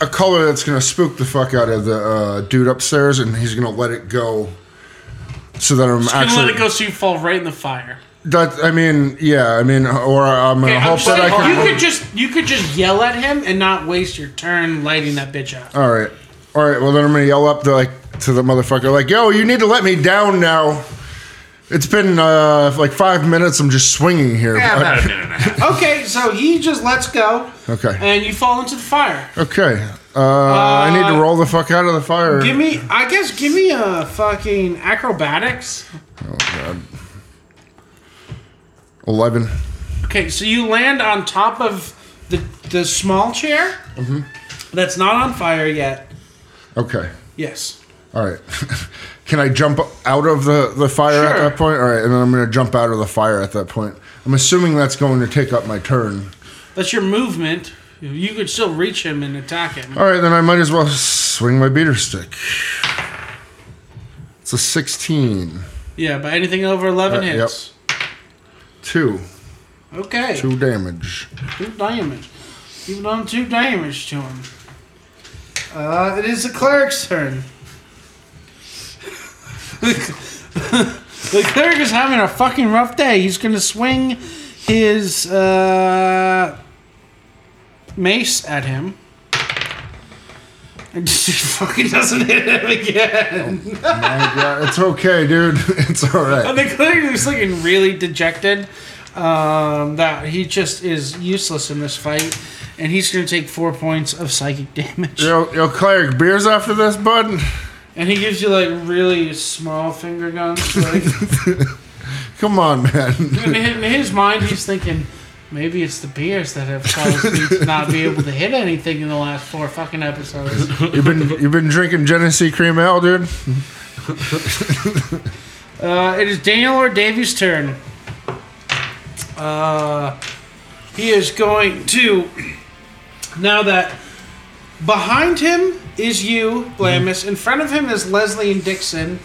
Speaker 3: a color that's gonna spook the fuck out of the uh, dude upstairs, and he's gonna let it go. So that I'm
Speaker 1: I'm
Speaker 3: actually.
Speaker 1: gonna let it go so you fall right in the fire.
Speaker 3: That I mean, yeah, I mean, or I'm gonna
Speaker 1: Okay, I'm
Speaker 3: hope
Speaker 1: just
Speaker 3: that I
Speaker 1: saying,
Speaker 3: can.
Speaker 1: you could just you could just yell at him and not waste your turn lighting that bitch
Speaker 3: *laughs*
Speaker 1: up.
Speaker 3: All right. All right. Well, then I'm gonna yell up to like to the motherfucker, like, "Yo, you need to let me down now." It's been uh, like five minutes. I'm just swinging here.
Speaker 2: Yeah, about a minute and a half.
Speaker 1: Okay, so he just lets go.
Speaker 3: Okay.
Speaker 1: And you fall into the fire.
Speaker 3: okay. Uh, I need to roll the fuck out of the fire.
Speaker 1: Give me, I guess, give me a fucking acrobatics.
Speaker 3: Eleven.
Speaker 1: Okay, so you land on top of the the small chair
Speaker 3: Mm-hmm.
Speaker 1: that's not on fire yet.
Speaker 3: Okay.
Speaker 1: Yes.
Speaker 3: All right. *laughs* can I jump out of the the fire at
Speaker 1: Sure.
Speaker 3: that point? All right, and then I'm gonna jump out of the fire at that point. I'm assuming that's going to take up my turn.
Speaker 1: That's your movement. You could still reach him and attack him.
Speaker 3: All right, then I might as well swing my beater stick. It's a 16.
Speaker 1: Yeah, but anything over 11
Speaker 3: Uh, yep.
Speaker 1: hits.
Speaker 3: Two.
Speaker 1: Okay.
Speaker 3: Two damage.
Speaker 1: Two damage. You've done two damage to him. Uh, it is the cleric's turn. the cleric is having a fucking rough day. He's gonna swing his uh, mace at him. *laughs* And just fucking doesn't hit him again.
Speaker 3: Yeah, it's okay, dude. *laughs* It's all
Speaker 1: *laughs*
Speaker 3: right.
Speaker 1: And the cleric is looking really dejected. Um, that he just is useless in this fight, and he's gonna take four points of psychic damage.
Speaker 3: Yo, yo, cleric, beers after this, bud?
Speaker 1: And he gives you like really small finger guns. Like
Speaker 3: Come on, man. *laughs*
Speaker 1: in hi- in his mind, he's thinking maybe it's the beers that have caused me to not be able to hit anything in the last four fucking episodes.
Speaker 3: You've been you've been drinking Genesee cream ale, dude.
Speaker 1: Uh, it is Daniel or Davy's turn. Uh, he is going to. Now that behind him is you, Blamis. In front of him is Leslie and Dixon,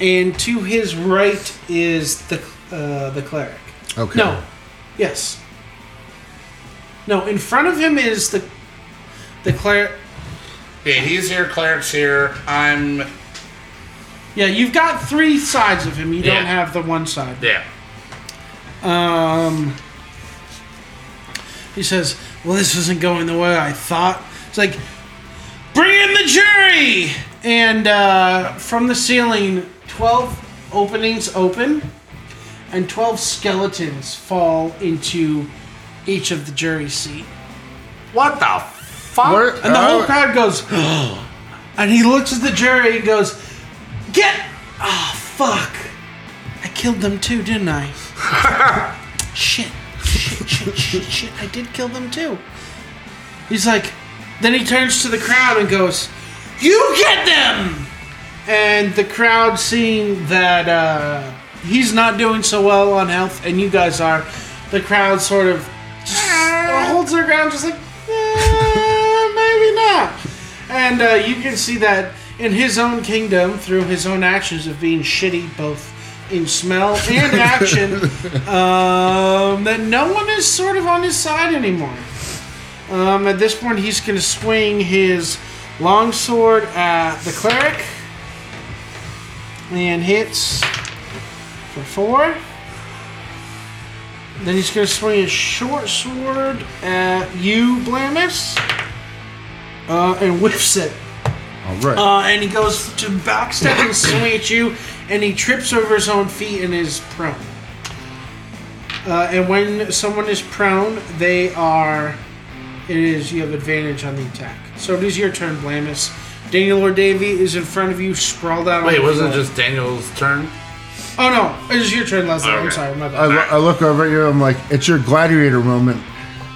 Speaker 1: and to his right is the uh, the cleric.
Speaker 3: Okay.
Speaker 1: No. Yes. No. In front of him is the the cleric.
Speaker 2: Yeah, he's here. Cleric's here. I'm.
Speaker 1: Yeah, you've got three sides of him. You don't
Speaker 2: Yeah.
Speaker 1: have the one side.
Speaker 2: Yeah.
Speaker 1: Um, he says, "Well, this isn't going the way I thought." It's like, "Bring in the jury!" And uh, from the ceiling, twelve openings open, and twelve skeletons fall into each of the jury seat.
Speaker 2: What the fuck?
Speaker 3: Where-
Speaker 1: And the whole
Speaker 3: uh,
Speaker 1: crowd goes, *gasps* and he looks at the jury and goes, Get! Ah, fuck. I killed them too, didn't I? shit. Shit, shit, shit, shit. I did kill them too. He's like, then he turns to the crowd and goes, You get them! And the crowd, seeing that uh, he's not doing so well on health, and you guys are, the crowd sort of just holds their ground, just like, "Eh, maybe not. And uh, you can see that in his own kingdom, through his own actions of being shitty, both in smell and action, um, that no one is sort of on his side anymore. Um, at this point, he's going to swing his longsword at the cleric and hits for four. Then he's going to swing his short sword at you, Blamis, uh, and whiffs it.
Speaker 3: All right.
Speaker 1: Uh, and he goes to backstep and swing at you, and he trips over his own feet and is prone. Uh, and when someone is prone, they are. It is you have advantage on the attack. So it is your turn, Blamis. Daniel or Davy is in front of you, sprawled out. on
Speaker 2: Wait,
Speaker 1: the
Speaker 2: wasn't it
Speaker 1: floor.
Speaker 2: just Daniel's turn?
Speaker 1: Oh no, it is your turn, Leslie. I'm
Speaker 2: Okay.
Speaker 1: sorry, my
Speaker 3: I,
Speaker 1: bad.
Speaker 3: lo- I look over at you. I'm like, it's your gladiator moment.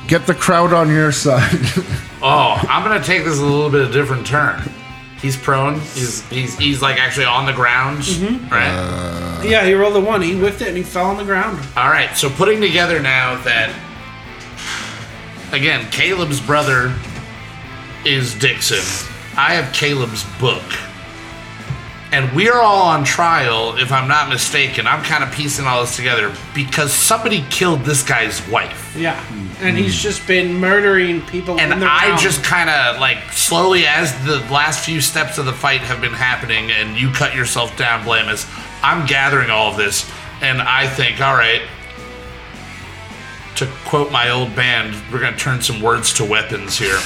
Speaker 3: Get the crowd on your side. *laughs*
Speaker 2: Oh, I'm gonna take this a little bit of different turn. He's prone. He's he's he's like actually on the ground, right?
Speaker 1: yeah, he rolled a one. He whiffed it and he fell on the ground.
Speaker 2: All right, so putting together now that again, Caleb's brother is Dixon. I have Caleb's book. And we're all on trial, if I'm not mistaken. I'm kind of piecing all this together because somebody killed this guy's wife.
Speaker 1: Yeah,
Speaker 3: Hmm.
Speaker 1: and he's just been murdering people. in
Speaker 2: And
Speaker 1: the
Speaker 2: I
Speaker 1: round.
Speaker 2: just kind of like slowly, as the last few steps of the fight have been happening, and you cut yourself down, Blamus, I'm gathering all of this, and I think, all right, to quote my old band, we're going to turn some words to weapons here.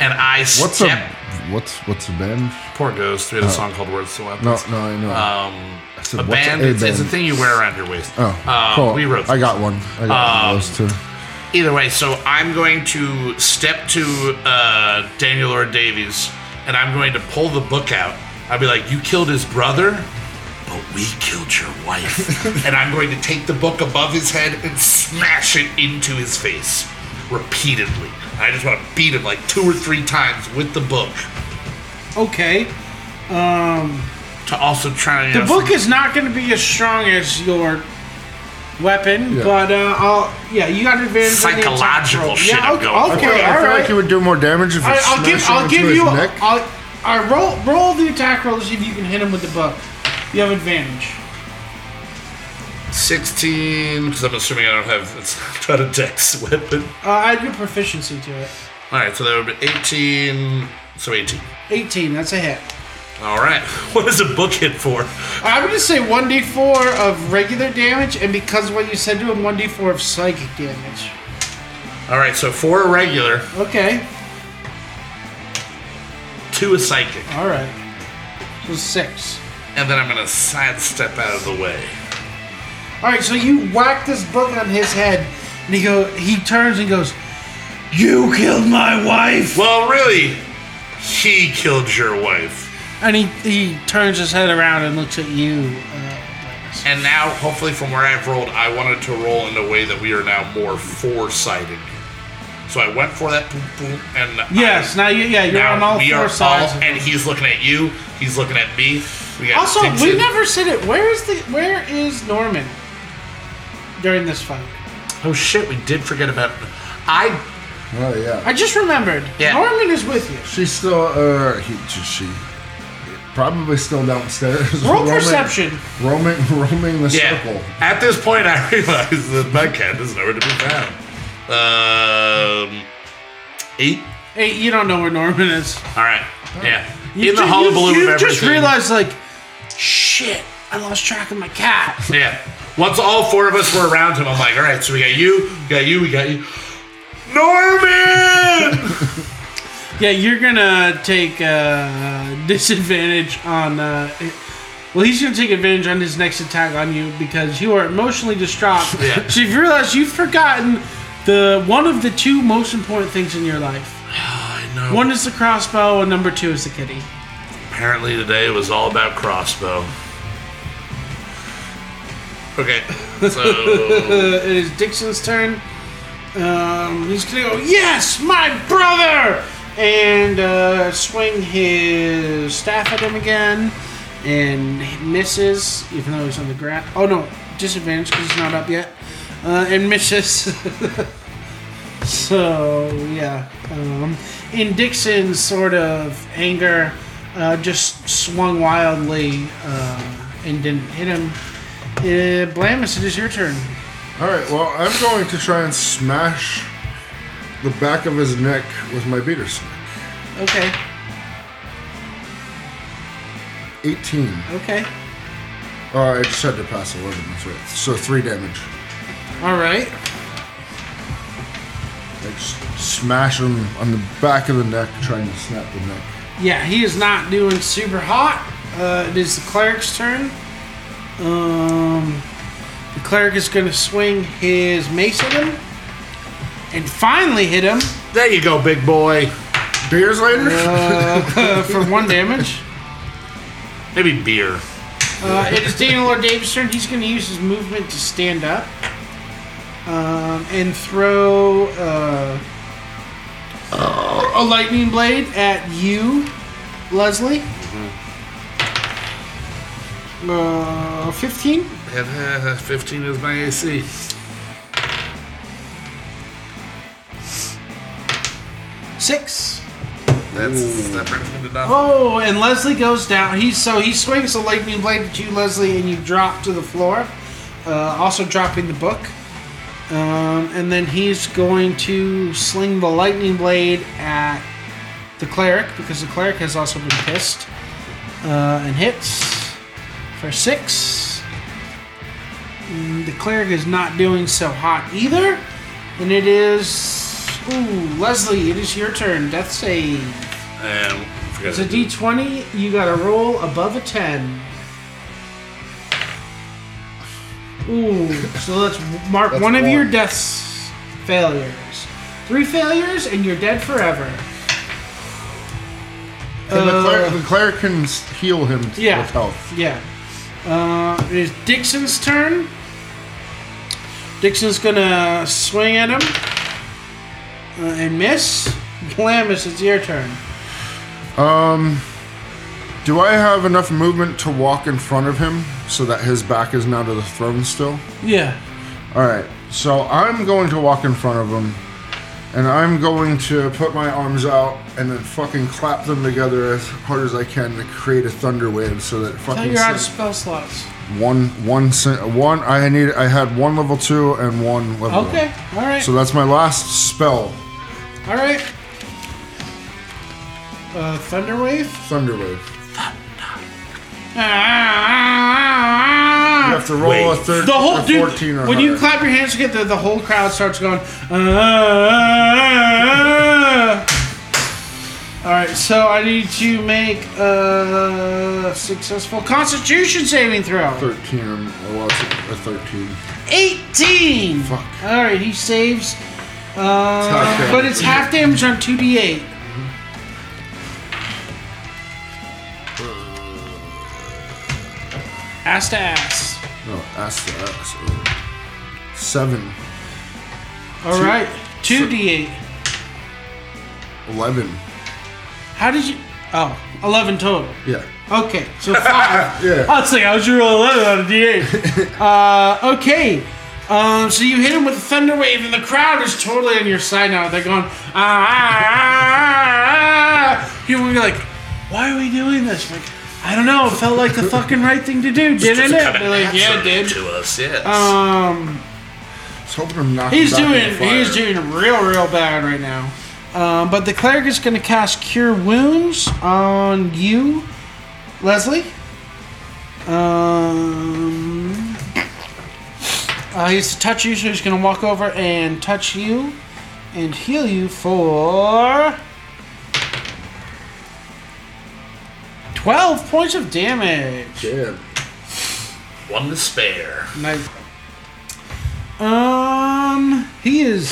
Speaker 2: and I
Speaker 3: What's
Speaker 2: step.
Speaker 3: a what's what's a band?
Speaker 2: Poor Ghost, we had a song called Words to Weapons.
Speaker 3: No, no, I know.
Speaker 2: Um,
Speaker 3: said,
Speaker 2: a
Speaker 3: what's
Speaker 2: band,
Speaker 3: a
Speaker 2: it's, it's a
Speaker 3: band?
Speaker 2: thing you wear around your waist.
Speaker 3: oh,
Speaker 2: Uh,
Speaker 3: cool.
Speaker 2: We wrote Um,
Speaker 3: I got one. I got one of those two.
Speaker 2: Either way, so I'm going to step to uh, Daniel or Davies, and I'm going to pull the book out. I'll be like, "You killed his brother, but we killed your wife." and I'm going to take the book above his head and smash it into his face repeatedly. I just want to beat him like two or three times with the book
Speaker 1: okay. Um,
Speaker 2: to also try. you
Speaker 1: the
Speaker 2: know,
Speaker 1: book is not going to be as strong as your weapon,
Speaker 3: Yeah.
Speaker 1: but uh, I'll yeah, you got advantage. on the attack
Speaker 2: Psychological
Speaker 1: roll.
Speaker 2: shit
Speaker 1: Yeah,
Speaker 2: I'm
Speaker 1: okay,
Speaker 2: going for.
Speaker 1: okay,
Speaker 3: I feel
Speaker 1: all right.
Speaker 3: like you would do more damage if you
Speaker 1: All right, I'll
Speaker 3: smash
Speaker 1: give
Speaker 3: him
Speaker 1: I'll
Speaker 3: into
Speaker 1: give
Speaker 3: his
Speaker 1: you
Speaker 3: neck.
Speaker 1: I'll, all right, roll roll the attack roll to see if you can hit him with the book. You have advantage.
Speaker 2: 16, because I'm assuming I don't have, it's *laughs* not a dex weapon.
Speaker 1: Uh, add your proficiency to it.
Speaker 2: Alright, so that would be 18, so 18.
Speaker 1: 18, that's a hit.
Speaker 2: Alright, *laughs* what is a book hit for?
Speaker 1: I'm gonna say 1d4 of regular damage, and because of what you said to him, 1d4 of psychic damage.
Speaker 2: Alright, so 4 are regular,
Speaker 1: Okay,
Speaker 2: 2 is psychic,
Speaker 1: alright. So 6.
Speaker 2: and then I'm gonna sidestep out of the way.
Speaker 1: Alright, so you whack this book on his head, and he go he turns and goes, You killed my wife!
Speaker 2: Well, really, he killed your wife.
Speaker 1: And he, he turns his head around and looks at you. Uh, Linus.
Speaker 2: And now, hopefully, from where I've rolled, I wanted to roll in a way that we are now more foresighted. So I went for that, boom, boom, and
Speaker 1: yes, now you, yeah, you're on
Speaker 2: Now
Speaker 1: all
Speaker 2: we
Speaker 1: four
Speaker 2: are
Speaker 1: sides.
Speaker 2: all, and he's looking at you. He's looking at me. We got
Speaker 1: also,
Speaker 2: Dixon.
Speaker 1: we never said it. Where is the where is Norman during this fight?
Speaker 2: Oh shit! We did forget about. I
Speaker 3: Oh yeah.
Speaker 1: I just remembered.
Speaker 2: Yeah.
Speaker 1: Norman is with you.
Speaker 3: She's still uh he she probably still downstairs.
Speaker 1: Roll
Speaker 3: *laughs*
Speaker 1: perception.
Speaker 3: Roaming roaming the
Speaker 2: yeah.
Speaker 3: circle.
Speaker 2: At this point, I *laughs* realized that my cat is nowhere to be found. Um, eight.
Speaker 1: Hey, you don't know where Norman is.
Speaker 2: All right. Yeah.
Speaker 1: You
Speaker 2: In the
Speaker 1: ju-
Speaker 2: hullabaloo of
Speaker 1: you, you
Speaker 2: everything.
Speaker 1: just realized, like, shit, I lost track of my cat.
Speaker 2: Yeah. Once all four of us were around him, I'm like, all right. So we got you. We got you. We got you. Norman.
Speaker 1: *laughs*
Speaker 2: *sighs*
Speaker 1: yeah, you're gonna take uh, disadvantage on. Uh, it- well, he's gonna take advantage on his next attack on you because you are emotionally distraught.
Speaker 2: Yeah.
Speaker 1: *laughs* So you've realized you've forgotten the one of the two most important things in your life.
Speaker 2: I know.
Speaker 1: One is the crossbow, and number two is the kitty.
Speaker 2: Apparently today it was all about crossbow. Okay,
Speaker 1: *laughs*
Speaker 2: so
Speaker 1: Uh, it is Dixon's turn. Um, he's gonna go, yes, my brother, and uh, swing his staff at him again, and he misses, even though he's on the ground. Oh no, disadvantage because he's not up yet, uh, and misses. *laughs* so yeah, um, in Dixon's sort of anger, uh, just swung wildly uh, and didn't hit him. Uh, Blamus, it is your turn.
Speaker 3: Alright, well I'm going to try and smash the back of his neck with my beaters.
Speaker 1: Okay.
Speaker 3: Eighteen.
Speaker 1: Okay.
Speaker 3: Uh, I just had to pass eleven, that's right. So three damage.
Speaker 1: All right.
Speaker 3: I just smash him on the back of the neck, trying to snap the neck.
Speaker 1: Yeah, he is not doing super hot. Uh, it is the cleric's turn. Um, the cleric is going to swing his mace at him and finally hit him
Speaker 2: there you go, big boy.
Speaker 3: Beers later?
Speaker 1: uh, for one damage.
Speaker 2: Maybe beer.
Speaker 1: Uh, it is Daniel Lord Davis' turn. He's going to use his movement to stand up um, and throw uh, a lightning blade at you, Leslie. Uh, 15?
Speaker 2: And, uh, Fifteen is my AC.
Speaker 1: Six.
Speaker 2: That's that brings me to nothing.
Speaker 1: Oh, and Leslie goes down. He so he swings the lightning blade at you, Leslie, and you drop to the floor. Uh, also dropping the book. Um, and then he's going to sling the lightning blade at the cleric because the cleric has also been pissed uh, and hits for six. Mm, the cleric is not doing so hot either, and it is ooh Leslie. It is your turn. Death save.
Speaker 2: And I forgot
Speaker 1: It's a
Speaker 2: to-
Speaker 1: D20. You got to roll above a 10. Ooh, so let's mark one of
Speaker 3: one.
Speaker 1: your deaths failures. Three failures, and you're dead forever.
Speaker 3: and the cleric, the cleric can s- heal him t-
Speaker 1: Yeah.
Speaker 3: with health.
Speaker 1: Yeah. Uh, it is Dixon's turn. Dixon's gonna swing at him uh, and miss. Glamis, it's your turn.
Speaker 3: Do I have enough movement to walk in front of him so that his back is now to the throne still?
Speaker 1: Yeah.
Speaker 3: All right. So I'm going to walk in front of him, and I'm going to put my arms out and then fucking clap them together as hard as I can to create a thunder wave so that it
Speaker 1: Now
Speaker 3: fucking
Speaker 1: you're out of
Speaker 3: sends-
Speaker 1: spell slots.
Speaker 3: one one se- one. I need. I had one level two and one level. one.
Speaker 1: Okay. All right.
Speaker 3: So that's my last spell,
Speaker 1: All right. Uh, thunder wave.
Speaker 3: thunder wave. You
Speaker 1: Ah!
Speaker 3: have to roll a third.
Speaker 1: The whole
Speaker 3: a
Speaker 1: dude.
Speaker 3: 14 or
Speaker 1: When you
Speaker 3: higher.
Speaker 1: clap your hands together, the whole crowd starts going. "Uh." "Ah." All right, so I need to make a successful Constitution saving throw.
Speaker 3: thirteen or well, it's a a thirteen.
Speaker 1: Eighteen.
Speaker 3: Fuck.
Speaker 1: All right, he saves,
Speaker 3: Okay.
Speaker 1: Uh, but it's half damage on two d eight. Ass to ass.
Speaker 3: no ass to ass. uh, Seven.
Speaker 1: All
Speaker 3: Two-
Speaker 1: right, two d eight.
Speaker 3: Eleven.
Speaker 1: How did you? Oh, 11 total.
Speaker 3: Yeah.
Speaker 1: Okay, so *laughs* five.
Speaker 3: Yeah.
Speaker 1: I'll say I was your 11 out of D8. uh, okay, um, so you hit him with a thunder wave, and the crowd is totally on your side now. They're going, ah, ah, ah, ah. You're gonna be like, why are we doing this? I'm like, I don't know. It felt like the fucking right thing to do, didn't
Speaker 2: Just
Speaker 1: it?
Speaker 2: kind of
Speaker 1: They're like, yeah, it
Speaker 2: natural
Speaker 1: did.
Speaker 2: To us, yes.
Speaker 1: Um,
Speaker 3: I was hoping I'm not.
Speaker 1: He's doing he's doing real real bad right now. Um, but the cleric is going to cast Cure Wounds on you, Leslie. Um, uh, he's to touch you, so he's going to walk over and touch you and heal you for twelve points of damage.
Speaker 3: Yeah.
Speaker 2: One to spare.
Speaker 1: Nice. Um, he is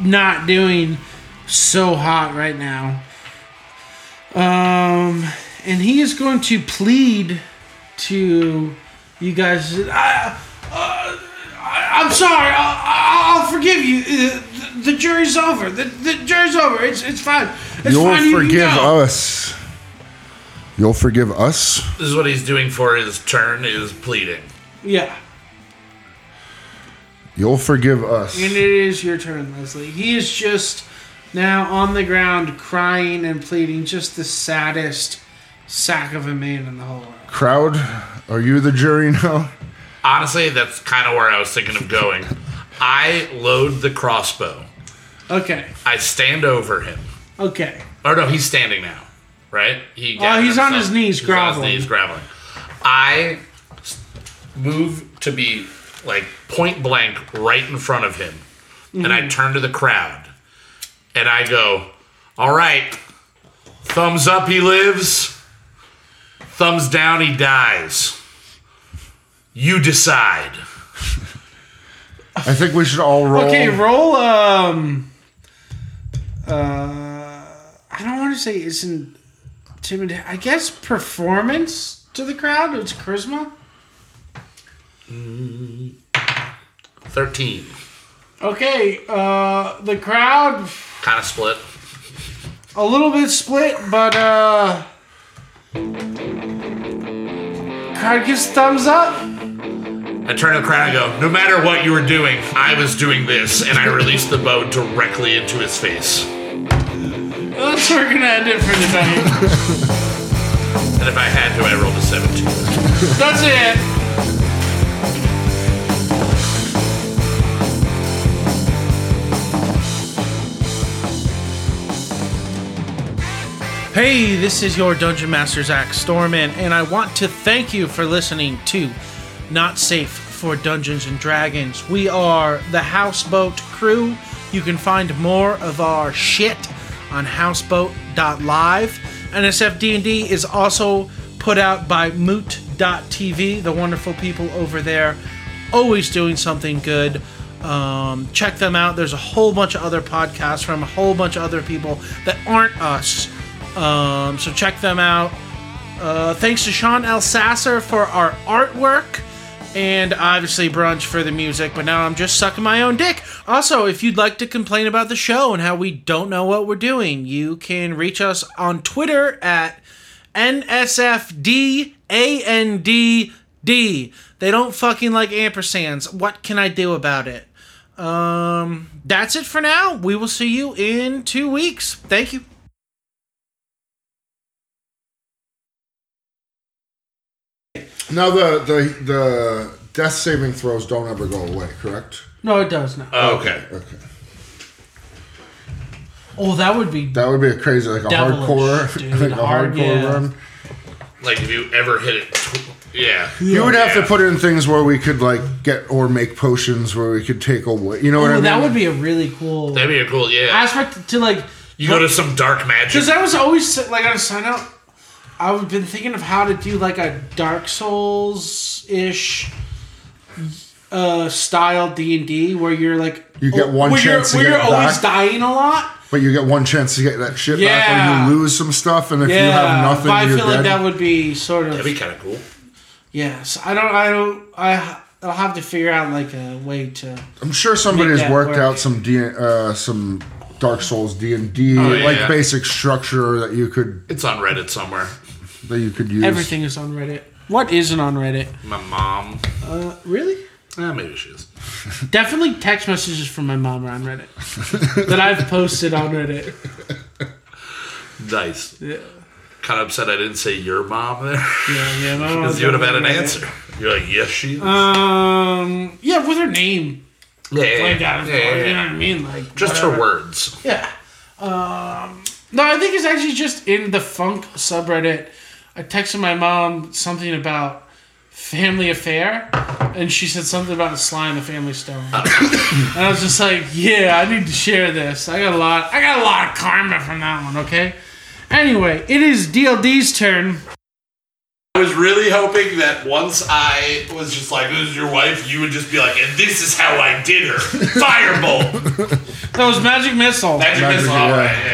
Speaker 1: not doing so hot right now. Um, and he is going to plead to you guys. I, uh, I, I'm sorry. I, I'll forgive you. Uh, The, the jury's over. The, the jury's over. It's it's fine. It's fine.
Speaker 3: You'll
Speaker 1: You can
Speaker 3: forgive
Speaker 1: go.
Speaker 3: us. You'll forgive us.
Speaker 2: This is what he's doing for his turn is pleading.
Speaker 1: Yeah.
Speaker 3: You'll forgive us.
Speaker 1: And it is your turn, Leslie. He is just now on the ground crying and pleading, just the saddest sack of a man in the whole world.
Speaker 3: Crowd, are you the jury now?
Speaker 2: Honestly, that's kind of where I was thinking of going. I load the crossbow.
Speaker 1: Okay,
Speaker 2: I stand over him.
Speaker 1: okay.
Speaker 2: Or Oh, no, he's standing now, right? He
Speaker 1: Oh, he's on his knees
Speaker 2: he's on his
Speaker 1: groveling.
Speaker 2: knees groveling. I s- move to be like point blank right in front of him, and
Speaker 1: Mm-hmm.
Speaker 2: I turn to the crowd, and I go, "All right, thumbs up, he lives. Thumbs down, he dies. You decide."
Speaker 3: I think we should all roll.
Speaker 1: Okay, roll. Um, uh, I don't want to say it's intimidation. I guess performance to the crowd. It's charisma.
Speaker 2: Thirteen,
Speaker 1: Okay, uh, the crowd
Speaker 2: kind of split.
Speaker 1: a little bit split, but uh, crowd gives thumbs up.
Speaker 2: I turn to the crowd and go, No matter what you were doing, I was doing this, and I released the bow directly into his face.
Speaker 1: That's where we're gonna end it for tonight.
Speaker 2: And if I had to, I rolled a 17.
Speaker 1: That's it. Hey, this is your Dungeon Master Zach Storman, and I want to thank you for listening to Not Safe for Dungeons and Dragons. We are the Houseboat Crew. You can find more of our shit on houseboat.live. NSF D&D is also put out by moot.tv, the wonderful people over there, always doing something good. Um, check them out. There's a whole bunch of other podcasts from a whole bunch of other people that aren't us. Um, so check them out. Uh, thanks to Sean L. Sasser for our artwork. And obviously, Brunch for the music, but now I'm just sucking my own dick. Also, if you'd like to complain about the show and how we don't know what we're doing, you can reach us on Twitter at NSFDAND
Speaker 6: D. They don't fucking like ampersands. What can I do about it? Um, that's it for now. We will see you in two weeks. Thank you.
Speaker 3: Now the the the death saving throws don't ever go away, correct?
Speaker 1: No, it does not.
Speaker 2: Okay.
Speaker 3: Okay.
Speaker 1: Oh, that would be
Speaker 3: That would be a crazy like a
Speaker 1: Devilish,
Speaker 3: hardcore *laughs*
Speaker 1: dude.
Speaker 3: like a
Speaker 1: Hard-
Speaker 3: hardcore
Speaker 1: yeah.
Speaker 3: run.
Speaker 2: Like if you ever hit it, tw- yeah.
Speaker 3: You would have
Speaker 2: Yeah.
Speaker 3: to put in things where we could like get or make potions where we could take away. You know what I
Speaker 1: Ooh,
Speaker 3: mean?
Speaker 1: Oh, that would be a really cool
Speaker 2: That'd be a cool. Yeah.
Speaker 1: aspect to like
Speaker 2: You go to some dark magic.
Speaker 1: because I was always like on sign up. I've been thinking of how to do like a Dark Souls ish uh, style D and D where you're like
Speaker 3: You get one
Speaker 1: where
Speaker 3: chance to
Speaker 1: you're, where
Speaker 3: get
Speaker 1: you're always
Speaker 3: back.
Speaker 1: dying a lot.
Speaker 3: but you get one chance to get that shit back,
Speaker 1: Yeah.
Speaker 3: or you lose some stuff, and if
Speaker 1: Yeah,
Speaker 3: you have nothing,
Speaker 1: but I
Speaker 3: you're
Speaker 1: feel like
Speaker 3: dead.
Speaker 1: that would be sort of
Speaker 2: That'd be kind of cool.
Speaker 1: yes. I don't. I don't. I. I'll have to figure out like a way to.
Speaker 3: I'm sure somebody's
Speaker 1: make that
Speaker 3: worked
Speaker 1: work.
Speaker 3: out some D, uh, some Dark Souls D and D
Speaker 2: Oh, yeah.
Speaker 3: like basic structure that you could
Speaker 2: It's on Reddit somewhere.
Speaker 3: that you could use.
Speaker 1: Everything is on Reddit. What isn't on Reddit?
Speaker 2: My mom.
Speaker 1: Uh, really?
Speaker 2: Eh, maybe she is.
Speaker 1: Definitely text messages from my mom are on Reddit that I've posted on Reddit.
Speaker 2: Nice. Yeah. Kind of upset I didn't say your mom there *laughs*
Speaker 1: Yeah, yeah, Uh, my
Speaker 2: because
Speaker 1: mom's
Speaker 2: you would have
Speaker 1: on
Speaker 2: had an
Speaker 1: Reddit.
Speaker 2: answer. You're like, yes, she. Is.
Speaker 1: Um, yeah, with her name.
Speaker 2: yeah, yeah,
Speaker 1: Like,
Speaker 2: yeah,
Speaker 1: that,
Speaker 2: yeah, yeah,
Speaker 1: You know
Speaker 2: yeah.
Speaker 1: what I mean? Like,
Speaker 2: Just her words.
Speaker 1: Yeah. Um, no, I think it's actually just in the funk subreddit. I texted my mom something about family affair, and she said something about a sly and the family stone. and I was just like, yeah, I need to share this. I got a lot. I got a lot of karma from that one. Okay. Anyway, it is DLD's turn.
Speaker 2: I was really hoping that once I was just like, "This is your wife," you would just be like, "And this is how I did her." Firebolt, *laughs*
Speaker 1: That was magic missile.
Speaker 2: magic missile.
Speaker 3: yeah.
Speaker 2: All right,